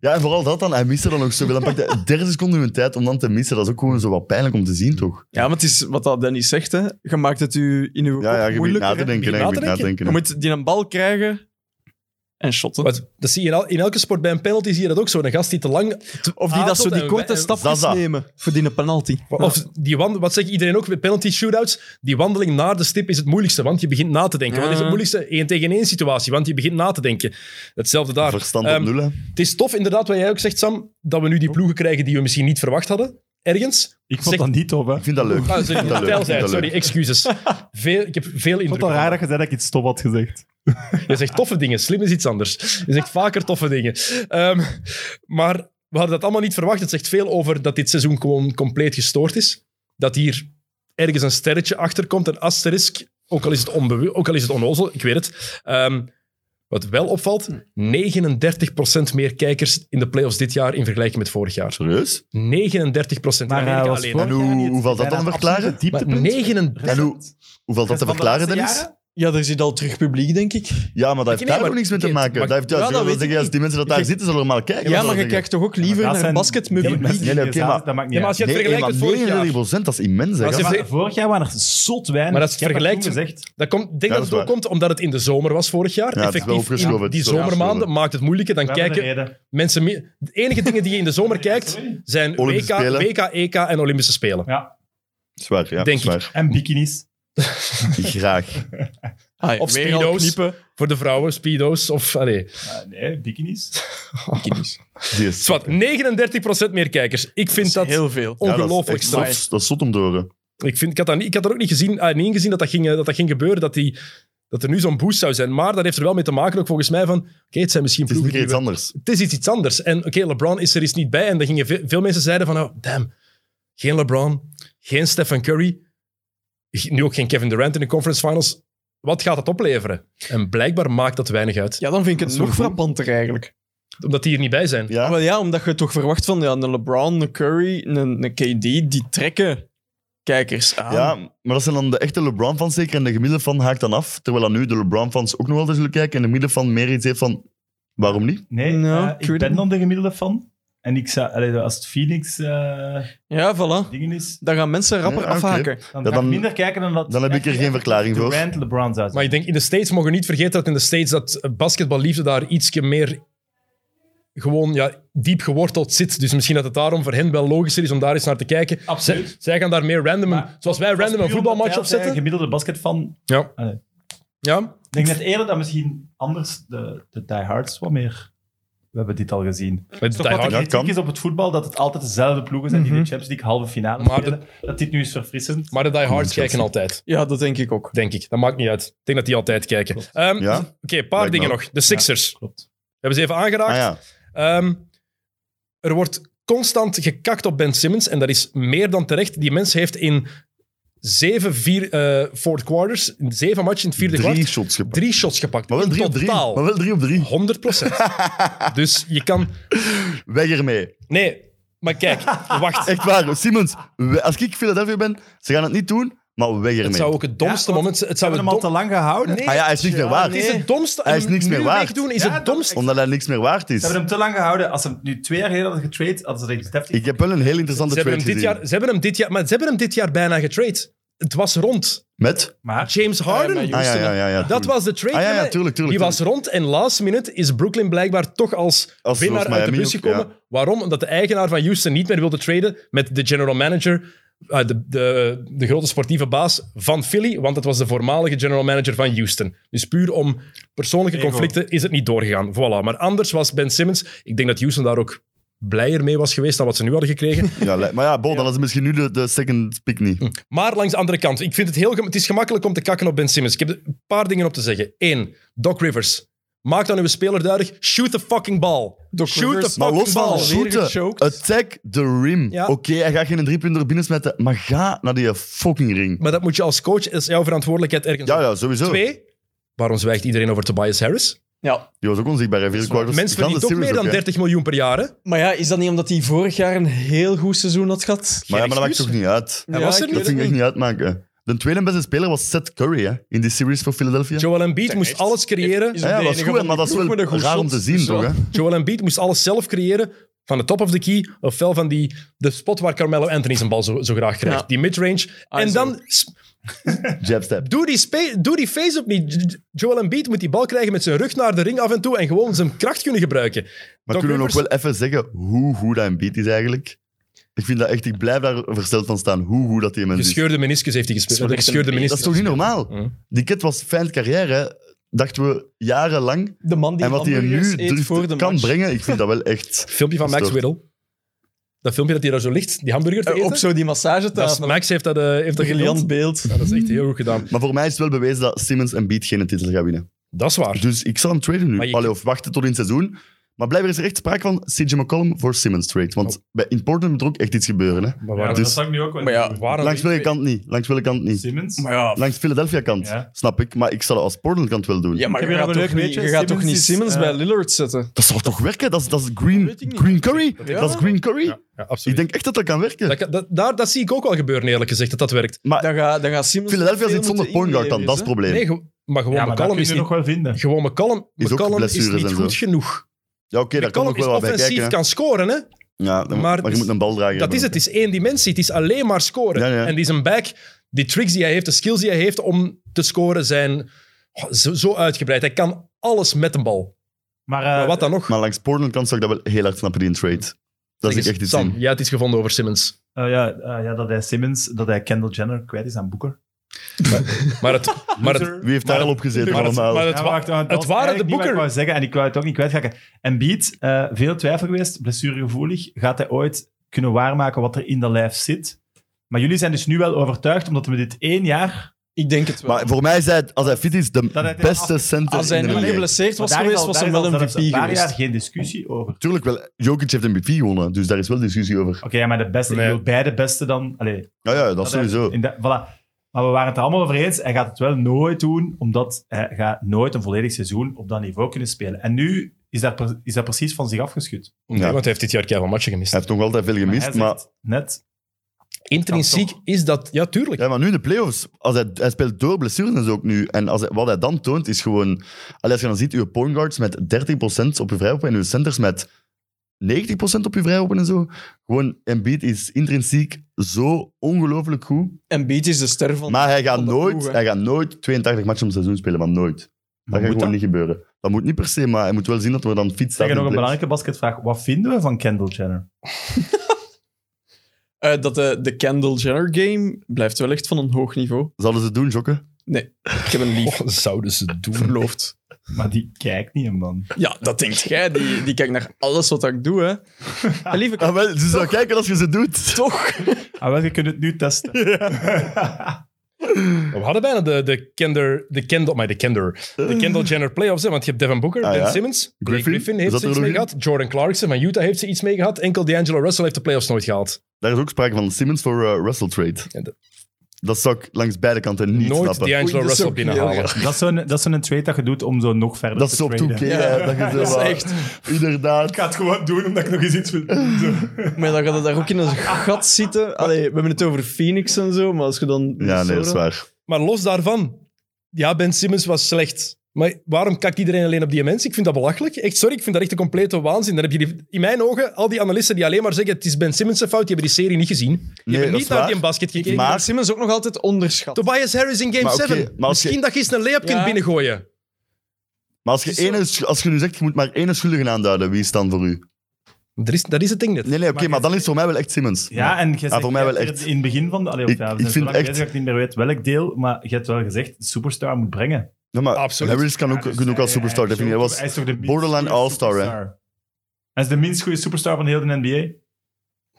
Ja, en vooral dat dan. Hij miste dan ook zoveel. Dan pakte
<laughs>
hij 30 seconden hun tijd om dan te missen. Dat is ook gewoon zo wat pijnlijk om te zien, toch?
Ja, maar het is wat dat Dennis zegt, hè. Je maakt het u in uw
Ja, ja je moet
moeilijker.
na te
hè.
denken. hè, Je moet
na te
nadenken.
Je moet die een bal krijgen en shotten.
Wat, dat zie je in, el- in elke sport bij een penalty zie je dat ook zo. Een gast die te lang... te
Of
Ah,
die dat zo
aarzelt
die
en-
korte
en-
stapjes
Zaza.
nemen voor die een penalty.
Of die wand- wat zegt iedereen ook bij penalty shootouts? Die wandeling naar de stip is het moeilijkste, want je begint na te denken. Wat is het
Ja.
moeilijkste? 1 tegen 1 situatie, want je begint na te denken. Hetzelfde daar.
Verstand op
Ehm,
nul, hè.
Het is tof, inderdaad, wat jij ook zegt, Sam, dat we nu die ploegen krijgen die we misschien niet verwacht hadden. Ergens.
Ik vond
Zeg-
dat niet tof, hè.
Ik vind dat leuk.
Ah, sorry,
dat leuk,
vertel
ik vind
zij het.
dat
sorry,
leuk.
excuses. Veel, ik heb veel
Ik
indruk.
vond het raar dat je zei dat ik iets tof had gezegd.
Je zegt toffe dingen, slim is iets anders. Je zegt vaker toffe dingen. Ehm, maar we hadden dat allemaal niet verwacht. Het zegt veel over dat dit seizoen gewoon compleet gestoord is. Dat hier ergens een sterretje achter komt, een asterisk. Ook al is het, onbewu- ook al is het onnozel, ik weet het. Ehm, wat wel opvalt, 39% meer kijkers in de playoffs dit jaar in vergelijking met vorig jaar.
Serieus?
39% in
Maar hij
Amerika
was
alleen.
vorig
hè.
En hoe-
jaar niet
hoe valt dat
bijna
dan
het absolute
verklaren?
Maar
dieptepunt.
39...
En hoe, hoe valt dat te
Van de
verklaren,
laatste
Dennis?
jaren?
Ja, er zit al terug publiek, denk ik.
Ja, maar dat heeft
nee,
daar
maar-
ook niks mee te
nee,
maken.
maar-
dat heeft, ja,
Ja,
ze
dat
willen
weet
zeggen,
ik
als die mensen dat daar zitten, zullen maar kijken.
Ja,
wat
maar
ze
je
zeggen.
kijkt toch ook liever
Dat
naar
zijn-
basket met
die
publiek?
mensen die
Nee, oké,
zaten,
maar-
dat maakt niet
Ja, maar
uit.
als je het
Nee,
vergelijkt
maar
met vorig jaar...
39 procent, dat is immens. Hè,
Maar als je
gast.
vergelijkt-
Vorig jaar waren er zot weinig.
Maar dat is
Ik heb
vergelijkt-
toen gezegd.
Dat komt, ik denk
Ja,
dat
dat
het
is
ook komt omdat het in de zomer was vorig jaar.
Ja, het is wel
Effectief,
opgeschoven,
in
het
die
is wel
zomermaanden
opgeschoven.
maakt het moeilijker. Dan
we hebben
kijken
de reden.
mensen... mee- De enige dingen die je in de zomer kijkt, zijn WK,
Olympische Spelen.
WK, EK en Olympische Spelen.
Ja.
Zwaar, ja.
Denk ik.
zwaar.
En bikinis.
Graag.
Ah, ja,
Of
weer al
speedo's.
kniepen.
Voor de vrouwen, speedo's of... Allee.
Ah, nee, bikinis.
Die is-
Zwat, 39% meer kijkers. Ik vind dat,
Heel veel.
Ja, dat is
ongelooflijk
echt
straf.
zot. Dat is zot om te horen.
Ik, vind, ik, had dat niet, ik had er ook niet gezien, ah, niet ingezien dat dat ging, eh, dat dat ging gebeuren, dat, die, dat er nu zo'n boost zou zijn. Maar dat heeft er wel mee te maken, ook volgens mij, van... Oké, het zijn misschien
Het is
ploegen
niet
die
iets
we-
anders.
het is iets, iets anders. En oké, LeBron is er eens niet bij. En dan gingen ve- veel mensen zeiden van, oh, damn, geen LeBron, geen Stephen Curry, g- nu ook geen Kevin Durant in de conference finals. Wat gaat dat opleveren? En blijkbaar maakt dat weinig uit.
Ja, dan vind ik het
is wel
nog
goed.
frappanter eigenlijk.
Omdat die er niet bij zijn.
Ja.
Ah, Wel ja, omdat je toch verwacht van ja, een LeBron, een Curry, een, een KD, die trekken kijkers aan.
Ja, maar dat zijn dan de echte LeBron-fans zeker. En de gemiddelde fan haakt dan af. Terwijl dan nu de LeBron-fans ook nog wel eens zullen kijken. En de gemiddelde fan meer iets heeft van... Waarom niet?
Nee,
Nou,
eh,
ik
ik
weet
ben
het
dan de gemiddelde fan. En ik zou, allee, als het Phoenix eh,
Ja, voilà.
dingen is,
Dan gaan mensen rapper
Ja, oké.
afhaken.
dan
Ja,
ga ik
dan-
minder kijken dan dat...
Dan heb ik er geen verklaring voor.
Durant, LeBron zou
Maar ik
zijn.
denk in de States mogen we niet vergeten dat in de States dat basketballiefde daar ietsje meer gewoon ja, diep geworteld zit. Dus misschien dat het daarom voor hen wel logischer is om daar eens naar te kijken.
Absoluut.
Zij, zij gaan daar meer random,
Maar-
zoals wij random een voetbalmatch
Een
opzetten.
gemiddelde basketfan.
Ja.
Allee.
ja,
Ik denk net eerder dat misschien anders de, de diehards wat meer... We hebben dit al gezien.
met
Toch
Die
wat
Hard.
de
Ja,
kritiek
kan.
is op het voetbal, dat het altijd dezelfde ploegen zijn die
Mhm.
de Champions League halve finale
Maar
spelen. Dat dit nu is verfrissend.
Maar de Die Hards
Chelsea.
kijken altijd,
Ja, dat denk ik ook.
denk ik. Dat maakt niet uit. Ik denk dat die altijd kijken. Ehm,
Ja?
Oké, een paar
Lijkt me
dingen
ook.
nog. De Sixers.
Klopt.
Hebben ze even aangeraakt.
Ah ja.
Ehm, er wordt constant gekakt op Ben Simmons. En dat is meer dan terecht. Die mens heeft in zeven vier, eh, fourth quarters, in zeven matchen in het vierde
Drie
kwart,
shots gepakt.
drie shots gepakt.
Maar wel
in
drie op drie.
totaal.
Maar wel drie op drie.
100
<laughs>
dus je kan...
Weg ermee.
Nee, maar
<laughs>
kijk, wacht.
Echt waar. Simmons, we- als ik Philadelphia ben, ze gaan het niet doen, maar weg ermee.
Het zou ook het domste
Ja, want
moment zijn. Het zou
We
het
hebben hem al
dom...
te lang gehouden.
Nee,
Ah ja, hij is niks meer waard.
het is het domste.
Hij is niks
En
meer
nu
waard.
wegdoen is
Ja,
het
dat-
domste.
Omdat hij niks meer waard is.
Ze hebben hem te lang gehouden. Als ze hem nu twee jaar geleden hadden getraind, hadden ze echt deftig.
Ik heb wel een heel interessante
Ze hebben,
trade
hem dit
gezien.
jaar, ze, hebben hem dit jaar, maar ze hebben hem dit jaar bijna getrade. Het was rond.
Met?
Maar
James Harden.
maar
Ah ja, ja, ja. ja.
Dat was de trade.
Ah, ja, ja,
hè.
tuurlijk, tuurlijk,
Die was rond en last minute is Brooklyn blijkbaar toch als,
Als
winnaar
zoals
uit de
Miami
bus
ook,
gekomen. Waarom? Omdat de eigenaar van Houston niet meer wilde traden met de general manager, eh, de, de, de grote sportieve baas van Philly, want dat was de voormalige general manager van Houston. Dus puur om persoonlijke
Ego.
conflicten is het niet doorgegaan. Voilà. Maar anders was Ben Simmons, ik denk dat Houston daar ook blijer mee was geweest dan wat ze nu hadden gekregen.
Ja, li- maar ja, Bo, dan is het misschien nu de, de second pick
Hm.
niet.
Maar langs de andere kant, ik vind het heel gem- het is gemakkelijk om te kakken op Ben Simmons. Ik heb een paar dingen op te zeggen. Eén, Doc Rivers. Maak dan uw speler duidelijk. Shoot the fucking ball.
Doc
Shoot
Rivers.
the
Maar
fucking
los van
ball.
shooten,
gechoked.
attack the rim.
Ja.
Oké, hij gaat geen driepunter binnensmetten, maar ga naar die fucking ring.
Maar dat moet je als coach, dat is jouw verantwoordelijkheid ergens.
Ja,
op.
ja, sowieso.
Hm. Twee, waarom zwijgt iedereen over Tobias Harris?
Ja,
Die was ook onzichtbaar. hè. Vier quarters.
Mensen
Die
verdienen
ganse
toch
series
meer dan
ook, hè.
30 miljoen per jaar, hè?
maar ja, is dat niet omdat hij vorig jaar een heel goed seizoen had gehad?
Maar ja, maar dat maakt
excuus.
toch niet uit.
Hij was er
ik
niet.
Dat vind
weet het
ik echt niet uitmaken. De tweede beste speler was Seth Curry hè, in die series voor Philadelphia.
Joel Embiid moest
echt.
alles creëren.
Is
ja,
de
ja, dat is
enige
goed, hè,
van
maar dat is
die ploeg
wel
met een goed
raar om te
shot.
zien,
Dus
toch? Hè?
ja.
<laughs> Joel Embiid moest alles zelf creëren. Van de top of the key, ofwel van die, de spot waar Carmelo Anthony zijn bal zo, zo graag krijgt.
Ja.
Die midrange.
Ah,
en
zo.
dan sp-
Jabstep.
Doe die, spe- doe die face op niet. J- J- Joel Embiid moet die bal krijgen met zijn rug naar de ring af en toe en gewoon zijn kracht kunnen gebruiken.
Maar
Doc
kunnen we nog
Rivers-
wel even zeggen hoe goed dat Embiid is eigenlijk? Ik vind dat echt, ik blijf daar versteld van staan, hoe goed dat die mens is.
Gescheurde meniscus heeft hij
Dat
gespeeld.
is wel
Een
echt
Gescheurde
een-
Dat
meniscus.
is toch niet normaal?
Hm.
Die kid was fijn carrière, hè. dachten we jarenlang.
De man die
en wat hij
hamburgers
nu
eet
durft-
voor de
kan
match.
brengen, ik vind dat wel
<laughs>
echt...
Filmpje van
Dat
Max
is toch-
Whittle. Dat filmpje dat hij daar zo ligt, die hamburger te
Eh, Op
eten.
zo die
Dat is-
massagetafel.
Max heeft dat, eh heeft dat
briljant
gefilmd.
beeld.
Ja, dat is echt heel goed gedaan.
Maar voor mij is het wel bewezen dat Simmons en Beat geen titel gaan winnen.
Dat is waar.
Dus ik zal hem traden nu.
Maar je-
Allee, of wachten tot in het seizoen. Maar blijkbaar is er echt sprake van CJ McCollum voor Simmons trade. Want bij, in Portland moet er ook echt iets gebeuren. Hè.
Oh. Maar
ja,
waarom?
dus-
dat zou ik nu ook wel
Maar ja,
doen.
waarom-
Langs welke kant niet? Langs welke kant niet?
Simmons.
Maar ja,
Langs Philadelphia kant,
Ja.
snap ik. Maar ik zal het als Portland kant wel doen.
ja maar
Ik heb
je
hier
gaat,
wel een
toch
leuk
niet, je
weetje.
gaat toch niet
Simmons is,
Simmons
eh,
bij Lillard zetten?
Dat zal toch werken? Dat is, dat is green,
weet ik niet.
green curry.
Ja.
Dat is green curry.
Ja,
Ik
absoluut.
denk echt dat dat kan werken.
Dat, kan- dat, daar, dat zie ik ook wel gebeuren, eerlijk gezegd, dat dat werkt.
maar
Dan gaat, dan gaat Simmons...
Philadelphia
veel
zit zonder
moeten
point guard dan, dat is het
inleveren,
probleem.
Nee, ge- maar gewoon
ja, maar dat
McCallum
kun
is
je
niet...
nog wel vinden.
Gewoon McCallum
Is ook
McCallum is
blessures
niet
en zo.
goed genoeg.
ja, oké, daar kan
McCallum
ook
is
wel wat bij
offensief,
kijken. hè.
kan scoren, hè?
Ja, dan-
maar-
maar, je moet een bal dragen.
Dat is het, het is één dimensie. Het is alleen maar scoren.
Ja, ja.
En die zijn back, die tricks die hij heeft, de skills die hij heeft om te scoren zijn oh, zo, zo uitgebreid. Hij kan alles met een bal.
Maar, eh,
Maar wat dan nog?
Maar langs Portland kant zou ik dat wel heel hard snappen, die trade. Dat
Zeg eens,
is echt iets
Sam,
in.
jij hebt iets gevonden over Simmons.
eh, ja, eh, ja, dat hij Simmons, dat hij Kendall Jenner kwijt is aan Booker.
Maar het, maar het,
Loser.
Wie heeft daar
Maar-
al op gezeten?
maar het,
allemaal?
maar het,
Ja,
wa-
wacht, want dat
het
was
waren de
eigenlijk niet wat Ik
Booker.
wou zeggen, en ik wou het ook niet kwijtraken. En Beat, eh, veel twijfel geweest, blessuregevoelig. Gaat hij ooit kunnen waarmaken wat er in de lijf zit? Maar jullie zijn dus nu wel overtuigd, omdat we dit één jaar...
Ik denk het wel.
Maar voor mij is hij, als hij fit is,
hij
de
het
beste
af-
center
Als hij
in de
niet
NBA.
geblesseerd was
Maar daar is
geweest,
al-
was
daar
hij
is al
wel MVP
zelfs een paar jaar
geweest.
geen discussie over. Oké,
Tuurlijk wel. Jokic heeft MVP gewonnen, dus daar is wel discussie over.
ja, maar de beste,
Nee.
ik wil beide beste dan... Allee,
Ja, ja, dat
Dat hij-
sowieso.
in dat- voilà. Maar we waren het er allemaal over eens. Hij gaat het wel nooit doen, omdat hij gaat nooit een volledig seizoen op dat niveau kunnen spelen. En nu is dat, pre- is dat precies van zich afgeschud.
Nee, want hij heeft dit jaar keihard matchen gemist.
Hij heeft nog altijd veel
Maar
gemist,
hij
maar
zegt net,
Intrinsiek is dat... Ja, tuurlijk.
Ja, maar nu in de playoffs, als hij, hij speelt door blessures en zo ook nu. En als hij- wat hij dan toont is gewoon. Allee, als je dan ziet, uw point guards met 13% op je vrijworpen en uw centers met 90% op je vrijworpen en zo. Gewoon, Embiid is intrinsiek zo ongelooflijk goed.
En Beat is de ster van.
Maar hij gaat,
van de
nooit,
ploeg, hè.
hij gaat nooit 82 matchen om het seizoen spelen, maar nooit. Dat gaat
moet
gewoon niet gebeuren. Dat moet niet per se, maar hij moet wel zien dat we dan fiets
Zeg
staat
nog
in
een
de playoffs.
belangrijke basketvraag. Wat vinden we van Kendall Jenner?
Eh, dat de, de Kendall Jenner game blijft wel echt van een hoog niveau.
Zullen ze het doen, Jokken?
Ik heb een lief
Oh, zouden ze doen.
verloofd.
Maar die kijkt niet hem dan.
Ja, dat denkt jij. Die, die kijkt naar alles wat ik doe, hè. En lieve
Ah,
k-
wel, ze zou kijken als je ze doet.
toch.
Ah, wel, je kunt het nu testen.
<laughs>
We hadden bijna de, de Kender... De Kendall... Maar de Kender. De Kendall Jenner playoffs, hè, want je hebt Devin Booker,
Ah,
Ben
ja.
Simmons, Blake
Griffin,
Griffin
is
heeft
dat
ze
er
iets
nog
mee
in?
gehad. Jordan Clarkson van Utah heeft ze iets mee gehad. Enkel D'Angelo Russell heeft de playoffs nooit gehaald.
Daar is ook sprake van Simmons voor eh, Russell trade.
Ja, dat-
Dat zou ik langs beide kanten niet
nooit
snappen.
D'Angelo
Oei, dat is
Russell
ook heel
binnenhalen.
erg.
Dat is zo'n dat is zo'n trade dat je doet om zo nog verder
Dat
te
is op
traden.
2K,
Ja.
hè, dat je zo
Dat is
wat-
echt.
Inderdaad.
Ik ga het gewoon doen omdat ik nog eens iets wil doen.
<laughs>
Zo.
Maar dan gaat het daar ook in een gat zitten. Allee, we hebben het over Phoenix en zo, maar als je dan...
Ja, nee, dat is waar.
Maar los daarvan, ja, Ben Simmons was slecht. Maar waarom kakt iedereen alleen op die mens? Ik vind dat belachelijk. Echt, sorry, ik vind dat echt een complete waanzin. Dan heb je die- in mijn ogen al die analisten die alleen maar zeggen het is Ben Simmons' fout, die hebben die serie niet gezien. Die hebben
dat
niet
is
naar
waar.
die basket gekeken.
Maar
Maar-
Simmons ook nog altijd onderschat.
Tobias Harris in game
Maar oké,
7.
maar als je-
Misschien dat je eens een layup
Ja.
kunt binnengooien.
Maar als je, ene, sch- als je nu zegt, je moet maar één schuldige aanduiden, wie is dan voor u?
Er is, dat is het ding net.
Nee, nee, oké, maar dan is het voor mij wel echt Simmons.
Ja, en je zegt,
Ah, voor mij wel
je hebt
echt.
in het begin van de... Allee,
Ik-
ja, we
ik
zijn zo
vind
lang bezig
echt-
dat ik niet meer weet welk deel, maar je hebt wel gezegd, superstar moet brengen.
Ja, maar
Absoluut.
Harris kan ook,
Ja, dus
kan ook als
hij-
superstar
hij is
definiëren.
ook-
Hij was
hij is toch de minst
borderline
goede
all-star, hè?
superstar. Hij is de minst goede superstar van heel de NBA.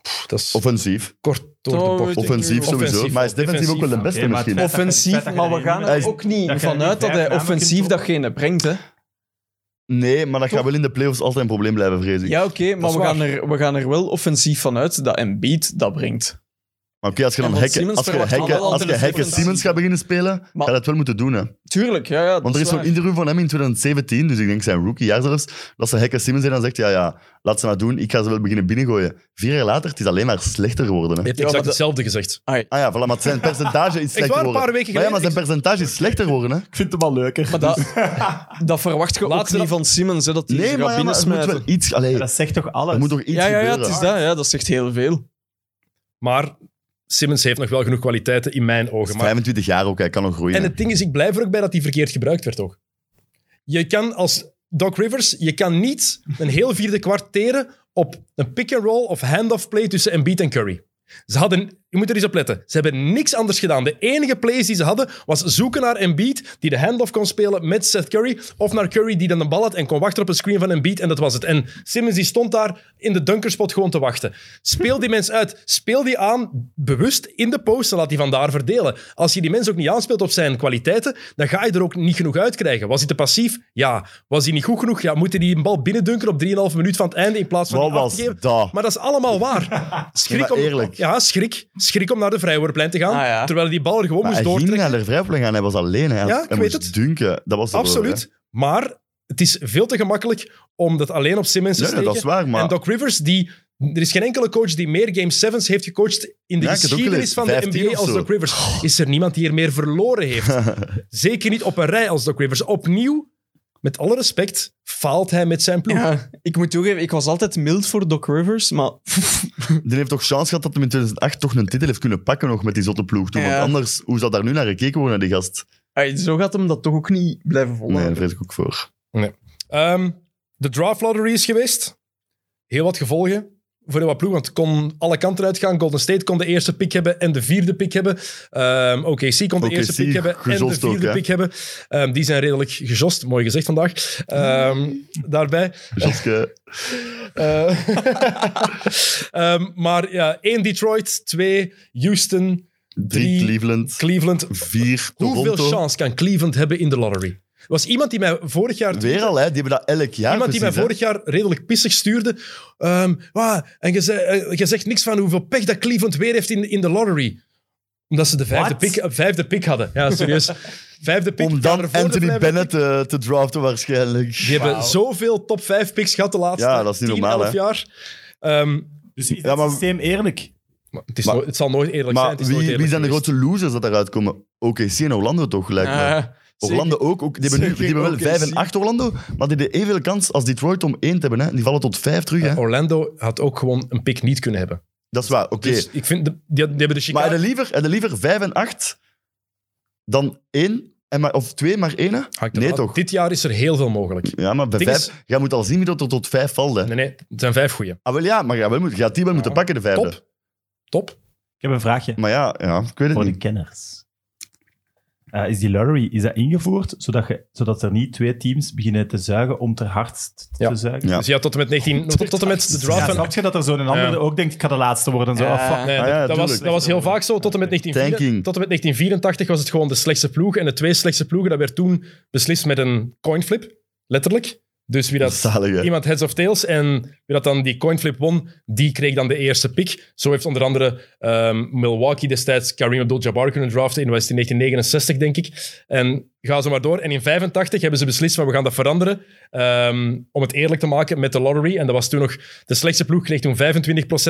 Pff, dat is
offensief.
kort door de bocht.
Offensief
Offensief sowieso.
Offensief,
maar hij is defensief ook wel de beste
Oké, maar
misschien.
het feit dat- het
Offensief,
feit dat
maar
je
we
er
gaan
Hij
er
is-
ook
dat
niet
je er
van
niet
uit dat
vijf
hij
namen
offensief
kunt
datgene brengt, hè.
Nee, maar dat gaat
Toch?
wel in de playoffs altijd een probleem blijven, vrees ik.
Ja, oké, maar
is
we gaan,
waar.
er, we gaan er wel offensief van uit dat Embiid dat brengt.
Maar oké, als je dan
Ja, want
hekken,
Simmons
als je
verwacht
hekken,
allemaal
als je
altijd een
hekken
offensief.
Simmons gaat beginnen spelen, ga
Maar-
je dat wel moeten doen. Hè.
Tuurlijk, ja, ja. dat
Want er is zo'n
waar.
interview van hem in 2017, dus ik denk zijn rookiejaar zelfs, dat ze hekken Simmons en dan zegt, ja, ja, laat ze maar doen, ik ga ze wel beginnen binnengooien. Vier jaar later, het is alleen maar slechter geworden. Hè.
Je hebt
Ja, maar
exact
dat-
hetzelfde gezegd.
Ah ja, voilà, maar zijn
<laughs>
percentage is slechter
waar, een
geworden.
paar weken
maar ja, maar zijn
geleden-
percentage is slechter geworden. Hè.
Ik vind hem wel leuker.
Maar dat,
<laughs>
dat verwacht je ook
Laatste
niet
dat-
van Simmons, hè, dat hij
Nee,
nee, gaat
maar, ja, maar er moet wel
binnensmijten.
iets... Allee,
dat zegt toch alles?
er moet toch iets
Ja, ja, ja,
gebeuren.
het is dat. Ja, dat zegt heel veel.
Maar Simmons heeft nog wel genoeg kwaliteiten in mijn ogen. Maar
25 jaar ook, hij kan nog groeien.
En het ding is, ik blijf er ook bij dat die verkeerd gebruikt werd ook. Je kan als Doc Rivers, je kan niet een heel vierde kwarteren op een pick-and-roll of handoff play tussen Embiid en Curry. Ze hadden, je moet er eens op letten, ze hebben niks anders gedaan. De enige plays die ze hadden was zoeken naar Embiid die de handoff kon spelen met Seth Curry of naar Curry die dan de bal had en kon wachten op een screen van Embiid en dat was het. En Simmons die stond daar in de dunkerspot gewoon te wachten. Speel die mens uit. Speel die aan bewust in de post en laat die vandaar verdelen. Als je die mens ook niet aanspeelt op zijn kwaliteiten, dan ga je er ook niet genoeg uit krijgen. Was hij te passief? Ja. Was hij niet goed genoeg? Ja. Moet hij die een bal binnendunken op 3,5 minuut van het einde in plaats van
Wat
die af
was
te geven?
dat?
Maar dat is allemaal
<laughs>
waar. Schrik
Nee, maar
om,
eerlijk.
Ja, schrik. Schrik om naar de vrijworplijn te gaan,
Ah, ja.
terwijl hij die bal er gewoon
Maar
moest
hij ging niet
doortrekken.
naar de vrijplein gaan, hij was alleen. Hij, had-
Ja, ik
hij
weet
moest
het.
dunken. Dat was het
Absoluut. Maar het is veel te gemakkelijk om dat alleen op Simmons te
Ja, ja,
steken.
dat is waar, maar-
En Doc Rivers, die, er is geen enkele coach die meer Game 7's heeft gecoacht in de
Ja, ik heb het ook
geschiedenis
gelezen.
van de
15
NBA
of
als
zo. Oh.
Doc Rivers. Is er niemand die er meer verloren
<laughs>
heeft? Zeker niet op een rij als Doc Rivers. Opnieuw, met alle respect, faalt hij met zijn ploeg.
<laughs> Ja, ik moet toegeven, ik was altijd mild voor Doc Rivers, maar <laughs>
Die heeft toch chance gehad dat hij in 2008 toch een titel heeft kunnen pakken nog met die zotte ploeg. Toen,
Ja.
Want anders, hoe zou daar nu naar gekeken worden, die gast?
ay, zo gaat hem dat toch ook niet blijven
Nee,
volgen.
daar vrees ik ook voor.
Ehm, de draft lottery is geweest. Heel wat gevolgen voor heel wat ploegen. Want het kon alle kanten uitgaan. Golden State kon de eerste pick hebben en de vierde pick hebben. Ehm OKC kon de
OKC
eerste pick hebben en de
gejost ook,
vierde
hè?
pick hebben. Ehm, die zijn redelijk gejost. Mooi gezegd vandaag. Ehm,
Mm.
daarbij.
Joske,
Eh, ehm, maar ja, één Detroit, twee Houston,
drie
Drie-
Cleveland,
Cleveland.
vier
<laughs> Hoeveel
Toronto.
chance kan Cleveland hebben in de lottery? Er was iemand die mij vorig jaar
Weer al, hè? die hebben dat elk jaar
Iemand die mij
precies, hè.
vorig jaar redelijk pissig stuurde. Ehm, "Wauw, en je, zei- eh, je zegt niks van hoeveel pech dat Cleveland weer heeft in, in de lottery. Omdat ze de vijfde
What?
pick, eh, vijfde pick hadden. Ja,
<laughs>
serieus. Vijfde pick.
Om
jaar
dan
ervoor de
Anthony
vijfde
Bennett eh, te, te draften waarschijnlijk.
pick. Die hebben zoveel top vijf picks gehad de laatste
Ja, dat is niet
10,
normaal,
11
hè.
jaar. Ehm,
Dus is het
Ja, maar-
systeem eerlijk?
Maar het, is
Maar-
nooit- het zal nooit eerlijk zijn.
Maar
Het is nooit
wie, wie
eerlijk
zijn de
geweest. Ah,
grootste losers dat daaruit komen? OKC en Orlando toch, lijkt me. Orlando ook. ook die hebben, nu, die
Zeker
hebben wel
OKC.
5 en 8 Orlando, maar die deden evenveel kans als Detroit om 1 te hebben. Hè. Die vallen tot 5 terug. Hè.
Eh, Orlando had ook gewoon een pick niet kunnen hebben.
Dat is waar, oké.
Dus ik vind, de- die, die hebben de
maar
Chicago...
hadden liever, hadden liever 5 en 8 dan 1 en maar, of 2, maar 1? Hè?
Hangt
Nee,
ervan af.
toch?
Dit jaar is er heel veel mogelijk.
Ja, maar bij
Ding
5.
is-
Jij moet al zien wie dat er tot 5 valt. Hè.
Nee, nee, het zijn vijf goeie.
Ah, wel ja, maar ja, wel moet, je gaat die wel moeten pakken, de vijfde.
Top. Top.
Ik heb een vraagje
Maar ja, ja, ik weet het
voor de
niet.
kenners. Eh, is die lottery is dat ingevoerd zodat, je, zodat er niet twee teams beginnen te zuigen om te hard t- te
Ja.
zuigen?
Ja.
Dus ja, tot en met, 19, tot, tot en met de
Ja,
draft van...
snap je dat er zo'n ander
Ja.
ook denkt, ik ga de laatste worden? Zo, ah, fuck.
Nee,
Ah ja,
dat, was,
tuurlijk. Eh,
dat was heel vaak zo. Tot en, met 1984
Tanking.
tot en met 1984 was het gewoon de slechtste ploeg. En de twee slechtste ploegen, dat werd toen beslist met een coinflip. Letterlijk. Dus wie dat...
Zalig, hè.
Iemand heads of tails. En wie dat dan die coinflip won, die kreeg dan de eerste pick. Zo heeft onder andere ehm, Milwaukee destijds Kareem Abdul-Jabbar kunnen draften. In, was het in 1969, denk ik. En ga zo maar door. En in 85 hebben ze beslist van we gaan dat veranderen. ehm, om het eerlijk te maken met de lottery. En dat was toen nog... De slechtste ploeg kreeg toen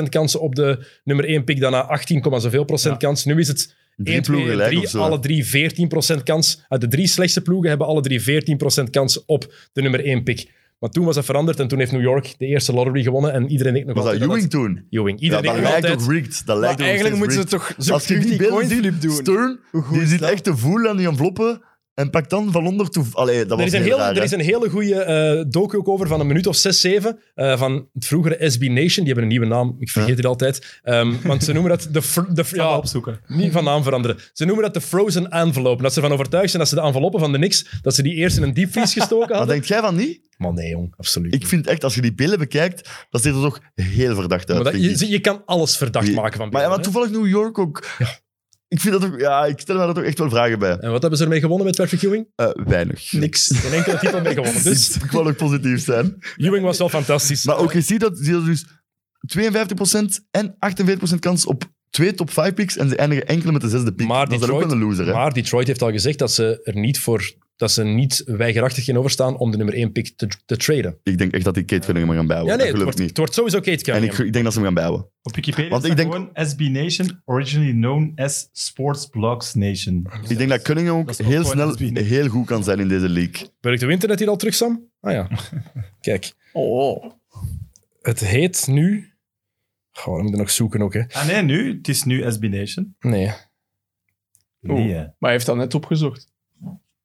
25% kansen op de nummer 1 pick. Daarna 18, komma zoveel procent kans. Nu is het...
Drie
1, 2,
ploegen gelijk
3,
of zo.
alle drie 14% kans. Uit de drie slechtste ploegen hebben alle drie 14% kans op de nummer 1 pick. Maar toen was dat veranderd en toen heeft New York de eerste lottery gewonnen en iedereen denkt nog
Was dat
altijd...
Ewing toen?
Ewing.
Ja,
Iedereen
dat
denkt nog
lijkt
altijd...
ook rigged. Dat lijkt
Maar eigenlijk moeten ze toch zo
Als je
terug
die
die
beelden ziet,
coinflip doen.
Stern, die zit echt te voelen aan die enveloppen en pakt dan van onder toe... Allee, dat
Er
was
is, een
heel
hele,
raar,
er is
hè.
een hele goede eh docu ook over van een minuut of zes, zeven eh, van het vroegere SB Nation. Die hebben een nieuwe naam, ik vergeet het altijd. Ehm, want ze noemen dat de... fr- de fr- ja,
opzoeken.
niet van naam veranderen. Ze noemen dat de frozen envelope. Dat ze ervan overtuigd zijn dat ze de enveloppen van de niks, dat ze die eerst in een diepvries
<laughs>
gestoken
Maar
hadden.
denkt jij van niet?
Maar nee, jong, absoluut
Ik vind echt, als je die beelden bekijkt, dat ziet er toch heel verdacht uit,
Maar dat-
vind ik.
je, je kan alles verdacht
Die-
maken van
Maar, ja, maar
beelden,
toevallig New York ook. Ik vind dat ook... Ja, ik stel me daar toch echt wel vragen bij.
hè. En wat hebben ze ermee gewonnen met Perfect Ewing?
Eh, weinig.
Niks.
Geen enkele titel mee gewonnen.
<laughs>
Dus
Ik wil ook positief zijn.
Ewing was wel fantastisch.
Maar ook je ziet dat ze dus 52% en 48% kans op twee top 5 picks en ze eindigen enkel met de zesde pick.
Maar
dat is dan ook
Detroit-
wel een loser, hè?
Maar Detroit heeft al gezegd dat ze er niet voor... Dat ze niet weigerachtig tegenover staan om de nummer 1 pick te, te traden.
Ik denk echt dat die Kate Cunningham gaan bijhouden.
Ja, nee,
Oh, dat
het
geloof
wordt,
ik niet.
het wordt sowieso Kate
En
Cunningham.
ik, ik denk dat ze hem gaan bijhouden.
Op Wikipedia
Want
Want
ik
ik
denk-
gewoon SB Nation, originally known as Sports Blogs Nation.
Ik denk dat Cunningham ook
Dat is ook
heel
gewoon
snel
een speed.
heel goed kan zijn in deze league.
Werkt de internet hier al terug, Sam? Ah ja. Kijk,
Oh.
het heet nu... Goh, we moeten nog zoeken ook, hè.
Ah nee, nu. Het is nu SB Nation.
Nee.
Nee, hè.
Maar hij heeft dat net opgezocht.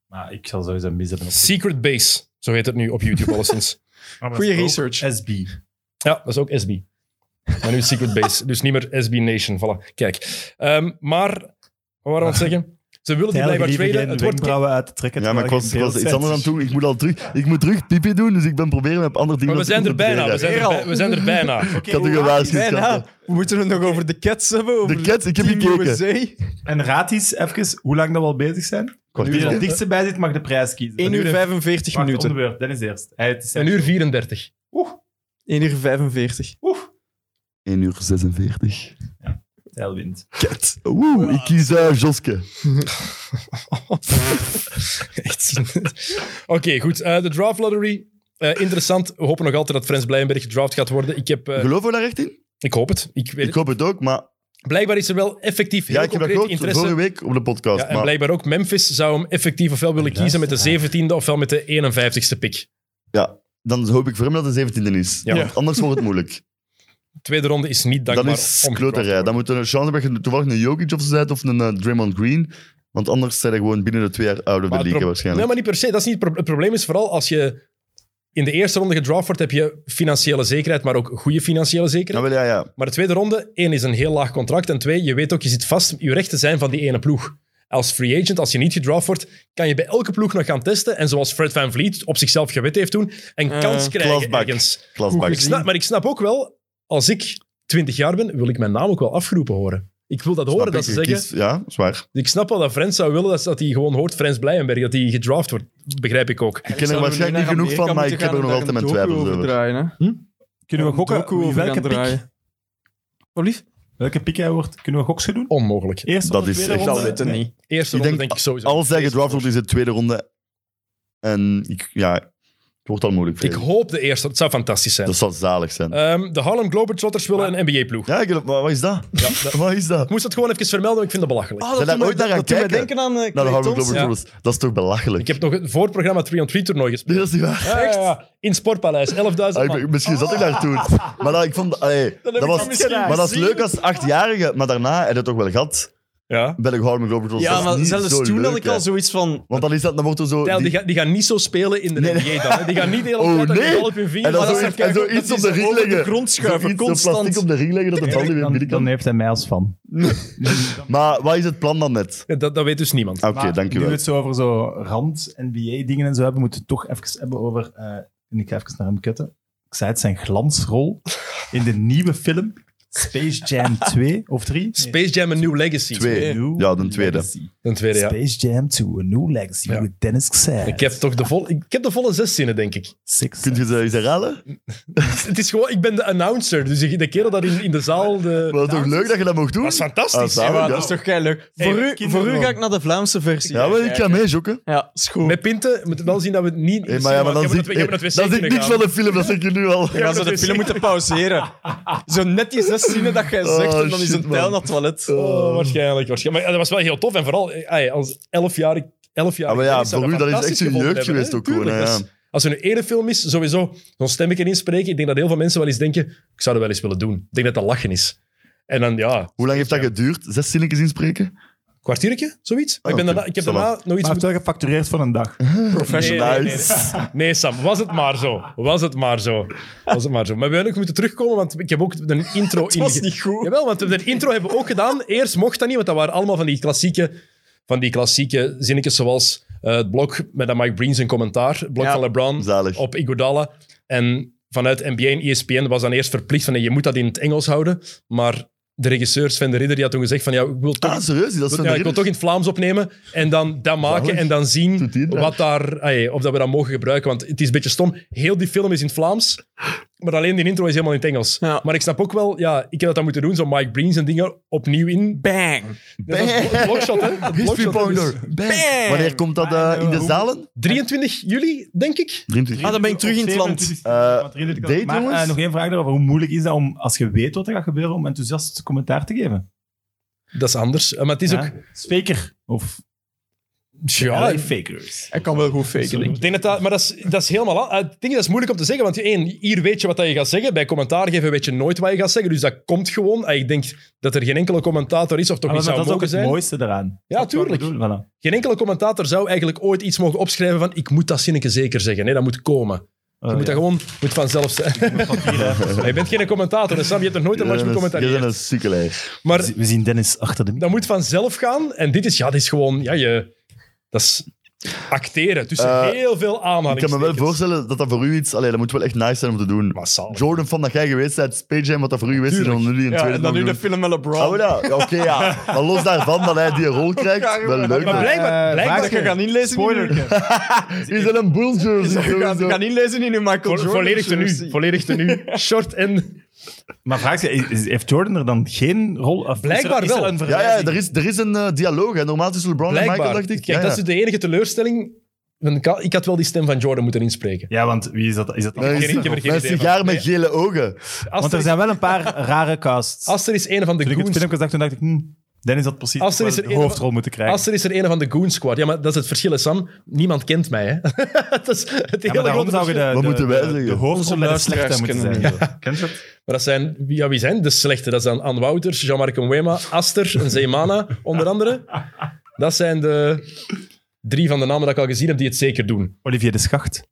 Maar ik zal sowieso mis hebben. op-
Secret Base, zo heet het nu op YouTube alleszins.
Maar
Goeie
dat is ook
research.
SB.
Ja, dat is ook SB. Maar nu is Secret Base, dus niet meer SB Nation. Voilà, kijk. Ehm, maar, wat waren we aan het zeggen? Ze willen die blijkbaar traden. Het wordt maar
uit te trekken.
Ja, maar ik
terwijl
was,
je in
was
beeld
iets
bent.
anders aan toe. Ik moet, al terug, ik moet terug pipi doen, dus ik ben proberen met andere dingen...
we zijn er bijna. We zijn er, bij- we zijn er bijna.
<laughs> Ik had u gewaarschuwd.
Bijna.
schat.
We moeten het nog over de Cats hebben. Over
De Cats, ik heb
Team
gekeken.
USA.
En raad eens even hoe lang dat we al bezig zijn. Wie er het
Kwartier.
dichtst bij zit, mag de prijs kiezen.
1 uur
en-
45
Wacht, om de
minuten.
beurt. Dennis eerst. Hij, het is
Een uur
<laughs>
34.
1 uur 45.
1 uur 46.
Tijl wint.
Kat. Oeh, ik kies eh, Joske.
Echt. Oké, goed. Eh, De draft lottery. Eh, interessant. We hopen nog altijd dat Frans Blijenberg gedraft gaat worden. Ik, heb, eh,
Geloven we daar echt in?
ik hoop het. Ik weet
Ik
het.
hoop het ook, maar...
Blijkbaar is er wel effectief heel
Ja, ik heb dat
concreet
gehoord
interesse.
vorige week op de podcast.
Ja, en
maar
blijkbaar ook Memphis zou hem effectief ofwel willen kiezen met de 17e ofwel met de 51ste pick.
ja, dan hoop ik voor hem dat het 17e is.
Ja.
Want anders wordt het
<laughs>
moeilijk.
Tweede ronde is niet dankbaar.
Dan is
om gedraft te
kloterij. Dan moeten we een chance hebben dat je toevallig een Jokic of zo bent of een eh, Draymond Green. Want anders zijn er gewoon binnen de twee jaar out of the
Maar het
league hè,
pro-
waarschijnlijk.
Nee, maar niet per se. Dat is niet het, pro- het probleem is vooral als je in de eerste ronde gedraft wordt, heb je financiële zekerheid, maar ook goede financiële zekerheid.
Nou, wel, ja, ja.
Maar de tweede ronde, één is een heel laag contract en twee, je weet ook, je zit vast, je rechten zijn van die ene ploeg. Als free agent, als je niet gedraft wordt, kan je bij elke ploeg nog gaan testen. En zoals Fred Van Vliet op zichzelf gewet heeft toen, een
Eh,
kans krijgen
klasbak.
ergens.
Klasbak.
Ik snap, maar ik snap ook wel, als ik 20 jaar ben, wil ik mijn naam ook wel afgeroepen horen. Ik wil dat horen,
Snap
dat
ik,
ze
je
zeggen...
kiest- ja, zwaar.
Ik snap wel dat Frans zou willen dat, dat hij gewoon hoort, Frans Blijenberg, dat hij gedraft wordt. Begrijp ik ook.
Ik ken er waarschijnlijk niet genoeg van, maar ik heb er nog altijd mijn twijfels over.
Kunnen we gokken wie- Eh, welke piek,
draaien? Oh, lief?
welke piek hij wordt? Kunnen we goksen doen?
Onmogelijk.
Eerst
Dat
of de
is
tweede
echt-
Ik
ronde?
zal weten niet.
Eerste
Ik
ronde
denk
denk ik sowieso.
Alles hij gedraft wordt is de tweede ronde. En ik, ja, ik wordt al moeilijk.
Ik
vrees Ik.
hoop de eerste. Het zou fantastisch zijn.
Dat zou zalig zijn.
Ehm, de Harlem Globetrotters willen een NBA-ploeg.
ja, ik, wa- wat is dat? <laughs> Wat is dat?
Ik moest dat gewoon even vermelden, want ik vind dat belachelijk.
Zijn daar Ah, ooit naar gaan
dat doet mij
kijken? Nou,
denken aan eh
Naar de
Clay
Harlem
Thompson.
Globetrotters. Dat is toch belachelijk?
Ik heb nog het voorprogramma 3-on-3-toernooi gespeeld.
Nee, dat is niet waar.
Ja, ja, ja. In Sportpaleis, 11.000
Ah, ik
man.
ben- misschien zat ik daar toen. Maar dat, ik vond, allee, dat
ik
was,
dat misschien
maar dat is
gezien.
leuk als Oh, achtjarige. Maar daarna heb je het toch wel gehad.
Ja.
Bij de Harlem
Ja,
Globetrotters. Dat is
maar
niet
zelfs
zo
toen
leuk,
had ik
hè.
al zoiets van...
Want dan is dat, dan wordt er zo...
Tijl, die,
die-
gaan, die gaan niet zo spelen in de
Nee,
NBA dan. hè. Die gaan niet de hele
Oh,
tijd dat
nee.
je bal op je vinger...
En dan
Maar dat
zo,
is
en zo
kijk,
iets
dat is-
op de ring
over de
leggen.
grond schuiven,
Zoiets, zo
constant.
plastic op de ring leggen dat de bal niet weer
Dan, dan
binnenkomt.
heeft hij mij als fan.
Maar wat is het plan dan net? Ah,
Ja, Dat, dat weet dus niemand.
Oké,
Maar
dank je
Nu we
wel.
het zo over zo rand-NBA-dingen en zo hebben, moeten we het toch even hebben over... eh, en ik ga even naar hem kutten. Ik zei het, zijn glansrol in de nieuwe film Space Jam 2 of 3.
Space Jam A New Legacy.
Twee.
New
Ja, de tweede.
Legacy.
Een tweede, ja.
Space Jam 2, A New Legacy,
Ja.
with Dennis Xer.
Ik heb toch de, vol, ik heb de volle zes zinnen, denk ik.
Six.
Kun je ze eens herhalen?
Het is gewoon... Ik ben de announcer. Dus de kerel dat in, in de zaal...
Maar
De,
het is toch leuk dat je dat mocht doen?
dat is
Ah,
fantastisch.
zalig,
Ja,
ja.
dat is toch kei leuk.
Hey,
Voor, u, voor u
kinderen.
ga ik naar de Vlaamse versie.
Ja, maar ik ga mee, Jokke.
Ja, is goed.
Met Pinten moeten we wel zien dat we het niet...
Hey, maar ja, maar dan
Ik heb
zie ik,
het- ik heb het
hey,
wc
dan zie ik
kunnen
niks
gaan.
van de film, dat zeg ik je nu al.
Dan gaan ze de film moeten pauzeren. Zo net die zes zinnen dat jij zegt
Oh,
en dan is
shit,
een pijl
man.
naar het toilet.
eh,
Oh, waarschijnlijk, waarschijnlijk. Maar ja, dat was wel heel tof. En vooral eh, ah ja, als 11 jaar. 11 jaar
Ah, maar ja, voor u, dat is echt zijn jeugd geweest ook gewoon. hè, ja.
Als er een ene film is, sowieso zo'n stemmetje inspreken. Ik denk dat heel veel mensen wel eens denken: ik zou dat wel eens willen doen. Ik denk dat dat lachen is. En dan ja,
Hoe lang heeft dat geduurd? Zes zinnetjes inspreken?
kwartiertje, zoiets. Maar ik, ben
Ah, oké.
daarna, ik heb
Ça va.
daarna nog iets.
Maar heeft
moeten-
wel gefactureerd voor een dag.
Nee, nee, nee, nee.
Nice.
Nee, Sam, was het maar zo. Was het maar zo. Was het maar zo. Maar we hebben ook moeten terugkomen, want ik heb ook een
<laughs>
intro in.
was niet goed.
Jawel, want we hebben een intro hebben we ook gedaan. Eerst mocht dat niet, want dat waren allemaal van die klassieke, van die klassieke zinnetjes zoals eh, het blok met aan Mike Breen zijn commentaar, het blok
Ja,
van LeBron
zalig.
op Iguodala. En vanuit NBA en E ESPN was dan eerst verplicht van nee, je moet dat in het Engels houden, maar de regisseur Sven de Ridder die had toen gezegd van ja, ik wil toch
Ah, serieus? Dat is van
ja, ik wil
de ridder.
toch in het Vlaams opnemen en dan dat maken en dan zien
Doet die het
wat daar, ah, ja, of dat we dat mogen gebruiken. Want het is een beetje stom. Heel die film is in het Vlaams, maar alleen die intro is helemaal in het Engels.
Ja.
Maar ik snap ook wel, ja, ik heb dat dan moeten doen, zo Mike Breen en dingen opnieuw in.
Bang.
Dat is een blo- blokshot, hè? Dat
History
blokshot, hè? Dus
Pounder. Bang. Wanneer komt dat eh, in de zalen?
23 juli, denk ik.
23.
Ah, dan ben ik terug in het land.
Eh, date,
maar eh,
jongens?
nog één vraag daarover. Hoe moeilijk is dat om, als je weet wat er gaat gebeuren, om enthousiast commentaar te geven?
Dat is anders. Eh, Maar het is
Ja?
ook...
Faker. Of
Ja,
LA fakers.
Hij kan wel goed faken, denk ik.
ik denk dat dat, maar dat is, dat is helemaal... aan- eh, Ik denk dat is moeilijk om te zeggen, want één, hier weet je wat dat je gaat zeggen. Bij commentaar geven weet je nooit wat je gaat zeggen, dus dat komt gewoon. Eh, Ik denk dat er geen enkele commentator is, of toch
Ah, maar
niet zou
dat is ook
mogen
het
zijn.
mooiste daaraan.
Ja,
Dat is wat ik
tuurlijk.
bedoel, voilà.
Geen enkele commentator zou eigenlijk ooit iets mogen opschrijven van ik moet dat zinnetje zeker zeggen. Nee, dat moet komen. je
Oh,
moet
ja.
dat gewoon moet vanzelf zijn. <laughs> Maar je bent geen commentator, hè, Sam. Je hebt nog nooit een match
Je bent
becommentarieerd.
een sukkelaar.
Maar
We zien Dennis achter de
dat moet vanzelf gaan. En dit is, ja, dit is gewoon, ja, je... Dat is acteren tussen
Eh,
heel veel
Ik kan me
aanhalingstekens.
wel voorstellen dat dat voor u iets... Allee, dat moet wel echt nice zijn om te doen.
Massaal.
Jordan, van dat jij geweest bent, Space Jam, wat dat voor u geweest is, en
Tuurlijk.
om nu die in
Ja,
tweede
en dan
te
nu de
doen.
film met LeBron.
Oh, ja. Ja, Oké, ja. Maar los daarvan dat hij die rol krijgt, wel leuk.
Maar
man.
blijkbaar, blijkbaar
Dat je gaat inlezen in je...
Is dat een Bulls jersey?
Je gaat, je gaat inlezen in je Michael
vo-
Jordan
volledig tenue.
jersey.
Volledig tenue. <laughs> Short en...
Maar vraag ze, is- is- heeft Jordan er dan geen rol? Of is
Blijkbaar
er- is er
wel.
een
Ja, ja,
verwijzing?
er is, er is een eh, dialoog. Hè. Normaal tussen LeBron en
Blijkbaar.
Michael, dacht ik.
Kijk,
Ja,
dat is
ja.
dus de enige teleurstelling. Ik had- Ik had wel die stem van Jordan moeten inspreken.
Ja, want wie is dat? Is dat
Er
heb
is
geen- ik heb er geen
een
idee van.
sigaar met gele ogen.
Want er
Asterix,
zijn wel een
<laughs>
paar rare casts.
Aster is een van de
Toen ik het
goons
filmpje zag, toen dacht ik, hm, Dennis had precies
Als er
wel
is er
de
één-
hoofdrol moeten krijgen.
Aster is er een van de Goon Squad. Ja, maar dat is het verschil, hè, Sam. Niemand kent mij, hè. <laughs> dat is het
ja,
hele
maar daarom
grote
zouden
verschil.
de,
Wat
de,
moeten wij
de,
zeggen?
de hoofdrol bij de slechte
luisteraars
moeten zijn.
kennen
Kent je dat?
Maar dat zijn... wie- Ja, wie zijn de slechte? Dat zijn Ann Wouters, Jean-Marc Nwema, Aster en Zeemana, onder andere. Dat zijn de drie van de namen dat ik al gezien heb die het zeker doen.
Olivier de Schacht.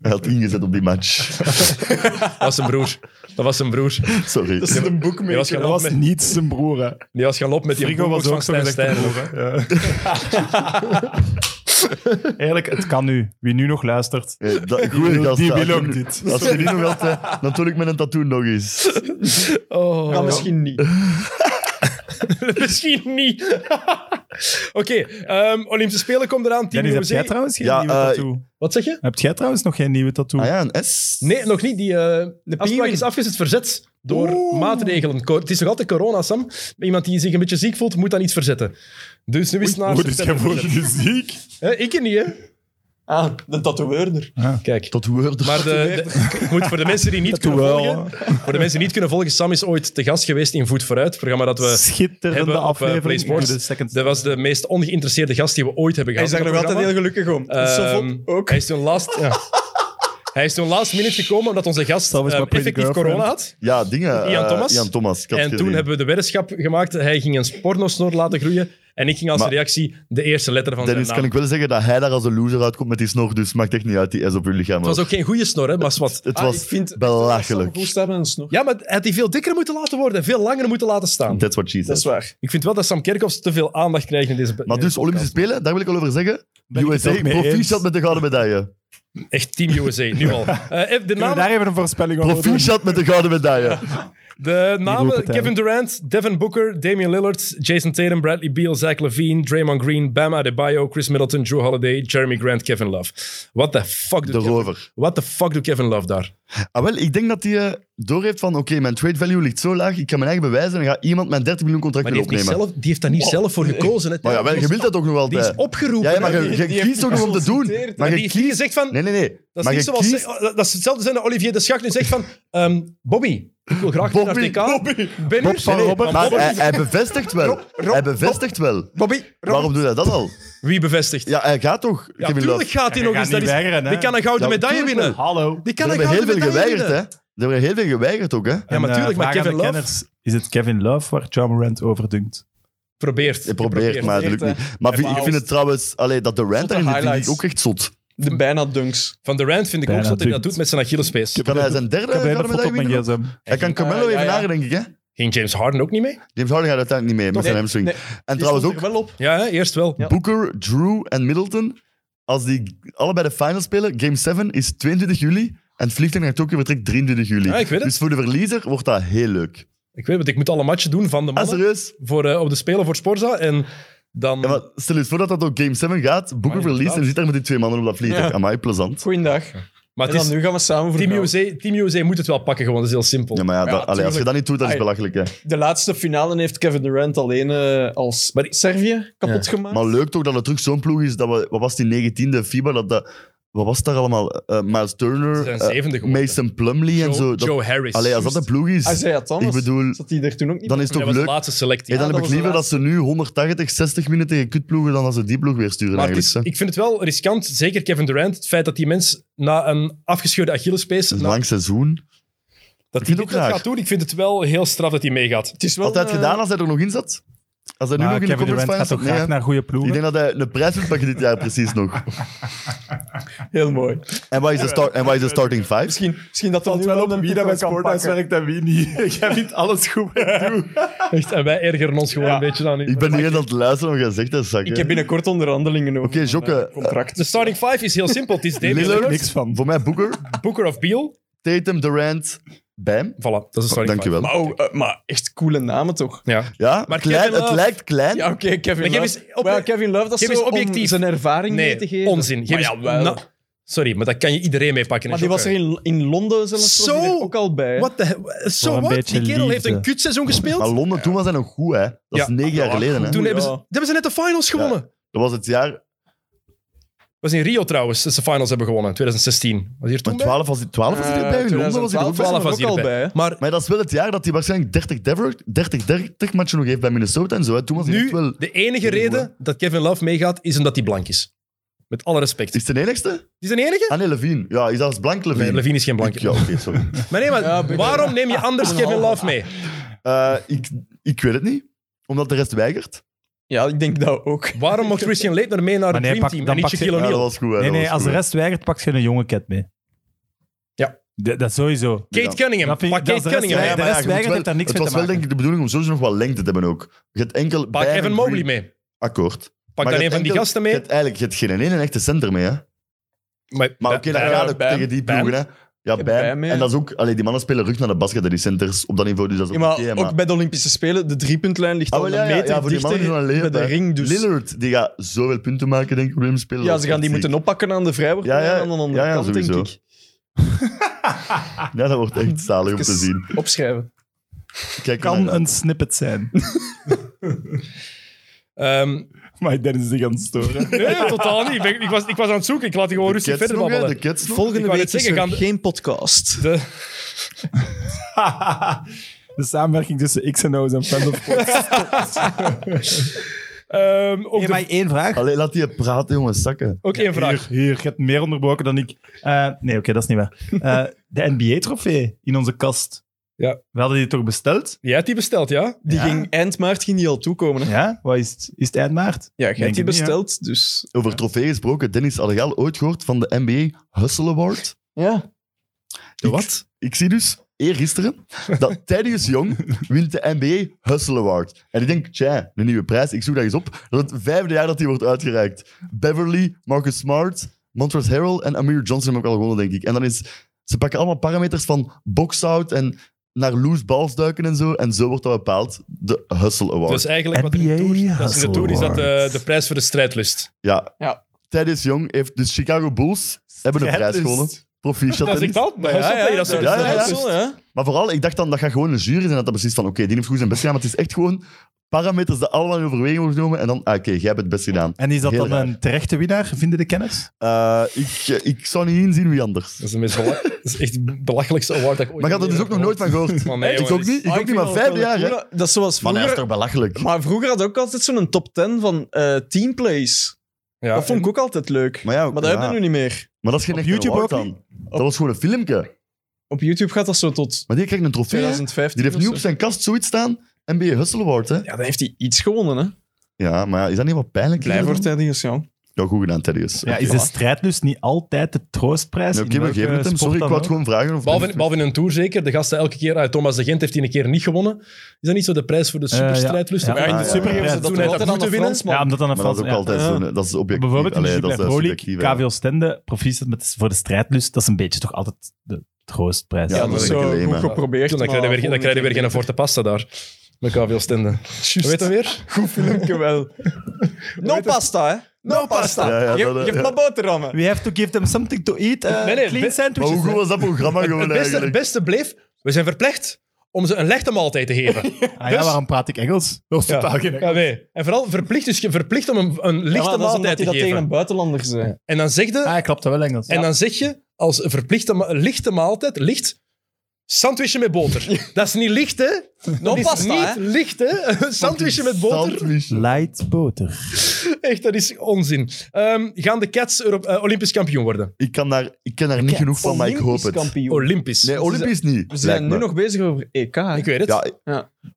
Hij had ingezet op die match. <laughs>
Dat was zijn broer. Dat was zijn broer.
Sorry.
Dat is een
Die was
boekmaker.
gaan lopen met,
niet zijn broer, hè.
die was gaan lopen met die
Frigo was
boombox
ook zo
van Stijn
gezegd de
Stijn.
<laughs> Eigenlijk, het kan nu. Wie nu nog luistert.
Eh, dat, goeie gast.
die
hè.
wil
Als je
ook
nu-
dit.
Als je die nog wilt, hè, dan doe ik met een tattoo nog eens.
Oh.
Kan misschien niet.
<laughs> Misschien niet. Oké, ehm, Olympische Spelen komt eraan. Tien
Dennis,
uur
heb jij
zee.
trouwens geen
Ja,
nieuwe
eh,
tattoo?
Wat zeg je?
Heb jij trouwens nog geen nieuwe tattoo?
Ah ja, een S.
Nee, nog niet. Die eh afspraak
pinguïn.
is afgezet, verzet door maatregelen. Co- Het is nog altijd corona, Sam. Maar Iemand die zich een beetje ziek
Ah,
voelt, moet dan iets verzetten. Dus nu is het naar
Oh, dus jij
september
wordt
verzet.
nu ziek.
Hè, Ik niet, hè?
Ah, de tatoeëerder.
Kijk.
Tot woorden.
Maar de, de- ik moet voor de mensen die niet kunnen volgen, voor de mensen die niet kunnen volgen, Sam is ooit te gast geweest in Voet Vooruit, het programma dat we
Schitterende
hebben op, eh, Play
aflevering.
Sports.
De second
Dat was de meest ongeïnteresseerde gast die we ooit hebben
Hij
gehad.
is daar
in
nog
dat
altijd heel
programma.
gelukkig om. En
Ehm,
Sofot ook.
Hij is toen last...
<laughs>
Ja. Hij is toen last minute gekomen omdat onze gast
Dat was
eh,
my pretty
effectief
girlfriend.
corona had.
Ja, dingen.
Ian
eh,
Thomas.
Ian Thomas. ik had
En
het
toen
gezien.
hebben we de weddenschap gemaakt. Hij ging een pornosnor laten groeien. En ik ging als
Maar-
reactie de eerste letter van zijn
Dennis,
naam.
kan ik wel zeggen dat hij daar als een loser uitkomt met die snor, dus maakt echt niet uit die S op uw lichaam.
Het was ook geen goede snor, hè, maar wat.
het
Ah,
was
ik vind echt dat Sam
belachelijk.
Goed staat met een snor.
Ja, maar hij had die veel dikker moeten laten worden en veel langer moeten laten staan.
That's what she
Dat is
said.
waar.
Ik vind wel dat Sam Kerkhoffs te veel aandacht krijgt in deze
Maar
in deze
dus, Olympische
podcast.
Spelen, daar wil ik al over zeggen.
Ben ik het
USA,
ook mee
proficiat
eens?
met de gouden medaille.
Echt Team USA, nu
<laughs>
al. Eh, de
Kunnen we
namen,
daar even een voorspelling over doen?
Proficiat met de gouden medaille.
de namen
roepen het, hè.
Kevin Durant, Devin Booker, Damian Lillard, Jason Tatum, Bradley Beal, Zach Levine, Draymond Green, Bam Adebayo, Chris Middleton, Drew Holiday, Jeremy Grant, Kevin Love. What the fuck doet
De
Kevin,
rover.
what the fuck doet Kevin Love daar?
Ah, wel, ik denk dat hij eh, doorheeft van, oké, mijn trade value ligt zo laag, ik kan mijn eigen bewijzen en dan gaat iemand mijn 30 miljoen contract
Maar
weer
die heeft, niet
opnemen.
zelf, die heeft daar niet zelf voor gekozen. hè.
Maar ja, wel, je wilt dat ook nog wel.
die is opgeroepen.
Ja, ja, maar
hè.
je, je kiest ook nog om te doen.
Maar
Maar
die
je
heeft niet
kiest...
gezegd van...
Nee, nee, nee.
Dat is,
maar
niet
je
zoals,
kiest...
dat is hetzelfde zijn dat Olivier de Schacht nu zegt van... ehm, Bobby, ik wil graag
Bobby,
naar TK. Ben
Bob van
Nee, nee,
Robben.
maar
Maar
Bobby-
hij, hij bevestigt wel. Hij bevestigt wel.
Bobby,
Waarom doet hij dat al?
Wie bevestigt?
Ja, hij gaat toch.
Ja,
Kevin
tuurlijk
Love.
gaat hij nog
gaat
eens. Dat
niet
is-
weigeren, hè.
die kan een gouden
Ja,
medaille
tuurlijk
winnen.
Hallo.
Die kan
Er
een
hebben heel
gouden
veel
medaille
geweigerd, hè.
winnen.
Er hebben heel veel geweigerd ook, hè.
Ja, maar
En, eh,
tuurlijk. Maar
vraag aan
Kevin
de
Love
kenners, Is het Kevin Love waar John Morant over dunkt?
probeert.
Je probeert, maar het lukt
Echt,
niet. Maar vind- ik vind het trouwens... Allee, dat de rant
Zotte
daarin zit, vind ik
highlights.
ook echt zot.
De bijna dunks.
Van Durant vind ik ook
Bijna
dat hij dat
natuurlijk.
doet met zijn Achillespees.
Kan hij zijn
Ik
derde
heb even
gouden
een foto
medaille
op mijn
winnen?
gsm.
Hij kan Carmelo
Ah, ja,
even
ja.
nadenken, denk ik, hè.
Ging James Harden ook niet mee?
James Harden gaat uiteindelijk niet mee met zijn hamstring.
nee.
En
Die
trouwens
stond
ook,
er wel op.
Ja, hè, eerst wel.
Ja.
Booker, Drew en Middleton, als die allebei de final spelen, game 7 is 22 juli en het vliegtuig naar Tokio vertrekt 23 juli.
Ja, ik weet het.
Dus voor de verliezer wordt dat heel leuk.
Ik weet het, ik moet alle matchen doen van de
Ah,
mannen
serieus?
voor, eh, op de Spelen voor Sporza. En dan...
Ja, maar stel eens voor dat dat ook game 7 gaat, Booker
Maar
verliest en
inderdaad.
zit daar met die twee mannen op dat vliegtuig.
Ja.
Amai, plezant.
Goeiedag.
maar het
En dan
is...
nu gaan we samen voor
Team
vrouw.
USA, Team USA moet het wel pakken gewoon. Dat is heel simpel.
Ja, maar ja, dat- allee, als je
tuurlijk.
dat niet doet, dat is
Ah, ja.
belachelijk. Hè.
De laatste finale heeft Kevin Durant alleen eh, als
Maar-
Servië kapot gemaakt.
Maar leuk toch dat het terug zo'n ploeg is dat we, wat was die 19e FIBA, dat, dat, wat was daar allemaal? Eh Miles
Ze
Turner,
zijn
eh,
zevende geworden.
Mason Plumlee en
Joe,
zo. Dat,
Joe Harris.
allee, als dat een ploeg is,
Isaiah Thomas,
Ik bedoel,
zat hij er toen ook niet
dan is het
Hij
toch
was de
leuk.
laatste selectie.
Hey, dan
Ja,
heb ik
dat was
liever
de
dat ze nu 180, 60 minuten tegen kutploegen dan dat ze die ploeg weer sturen.
Maar het
eigenlijk.
is- ik vind het wel riskant, zeker Kevin Durant, het feit dat die mens na een afgescheurde Achillespees,
hè. Het is
na-
een lang seizoen.
dat
ik
hij
vind
dit
ook
nog
raar.
gaat doen, ik vind het wel heel straf dat hij meegaat.
Het is wel,
Had hij het
eh,
gedaan als hij er nog in zat? Als hij nu
Maar
nog in
Nou, Ah, Kevin
de conference
Durant gaat toch
finals zat? Nee, hè.
graag naar goede
Ik
ploegen?
denk dat hij een prijs wil pakken dit jaar precies nog.
Heel mooi.
En wat is de, start, en wat is de starting five?
Misschien, misschien dat dat nu wel een titel kan pakken.
werkt en wie niet. Jij vindt alles goed.
eh,
Echt, en wij ergeren ons gewoon een beetje aan.
Ik ben niet eens aan het luisteren wat jij zegt, hè, Zak. hè.
Ik heb binnenkort onderhandelingen over
Oké, Jokke.
De
contracten.
starting five is heel simpel. Het is Damian
Lillard,
Lillard,
Niks van.
Voor mij
<laughs>
Booker,
Booker of Beal.
Tatum, Durant, Bam.
Voilà, dat is de starting
Dankjewel.
five.
Maar, oh, eh, maar echt coole namen toch?
Ja.
Ja,
Maar
klein,
Kevin
het
Love-
lijkt klein.
Ja, oké,
Maar
Kevin
geef
Love.
eens op-
Wel, Kevin Love, dat is
geef eens
zo om
objectief.
zijn ervaring mee te
Nee,
geven.
onzin. Geef
Maar
eens-
jawel.
Nou, sorry, maar dat kan je iedereen meepakken.
Maar die was er in, in Londen zelfs was
Zo-
die er ook al bij. hè.
Wat de...
Voor
Zo
een
wat? Die
beetje
kerel heeft
liefde.
een kutseizoen gespeeld.
Maar Londen, toen was hij nog goed, hè. Dat is
Ja.
negen jaar geleden, hè.
Toen
Ja.
hebben ze, hebben ze net de finals gewonnen.
Dat was het jaar...
Dat was in Rio trouwens, dat ze finals hebben gewonnen. 2016. Was hier
Maar
toen bij?
12 was hij 12 was hij erbij. In Londen was hij er ook bij.
12
2012
was
was ook al
hierbij.
bij. hè.
Maar
Maar dat is wel het jaar dat hij waarschijnlijk 30 Dever- 30, 30 matchen nog heeft bij Minnesota en zo. hè. Toen was hij
nu,
echt wel...
de enige reden dat Kevin Love meegaat, is omdat hij blank is. Met alle respect.
Is het de enigste?
Is hij de enige?
Ah nee, Levine. Ja, is dat als blank Levine?
Nee, Levine is geen blanke.
Ik- Ja, oké,
<laughs>
sorry.
Maar nee, maar
Ja, ben-
waarom neem je anders Kevin Love mee?
Eh, ik, ik weet het niet. Omdat de rest weigert.
Ja, ik denk dat ook.
Waarom mocht Christian Leitner mee naar
Maar
het
nee,
Dream
pak-
Team
dan
en niet
pak je-
Shaquille
Ja, dat
O'Neal?
was goed. hè,
Nee,
dat
nee,
was
als de
goed, hè.
rest weigert, pak je een jonge cat mee.
Ja.
Dat, dat sowieso.
Kate Cunningham.
Dat vind ik-
pak
dat
Kate
is de rest-
Cunningham
Ja,
mee.
maar
de rest
je moet
weigert heeft daar
Het
niks mee
was
te
wel
maken.
denk ik de bedoening om sowieso nog wat lengte te hebben ook. Je hebt enkel...
Pak
Byron
Evan Mobley
Green-
mee.
Akkoord.
Pak
Maar
dan
je
een van die
hebt enkel-
gasten
Je
mee.
hebt eigenlijk je hebt geen ene echte center mee, hè. Maar oké, dan
Bam,
gaat het
Bam,
tegen die
Bam.
ploegen, hè. Ja, Bam.
Bam, ja.
En dat is ook... Allee, die mannen spelen rug naar de basket, hè, die centers, op dat niveau. Dus dat is
Ja,
ook
maar
oké, maar...
ook bij de Olympische Spelen, de driepuntlijn ligt
Ah,
al
wel,
een
ja, ja,
meter
ja, voor die
dichter
mannen is dat een leven,
bij de
hè.
ring. Dus
Lillard, die gaat zoveel punten maken, denk ik, voor hem spelen.
ja,
Dat
ze
is
gaan die
echt
moeten
ziek.
oppakken aan de vrijworplijn
Ja, ja.
en aan de andere
Ja, ja,
kant,
sowieso.
denk ik.
Ja, dat wordt echt zalig om te
Even
zien.
Opschrijven.
Kijk eh,
kan
naar-
een snippet zijn.
Ehm,
<laughs> Maar Dennis zich aan het storen.
Nee, totaal niet. Ik, ben- ik was, ik was aan het zoeken. Ik laat die gewoon
De
rustig
kids
verder
nog, hè,
babbelen.
de kids nog.
Ik
Volgende
wou net
week is
zeggen,
er
gaan de-
geen podcast.
De-
De samenwerking tussen Xeno's en Fandom
ehm, ook de-
één vraag.
Allee, laat die praten, jongen, zakken.
ook één vraag.
Hier, hier, je hebt meer onderbroken dan ik. Eh, nee, oké, dat is niet waar. Eh, de NBA-trofee in onze kast.
Ja.
We hadden die toch besteld?
Jij hebt die besteld, ja?
Die
Ja.
ging eind maart ging die al toekomen. Hè?
Ja? Wat is het? Is het eind maart?
Ja,
Denk
jij hebt die
het niet, hè?
besteld, dus...
Over trofee gesproken, Dennis, had jij al ooit gehoord van de NBA Hustle Award?
Ja.
De wat? Ik zie dus eergisteren
<laughs>
dat Thaddeus Jong wint de NBA Hustle Award. En ik denk, tja, een nieuwe prijs. Ik zoek dat eens op. Dat is het vijfde jaar dat die wordt uitgereikt. Beverly, Marcus Smart, Montrezl Harrell en Amir Johnson hebben ook al gewonnen, denk ik. En dan is... Ze pakken allemaal parameters van box-out en naar loose balls duiken en zo. En zo wordt dat bepaald, de Hustle Award.
Dus eigenlijk wat er in de
NBA
tour, dat is, in de
Hustle
tour is dat de,
Awards.
de prijs voor de strijdlust.
Ja.
Ja.
Thaddeus Jong heeft... Dus Chicago Bulls hebben een prijs
Strijdlust.
gewonnen.
<laughs>
Proficiat,
Dat is
Dennis.
echt al. Maar ja, ja, dat is
ja, ja, ja.
zo.
zo, ja.
Maar vooral, ik dacht dan, dat gaat gewoon een jury zijn dat dat precies van, oké, die heeft goed zijn best gedaan, maar het is echt gewoon parameters die allemaal in overweging worden genomen en dan, ah, oké, jij hebt het best gedaan.
En is dat
Heel
dan
raar.
een terechte winnaar, vinden de kenners?
Eh, ik, eh, ik zou niet inzien wie anders.
Dat is, de meest bela- dat is echt het belachelijkste award dat ik ooit
Maar ik had er dus ook nog nooit van gehoord.
Maar <laughs> nee,
ik
jongens.
ook niet, ik
Ah,
ook
ik
niet,
vind
maar
dat
vijf
wel
jaar,
een
hè.
coole- Dat is zoals
Maar hij is
vroeger...
toch belachelijk.
Maar vroeger had ik ook altijd zo'n top 10 van eh teamplays.
Ja,
dat vond ik ook altijd leuk.
Maar ja, ook-
maar dat
ja.
hebben we nu niet meer.
Maar dat is geen
Op
echte
YouTube
award
ook
dan. Dat was gewoon een filmpje.
Op YouTube gaat dat zo tot
Maar die krijgt een trofee, hè.
2015.
Die heeft nu
of
op
zo.
zijn kast zoiets staan, NBA Hustle Award, hè.
Ja, dan heeft hij iets gewonnen, hè.
Ja, maar ja, is dat niet wat pijnlijk?
Blij voor
Ja,
Thaddeus Young.
goed gedaan, Thaddeus.
Ja,
Oké.
is de strijdlust niet altijd de troostprijs?
Ja,
in
Oké, we
welke
geven het hem.
sport
Sorry, ik
eh, dan
wou het
ook?
gewoon vragen. Of
Behalve, behalve in een tour zeker. De gasten elke keer. ah, Thomas de Gent heeft die een keer niet gewonnen. Is dat niet zo de prijs voor de
Eh, ja.
superstrijdlust?
Ja,
Maar
in de
geven
super
ze
dat
toen
toch
hij
altijd
dat
aan
moeten
de
winnen.
Fransman.
Ja, omdat dan een
Maar dat is ook
Frans- ja.
altijd
Ja.
zo'n... Dat is objectief.
Bijvoorbeeld in de
Allee, dat is
Jupiler Pro League,
subjectief, hè.
KVO Stende, proficiat met, voor de strijdlust, dat is een beetje toch altijd de troostprijs.
Ja,
Ja,
dat
dat is
is
zo
leem,
goed
hè.
geprobeerd.
Toen, dan krijg je
maar
weer, dan krijg je weer geen forte pasta daar. Met KVL Stende. Weet je weer? <laughs>
Goed filmpje wel. No pasta, hè. No pasta.
Ja, ja,
Geef-
dat- eh,
geef
ja.
maar boterhammen.
We have to give them something to eat. eh,
Nee, nee,
clean
be-
Maar hoe
sandwiches.
goed was dat programma
Het
gewoon
beste, het
eigenlijk?
beste bleef, we zijn verplicht om ze een lichte maaltijd te geven.
Ah ja,
Dus-
waarom praat ik Engels? Dat is totaal geen
Ja, nee. En vooral verplicht, dus je verplicht om een, een
Ja, maar
lichte
dat is omdat
maaltijd
hij
te
dat tegen
geven.
een buitenlander zei.
En dan zeg je,
Ah, hij klapte wel Engels.
en dan zeg je als een verplichte ma- lichte maaltijd, licht, sandwichje met boter. Dat is niet licht, hè? Dat
No
is
pasta,
niet
hè.
licht, hè? Een sandwichje met boter.
Sandwich.
Light boter.
<laughs> Echt, dat is onzin. Ehm, gaan de Cats Euro- eh, Olympisch kampioen worden?
Ik, kan daar, ik ken daar niet genoeg van, maar ik hoop
Olympisch
het.
kampioen.
Olympisch.
Nee, Olympisch niet.
We zijn
lijkt
nu
me.
nog bezig over EK. hè.
Oh, Ik weet het.
Ja, ik-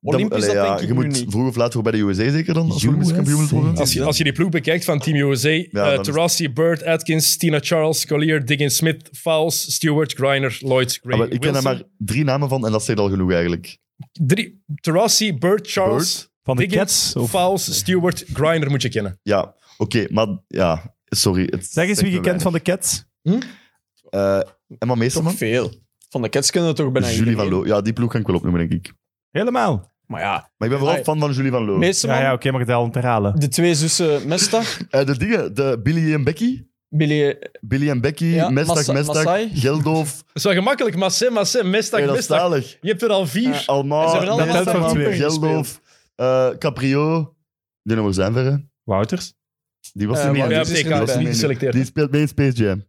Olympisch,
allee,
dat
ja,
denk ik nu
je moet
niet.
vroeg of laat voor bij de USA zeker dan, als Olympisch kampioen wilt worden.
Als je, als je die ploeg bekijkt van Team USA, eh,
dat is-
Terrassi, Bird, Atkins, Tina Charles, Collier, Diggins, Smith, Fowles, Stewart, Griner, Lloyd, Gray,
Ah, wel, ik ken daar
Wilson.
maar drie namen van en dat zegt al genoeg eigenlijk.
Drie, Terrassi, Bird, Charles,
Van de
Diggins,
Cats? Of...
Fowles, Stewart, Griner moet je kennen.
Ja, oké, maar ja, sorry. Het
Zeg eens
zegt
wie je
me
kent van
weinig.
de Cats.
Eh, Emma Meesterman?
Toch veel. Van de Cats kunnen we toch bijna
Julie van
iedereen.
Loo. Ja, die ploeg kan ik wel opnoemen, denk ik.
Helemaal.
Maar ja,
Maar ik ben vooral
Ah,
fan van Julie van Loo.
Meesterman,
Ja, ja oké, maar ik het al te herhalen.
de twee zussen Mestag,
Eh, de dingen, de Billy en Becky.
Billy...
Oh,
Billy en Becky,
Ja,
Mestag,
Massa-
Mestag,
Massai.
<laughs>
<laughs>
Geldoof,
Dat is wel gemakkelijk. Massé, Massé, Mestak, Mestak.
Nederlandstalig.
Je hebt er al vier.
Ja.
Alma,
Ze hebben allemaal
Mestak,
samen
Massai,
gespeeld.
Geldoof, eh, Caprio. Die nummer zijn verre.
Wouters.
Die was
Eh,
er niet.
maar
aan.
ja,
die
Die
is
TK
niet
was
is
er
bij.
niet
niet aan.
geselecteerd.
Die speelt mee in Space Jam.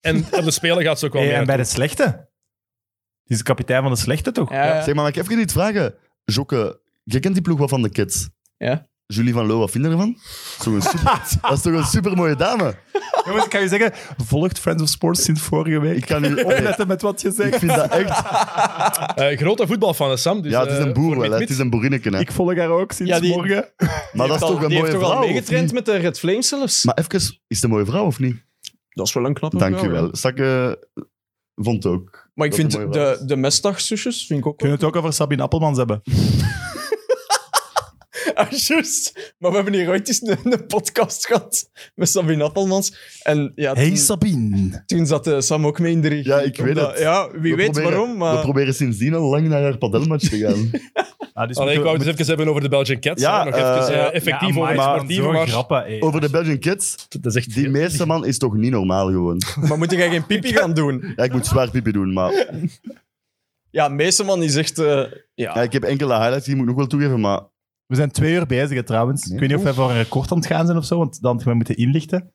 En op de Spelen gaat ze ook wel
Hey,
mee.
en bij de slechte? Die is de kapitein van de slechte, toch?
Ja, ja.
Zeg maar, mag ik even iets vragen? Jokke, jij kent die ploeg wel van de kids.
Ja.
Julie van Loo, wat vind je ervan? Dat is toch een
<laughs>
super- Dat is toch een supermooie dame?
Jongens, ik kan je zeggen, volgt Friends of Sports sinds vorige
Ik
week.
kan
<laughs>
nu... allee,
Opletten met wat je
ik
zegt.
vind dat echt...
Eh, grote voetbalfan, hè, Sam. Dus,
Ja, het is
eh,
een boer
voor
wel, hè.
Mit
het
Mit.
is een boerinneke. Hè.
Ik volg haar ook sinds
Ja, die-
morgen.
Maar dat is toch een
die
mooie
heeft toch
vrouw?
al
of
meegetraind
niet?
met de Red Flames zelfs.
Maar even, is het een mooie vrouw of niet?
dat is wel een knappe
Dank
vrouw,
je
hè.
wel. Sakke vond ook.
Maar ik
Dat
vind
is een mooie
de, de Mestag-zusjes vind ik ook...
Kunnen we het ook over Sabine Appelmans hebben?
<laughs> Ah, juist. Maar we hebben hier ooit eens een, een podcast gehad met Sabine Appelmans. En ja, toen,
Sabine.
toen zat eh, Sam ook mee in de ring.
Ja, ik weet het.
Ja, wie
We
weet
proberen-
waarom,
We
maar...
proberen sindsdien al lang naar haar padelmatch te
<laughs>
gaan.
Ah,
Allee, ik
dus moeten we-
wou het eens even hebben over de Belgian Cats.
Ja,
hè. nog
eh,
even eh,
ja,
effectief
amai,
over het
maar
sportieve,
zo'n
maar...
grappen, ey.
Over de Belgian Kids,
Dat is echt...
die meeste man is toch niet normaal gewoon.
Maar moet jij geen pipi gaan
<laughs>
doen?
Ja, ik moet zwaar pipi doen, maar
Ja, Meeseman is echt... eh, ja.
ja, ik heb enkele highlights die moet ik nog wel toegeven, maar
We zijn twee uur bezig hè, trouwens. Ik weet niet of wij voor een record aan het gaan zijn of zo, want dan gaan we moeten inlichten.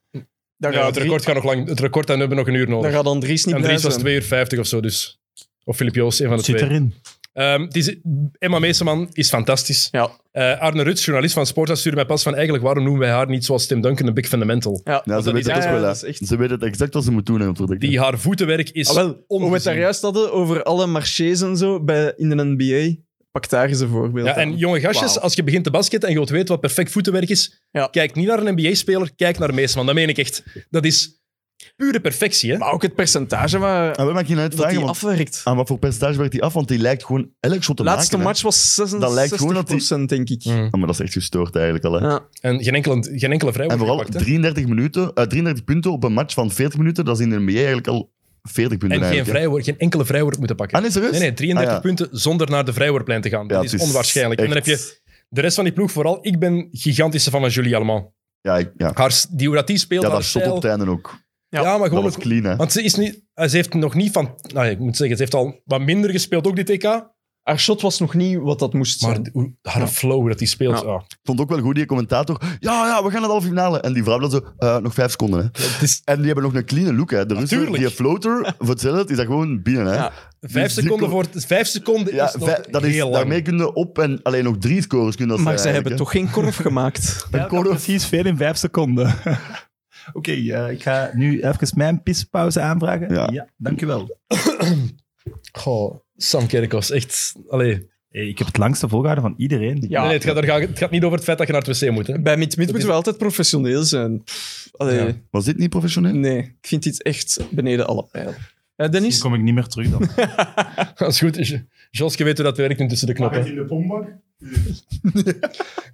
Daar
Ja,
gaat
Eh, het, record gaat nog lang, het record aan hebben nog een uur
Drie, daar
nodig.
gaat dan Dries niet
en
bij
Dries was
zijn.
2 uur 50 of zo, dus. Of Filip Joos, een van de
Zit
twee.
erin.
Ehm, het is, Emma Meeseman is fantastisch.
Ja.
Eh, Arne Ruts, journalist van Sportza, stuurde mij pas van eigenlijk waarom noemen wij haar niet zoals Tim Duncan een big fundamental.
Ja.
Ja, ze
dat
weten
is-
het
ja,
ook wel.
ja,
hè.
dat is echt-
Ze weten het exact wat ze moeten doen in het product.
Die haar voetenwerk is...
Ah, wel, hoe we het daar juist hadden over alle marchés en zo bij, in de NBA, pak daar eens een voorbeeld
ja,
aan.
en jonge gastjes,
Wauw.
als je begint te basketten en je wilt weten wat perfect voetenwerk is,
Ja.
kijk niet naar een NBA-speler, kijk naar Meeseman. Dat meen ik echt. Dat is pure perfectie, hè?
Maar ook het percentage waar,
En we maken geen
dat
nou uitvragen,
hij
Ah, want
afwerkt.
aan wat voor percentage werkt die af? Want die lijkt gewoon elk shot te
Laatste
maken. hè.
match was 66
Dat lijkt gewoon dat die-
denk ik.
Mm.
Ah, maar dat is echt gestoord eigenlijk al. Hè.
Ja.
En geen enkele, geen enkele vrijwoord
En vooral
gepakt, hè.
33, minuten, eh, 33 punten op een match van 40 minuten, dat is in de NBA eigenlijk al 40
En
punten.
geen,
eigenlijk, hè.
vrijwoord, geen enkele vrijwoord moeten pakken.
Ah, nee, serieus?
Nee, nee, 33
Ah, ja.
punten zonder naar de vrijwoordplein te gaan. Dat
Ja,
is,
het is
onwaarschijnlijk. En dan heb
echt-
je de rest van die ploeg, vooral ik ben gigantische fan van Julie Allemand.
Ja, ik- ja.
Haar, s- die, hoe dat die speelt,
ja
haar
dat shot
stijl.
op het einde ook.
ja. maar
Dat
gewoon...
was
ook-
clean, hè.
want ze, is niet, ze heeft nog niet van... Nou, ik moet zeggen, ze heeft al wat minder gespeeld, ook die TK.
Haar shot was nog niet wat dat moest
Maar
zijn.
hoe- haar flow, hoe dat die speelt.
Ja.
ah.
Ik vond ook wel goed, die commentator. Ja, ja, we gaan naar de halve finale. En die vrouw dan zo, eh, nog vijf seconden. Hè. En die hebben nog een clean look. Hè. De Russen,
Natuurlijk.
die
<laughs>
floater, voor hetzelfde is dat gewoon binnen. Hè.
Ja.
Vijf,
die
seconden
ko-
voor, vijf seconden
Ja,
is nog
vij- dat is,
heel lang.
daarmee kunnen op en alleen nog drie scores kunnen dat
Maar
zijn
zij hebben
eigenlijk,
toch geen
<laughs>
korf gemaakt.
Ja, dat is precies veel in vijf seconden. <laughs> Oké, eh, ik ga nu even mijn pispauze aanvragen.
Ja.
dankjewel.
Goh, Sam Kerkhoffs, echt... Allee.
Hey, ik heb het langste volgehouden van iedereen.
Ja.
Nee, nee, het, gaat, er gaan- het gaat niet over het feit dat je naar het wc moet. Hè. <laughs>
Bij Mid-Mid moeten we altijd professioneel zijn. Pff, allee,
Ja.
hè. Was dit niet professioneel?
Nee, ik vind dit echt beneden alle pijl. Ja,
Dan
Dennis?
kom ik niet meer terug <laughs> dan.
Dat is goed. Jo- Joske weet hoe dat werkt nu tussen de knoppen.
in de pombak?
<laughs>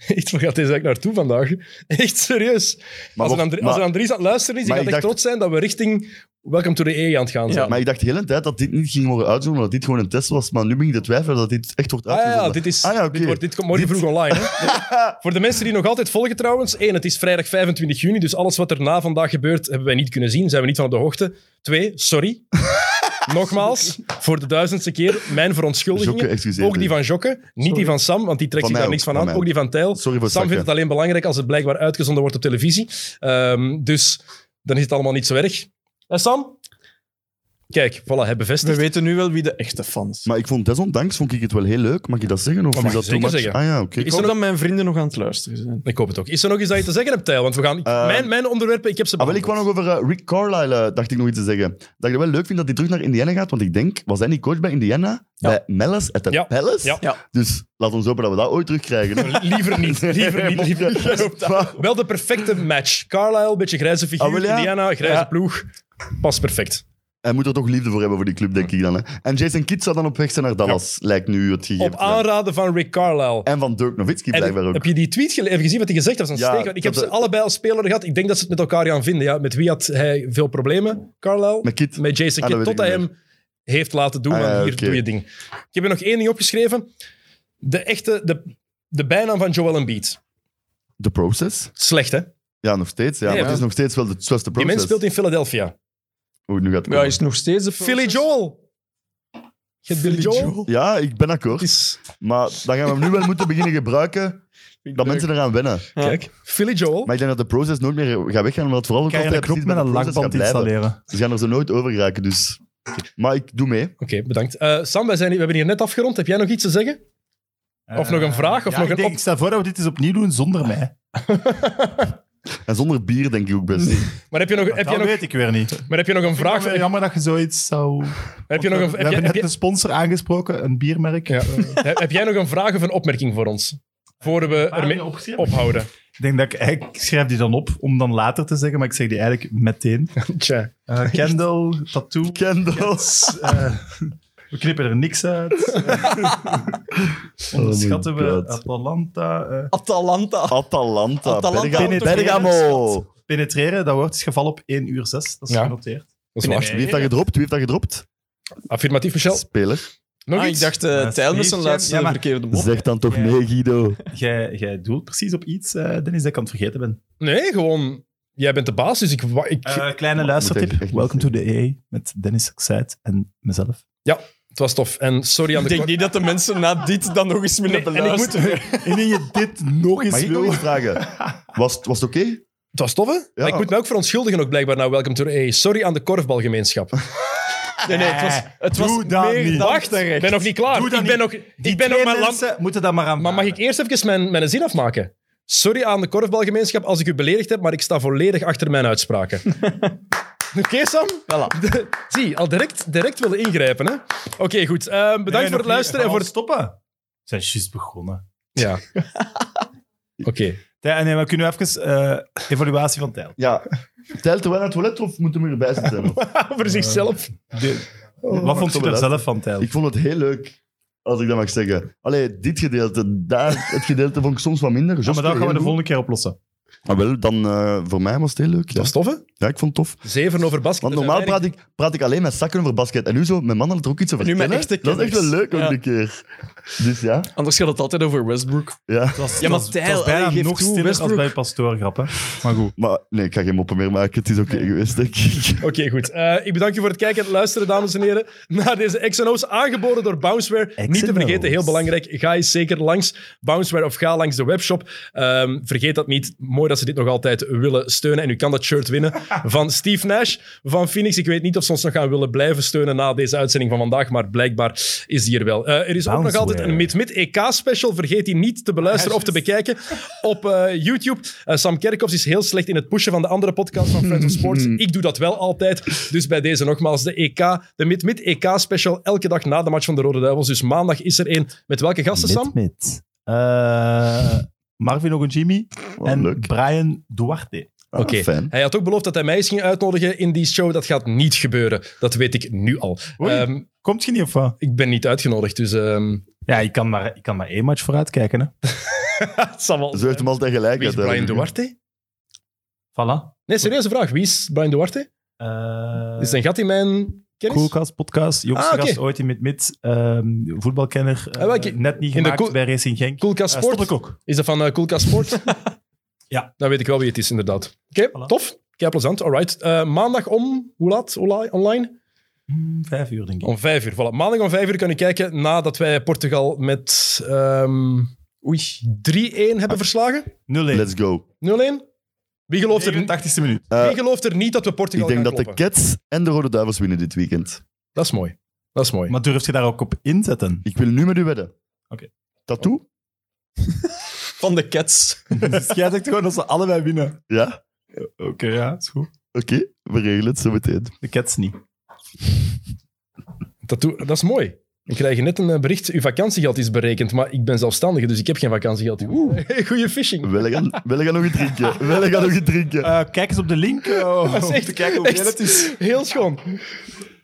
Echt, waar gaat deze eigenlijk naartoe vandaag? <laughs> Echt serieus.
Maar
als, een
wat-
Andri-
maar-
als een Andries aan het luisteren is, die
maar
gaat
ik
echt
dacht-
trots zijn dat we richting Welcome to the E aan het gaan zijn.
Ja.
Maar ik dacht de hele tijd dat dit niet ging worden uitgezonden, dat dit gewoon een test was. Maar nu ben ik te twijfelen dat dit echt wordt
Ah ja,
uitgezonden.
dit, is,
Ah ja, oké.
dit, wordt, dit komt morgen vroeg online. Hè?
<laughs>
Voor de mensen die nog altijd volgen trouwens. één, het is vrijdag 25 juni, dus alles wat er na vandaag gebeurt, hebben wij niet kunnen zien. Zijn we niet van op de hoogte. Twee, sorry.
<laughs>
Nogmaals, voor de duizendste keer, mijn
Jokke,
verontschuldigingen.
excuseer.
Ook die van Jokke, niet die van Sam, want die trekt
Van
zich daar
mij ook,
niks van
van
aan.
mij
Ook die van Tijl.
Sorry voor het
Sam vindt
zakken.
het alleen belangrijk als het blijkbaar uitgezonden wordt op televisie. Ehm, dus dan is het allemaal niet zo erg. En Sam? Kijk, voilà, hij
We
bevestigt.
weten nu wel wie de echte fans.
Maar ik vond desondanks vond ik het wel heel leuk. Mag je dat zeggen? Of
Dat
is
mag
dat
je
too
zeker
much?
zeggen.
Ah ja, oké.
Ik hoop dat mijn vrienden nog aan het luisteren zijn.
Ik hoop het ook. Is er nog iets dat je te zeggen hebt, Tijl? Want we gaan...
Eh,
mijn, mijn onderwerpen, ik heb ze
Ah, wel, ik
behandeld.
kwam nog over eh, Rick Carlisle, eh, dacht ik nog iets te zeggen. Dat ik het wel leuk vind dat hij terug naar Indiana gaat, want ik denk, was hij niet coach bij Indiana? Bij Mellis at the
Ja.
Palace?
Ja.
Ja.
Dus laat ons hopen dat we dat ooit terugkrijgen.
<laughs> Liever niet, liever
<laughs>
niet, liever niet.
Maar-
Wel de perfecte match. Carlisle, beetje grijze figuur.
Ah, wel, ja?
Indiana, grijze
Ja.
ploeg. Pas perfect.
Hij moet er toch liefde voor hebben voor die club, denk ik dan. Hè. En Jason Kidd zou dan op weg zijn naar Dallas, lijkt nu het gegeven.
Op
te zijn.
aanraden van Rick Carlisle.
En van Dirk Nowitzki blijkbaar
En,
ook.
heb je die tweet gele- even gezien wat hij gezegd heeft? Dat is een
Ja,
steek, want ik heb
dat-
ze allebei als speler gehad. Ik denk dat ze het met elkaar gaan vinden. Ja. Met wie had hij veel problemen, Carlisle?
Met Kidd.
Met Jason
Ah,
Kidd.
dat weet
Tot
ik
hij
niet
hem heeft laten doen.
Ah,
want
ja,
hier
oké.
doe je ding. Ik heb er nog één ding opgeschreven. De echte, de, de bijnaam van Joel Embiid.
The Process?
Slecht, hè?
Ja, nog steeds. Ja.
Ja.
Maar het is nog steeds wel de
Die
zwaarste process.
mens speelt in Philadelphia.
Oeh, nu gaat het
Ja,
komen.
is nog steeds de
Philly Joel. Je hebt Billy
Philly
Joel?
Joel.
Ja, ik ben akkoord.
Het is...
Maar dan gaan we hem nu wel moeten beginnen
<laughs>
gebruiken, dat mensen eraan wennen.
Ja.
Kijk, Philly Joel.
Maar ik denk dat de process nooit meer gaat weggaan, omdat het vooral ook
Kan je
altijd
een knop
precies
met
bij
een
de process
lakband
gaat blijven.
installeren?
Ze gaan er zo nooit over geraken, dus... Maar ik doe mee.
Oké, bedankt. Eh, Sam, wij zijn, we hebben hier net afgerond. Heb jij nog iets te zeggen? Of nog een vraag, of
Eh, Ja,
nog
ik,
een
denk,
op-
ik stel voor dat we dit eens opnieuw doen zonder mij.
En zonder bier denk ik ook best.
Maar heb je nog, heb
Dat
je nog,
weet ik weer niet.
maar heb je nog een
Vraag
vraag?
ik vind het wel jammer dat je zoiets zou...
Heb je nog een,
eh, we
heb je,
hebben
heb
net
je-
een sponsor aangesproken, een biermerk.
Ja. <laughs> Heb- heb jij nog een vraag of een opmerking voor ons? Voor we ermee ophouden.
Ik denk dat ik, eigenlijk- ik schrijf die dan op om dan later te zeggen, maar ik zeg die eigenlijk meteen.
Tja.
Eh, Kendall, tattoo.
Candles!
<laughs> Eh, we knippen er
<laughs>
niks uit.
Oh
Eh, Onderschatten
Oh my
we
God.
Atalanta. eh,
Atalanta.
Atalanta,
Atalanta
Berga-
toch
Bergamo!
penetreren, dat woord is gevallen op 1 uur 6. Dat is
Ja.
genoteerd.
Dat is waar.
Wie heeft dat gedropt? Wie heeft dat gedropt?
Affirmatief, Michel.
Speler.
Nog
Ah, ik
iets?
dacht, eh
Eh,
Tijl met zijn
Steven,
laatste
ja, maar-
verkeerde mop.
Zeg dan toch
Ja.
nee, Guido.
Jij, jij doelt precies op iets, eh, Dennis, dat ik aan het vergeten ben.
Nee, gewoon... Jij bent de baas, dus ik... wa- ik
Eh, kleine
moet
luistertip.
echt- echt
Welcome to the EA met Dennis Zuid en mezelf.
Het was tof. En sorry aan
Ik
de
denk
kwart-
niet dat de mensen na dit dan nog eens willen
en ik moet-
beluisteren.
<laughs> Indien je dit nog
Mag
eens
ik nog
wil...
iets vragen? Was, het- was het oké?
Het was tof, hè? Maar ik moet me ook verontschuldigen ook blijkbaar naar Welcome to the A. Sorry aan de
<laughs>
korfbalgemeenschap.
Nee, nee, het was, het
Doe
was
dat
meer
niet.
dan
Wacht,
terecht.
ik ben nog niet klaar.
Doe dat
ik ben
niet.
nog, ik ben nog
Twee
maar lam-
mensen moeten dat maar aan
Maar mag ik eerst even mijn, mijn zin afmaken? Sorry aan de korfbalgemeenschap als ik u beledigd heb, maar ik sta volledig achter mijn uitspraken.
<laughs>
Oké, Sam? De- zie, al direct, direct willen ingrijpen, hè? Oké, goed. Ehm, bedankt voor het luisteren en voor het...
stoppen. We zijn juist begonnen.
Ja.
<laughs>
Oké.
Tij- en, eh, we kunnen even eh, evaluatie van Tijl.
Ja. Telt hij naar het toilet of moeten we erbij zitten?
voor zichzelf.
Wat
Zullen
vond je daar
we
zelf van, Tijl?
Ik vond het heel leuk, als ik dat mag zeggen. Allee, dit gedeelte, daar, het gedeelte vond ik soms wat minder.
Ja, maar
Jos
dat gaan we
heel
de
goed.
volgende keer oplossen.
Ah, wel, dan eh, voor mij was het heel leuk. Ja,
Dat is tof, hè?
ja ik vond het tof.
Zeven over basket.
Want
Er zijn
normaal praat
weinig-
ik, praat ik alleen met zakken over basket. En nu zo, mijn man had er ook iets over
Nu met echte
Dat is echt wel
kennis.
leuk ook
Ja.
een keer. Dus ja.
Anders gaat het altijd over Westbrook.
ja.
Het was,
Ja, maar
het was-
Tijl,
het was bijna
allee, geef
nog
toe,
stiller als
Westbrook.
bij pastoorgrappen. Maar goed.
Maar nee, ik ga geen moppen meer maken. Het is oké geweest, denk ik.
<laughs> Oké, goed. Eh, ik bedank je voor het kijken en het luisteren, dames en heren, naar deze X&O's, aangeboden door Bounceware. Niet te vergeten, heel belangrijk, ga eens zeker langs Bounceware of ga langs de webshop. Ehm, vergeet dat niet. Mooi dat ze dit nog altijd willen steunen. En u kan dat shirt winnen van Steve Nash van Phoenix. Ik weet niet of ze ons nog gaan willen blijven steunen na deze uitzending van vandaag, maar blijkbaar is die er wel. Eh, er is ook nog
Bounceware.
altijd een Mid-Mid-EK-special. E Vergeet die niet te beluisteren of te bekijken op eh, YouTube. Eh, Sam Kerkhoffs is heel slecht in het pushen van de andere podcast van Friends of Sports. Ik doe dat wel altijd. Dus bij deze nogmaals de EK, de Mid-Mid-EK-special. Elke dag na de match van de Rode Duivels. Dus maandag is er één. Met welke gasten, Sam?
Mit. Eh, Marvin Ogunjimi
Wat
en
leuk.
Brian Duarte.
Ah,
Oké.
Fijn.
Hij had ook beloofd dat hij mij eens ging uitnodigen in die show. Dat gaat niet gebeuren. Dat weet ik nu al.
Oei.
Ehm,
Komt je niet of wat?
ik ben niet uitgenodigd, dus ehm
Ja, ik kan maar, ik kan maar één match vooruit kijken. Hè.
het zal wel...
Ze heeft hem altijd gelijk.
Wie is Brian
uiteindelijk.
Duarte?
Voilà.
Nee, serieuze vraag. Wie is Brian Duarte?
Eh,
Is er een gat in mijn kennis?
Coolcast podcast, jongste
Ah, oké.
gast ooit in met mid, ehm, voetbalkenner, eh,
Ah, wel, ik-
net niet
in de
gemaakt
cool-
bij Racing Genk.
Koelkast
Eh,
Sport?
stop ik ook.
Is dat van eh Koelkast Sport?
Ja.
Dan weet ik wel wie het is, inderdaad. Oké,
Voilà.
tof. Kei plezant, alright. Eh, maandag om, hoe laat Ola- online?
Hmm, vijf uur denk ik.
Om vijf uur, voilà. Maandag om vijf uur kan je kijken nadat wij Portugal met ehm, 3-1 hebben verslagen. 0-1.
0-1.
Let's go.
Wie gelooft, er,
80ste minuut.
Eh,
wie gelooft er niet dat we Portugal
ik denk
gaan
dat de
kloppen?
Cats en de Rode Duivels winnen dit weekend.
Dat is mooi. Dat is mooi.
Maar durf je daar ook op
<laughs>
inzetten?
Ik wil nu met u wedden.
Oké.
Tattoo?
Van de Cats.
Dus jij zegt gewoon dat ze allebei winnen.
Ja?
Oké, ja, is goed.
Oké, we regelen het zo meteen.
De Cats niet.
Dat, doe- dat is mooi. Ik krijg net een eh, bericht. Uw vakantiegeld is berekend, maar ik ben zelfstandige, dus ik heb geen vakantiegeld. <laughs> Goeie phishing.
Wil gaan, willen gaan nog iets drinken? Willen gaan nog iets drinken?
Eh, kijk eens op de link. Oh,
Dat is echt, echt heel schoon.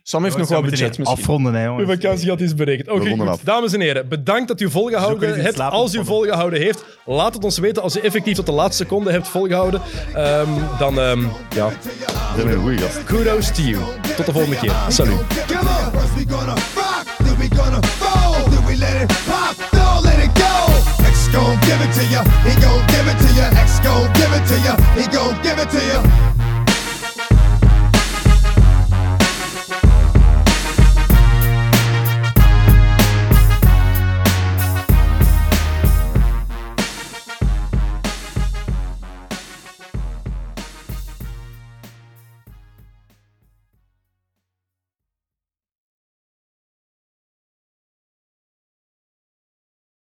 Sam heeft nog
wel
wat budget misschien.
Afronden, hè,
Uw
jongens.
vakantiegeld is berekend. Oké,
We ronden
goed.
af.
dames en heren, bedankt dat u volgehouden
Zoeken jullie
hebt.
slaap
Als u
ontspannen.
volgehouden heeft, laat het ons weten. Als u effectief tot de laatste seconde hebt volgehouden, ehm, dan ehm, ja,
Zijn we een goeie gast.
kudos to you. Tot de volgende keer. Salut.
Come on. First we gonna rock, then we gonna roll, then we let it pop, don't let it go. X gon' give it to ya, he gon' give it to ya. X gon' give it to ya, he gon' give it to ya.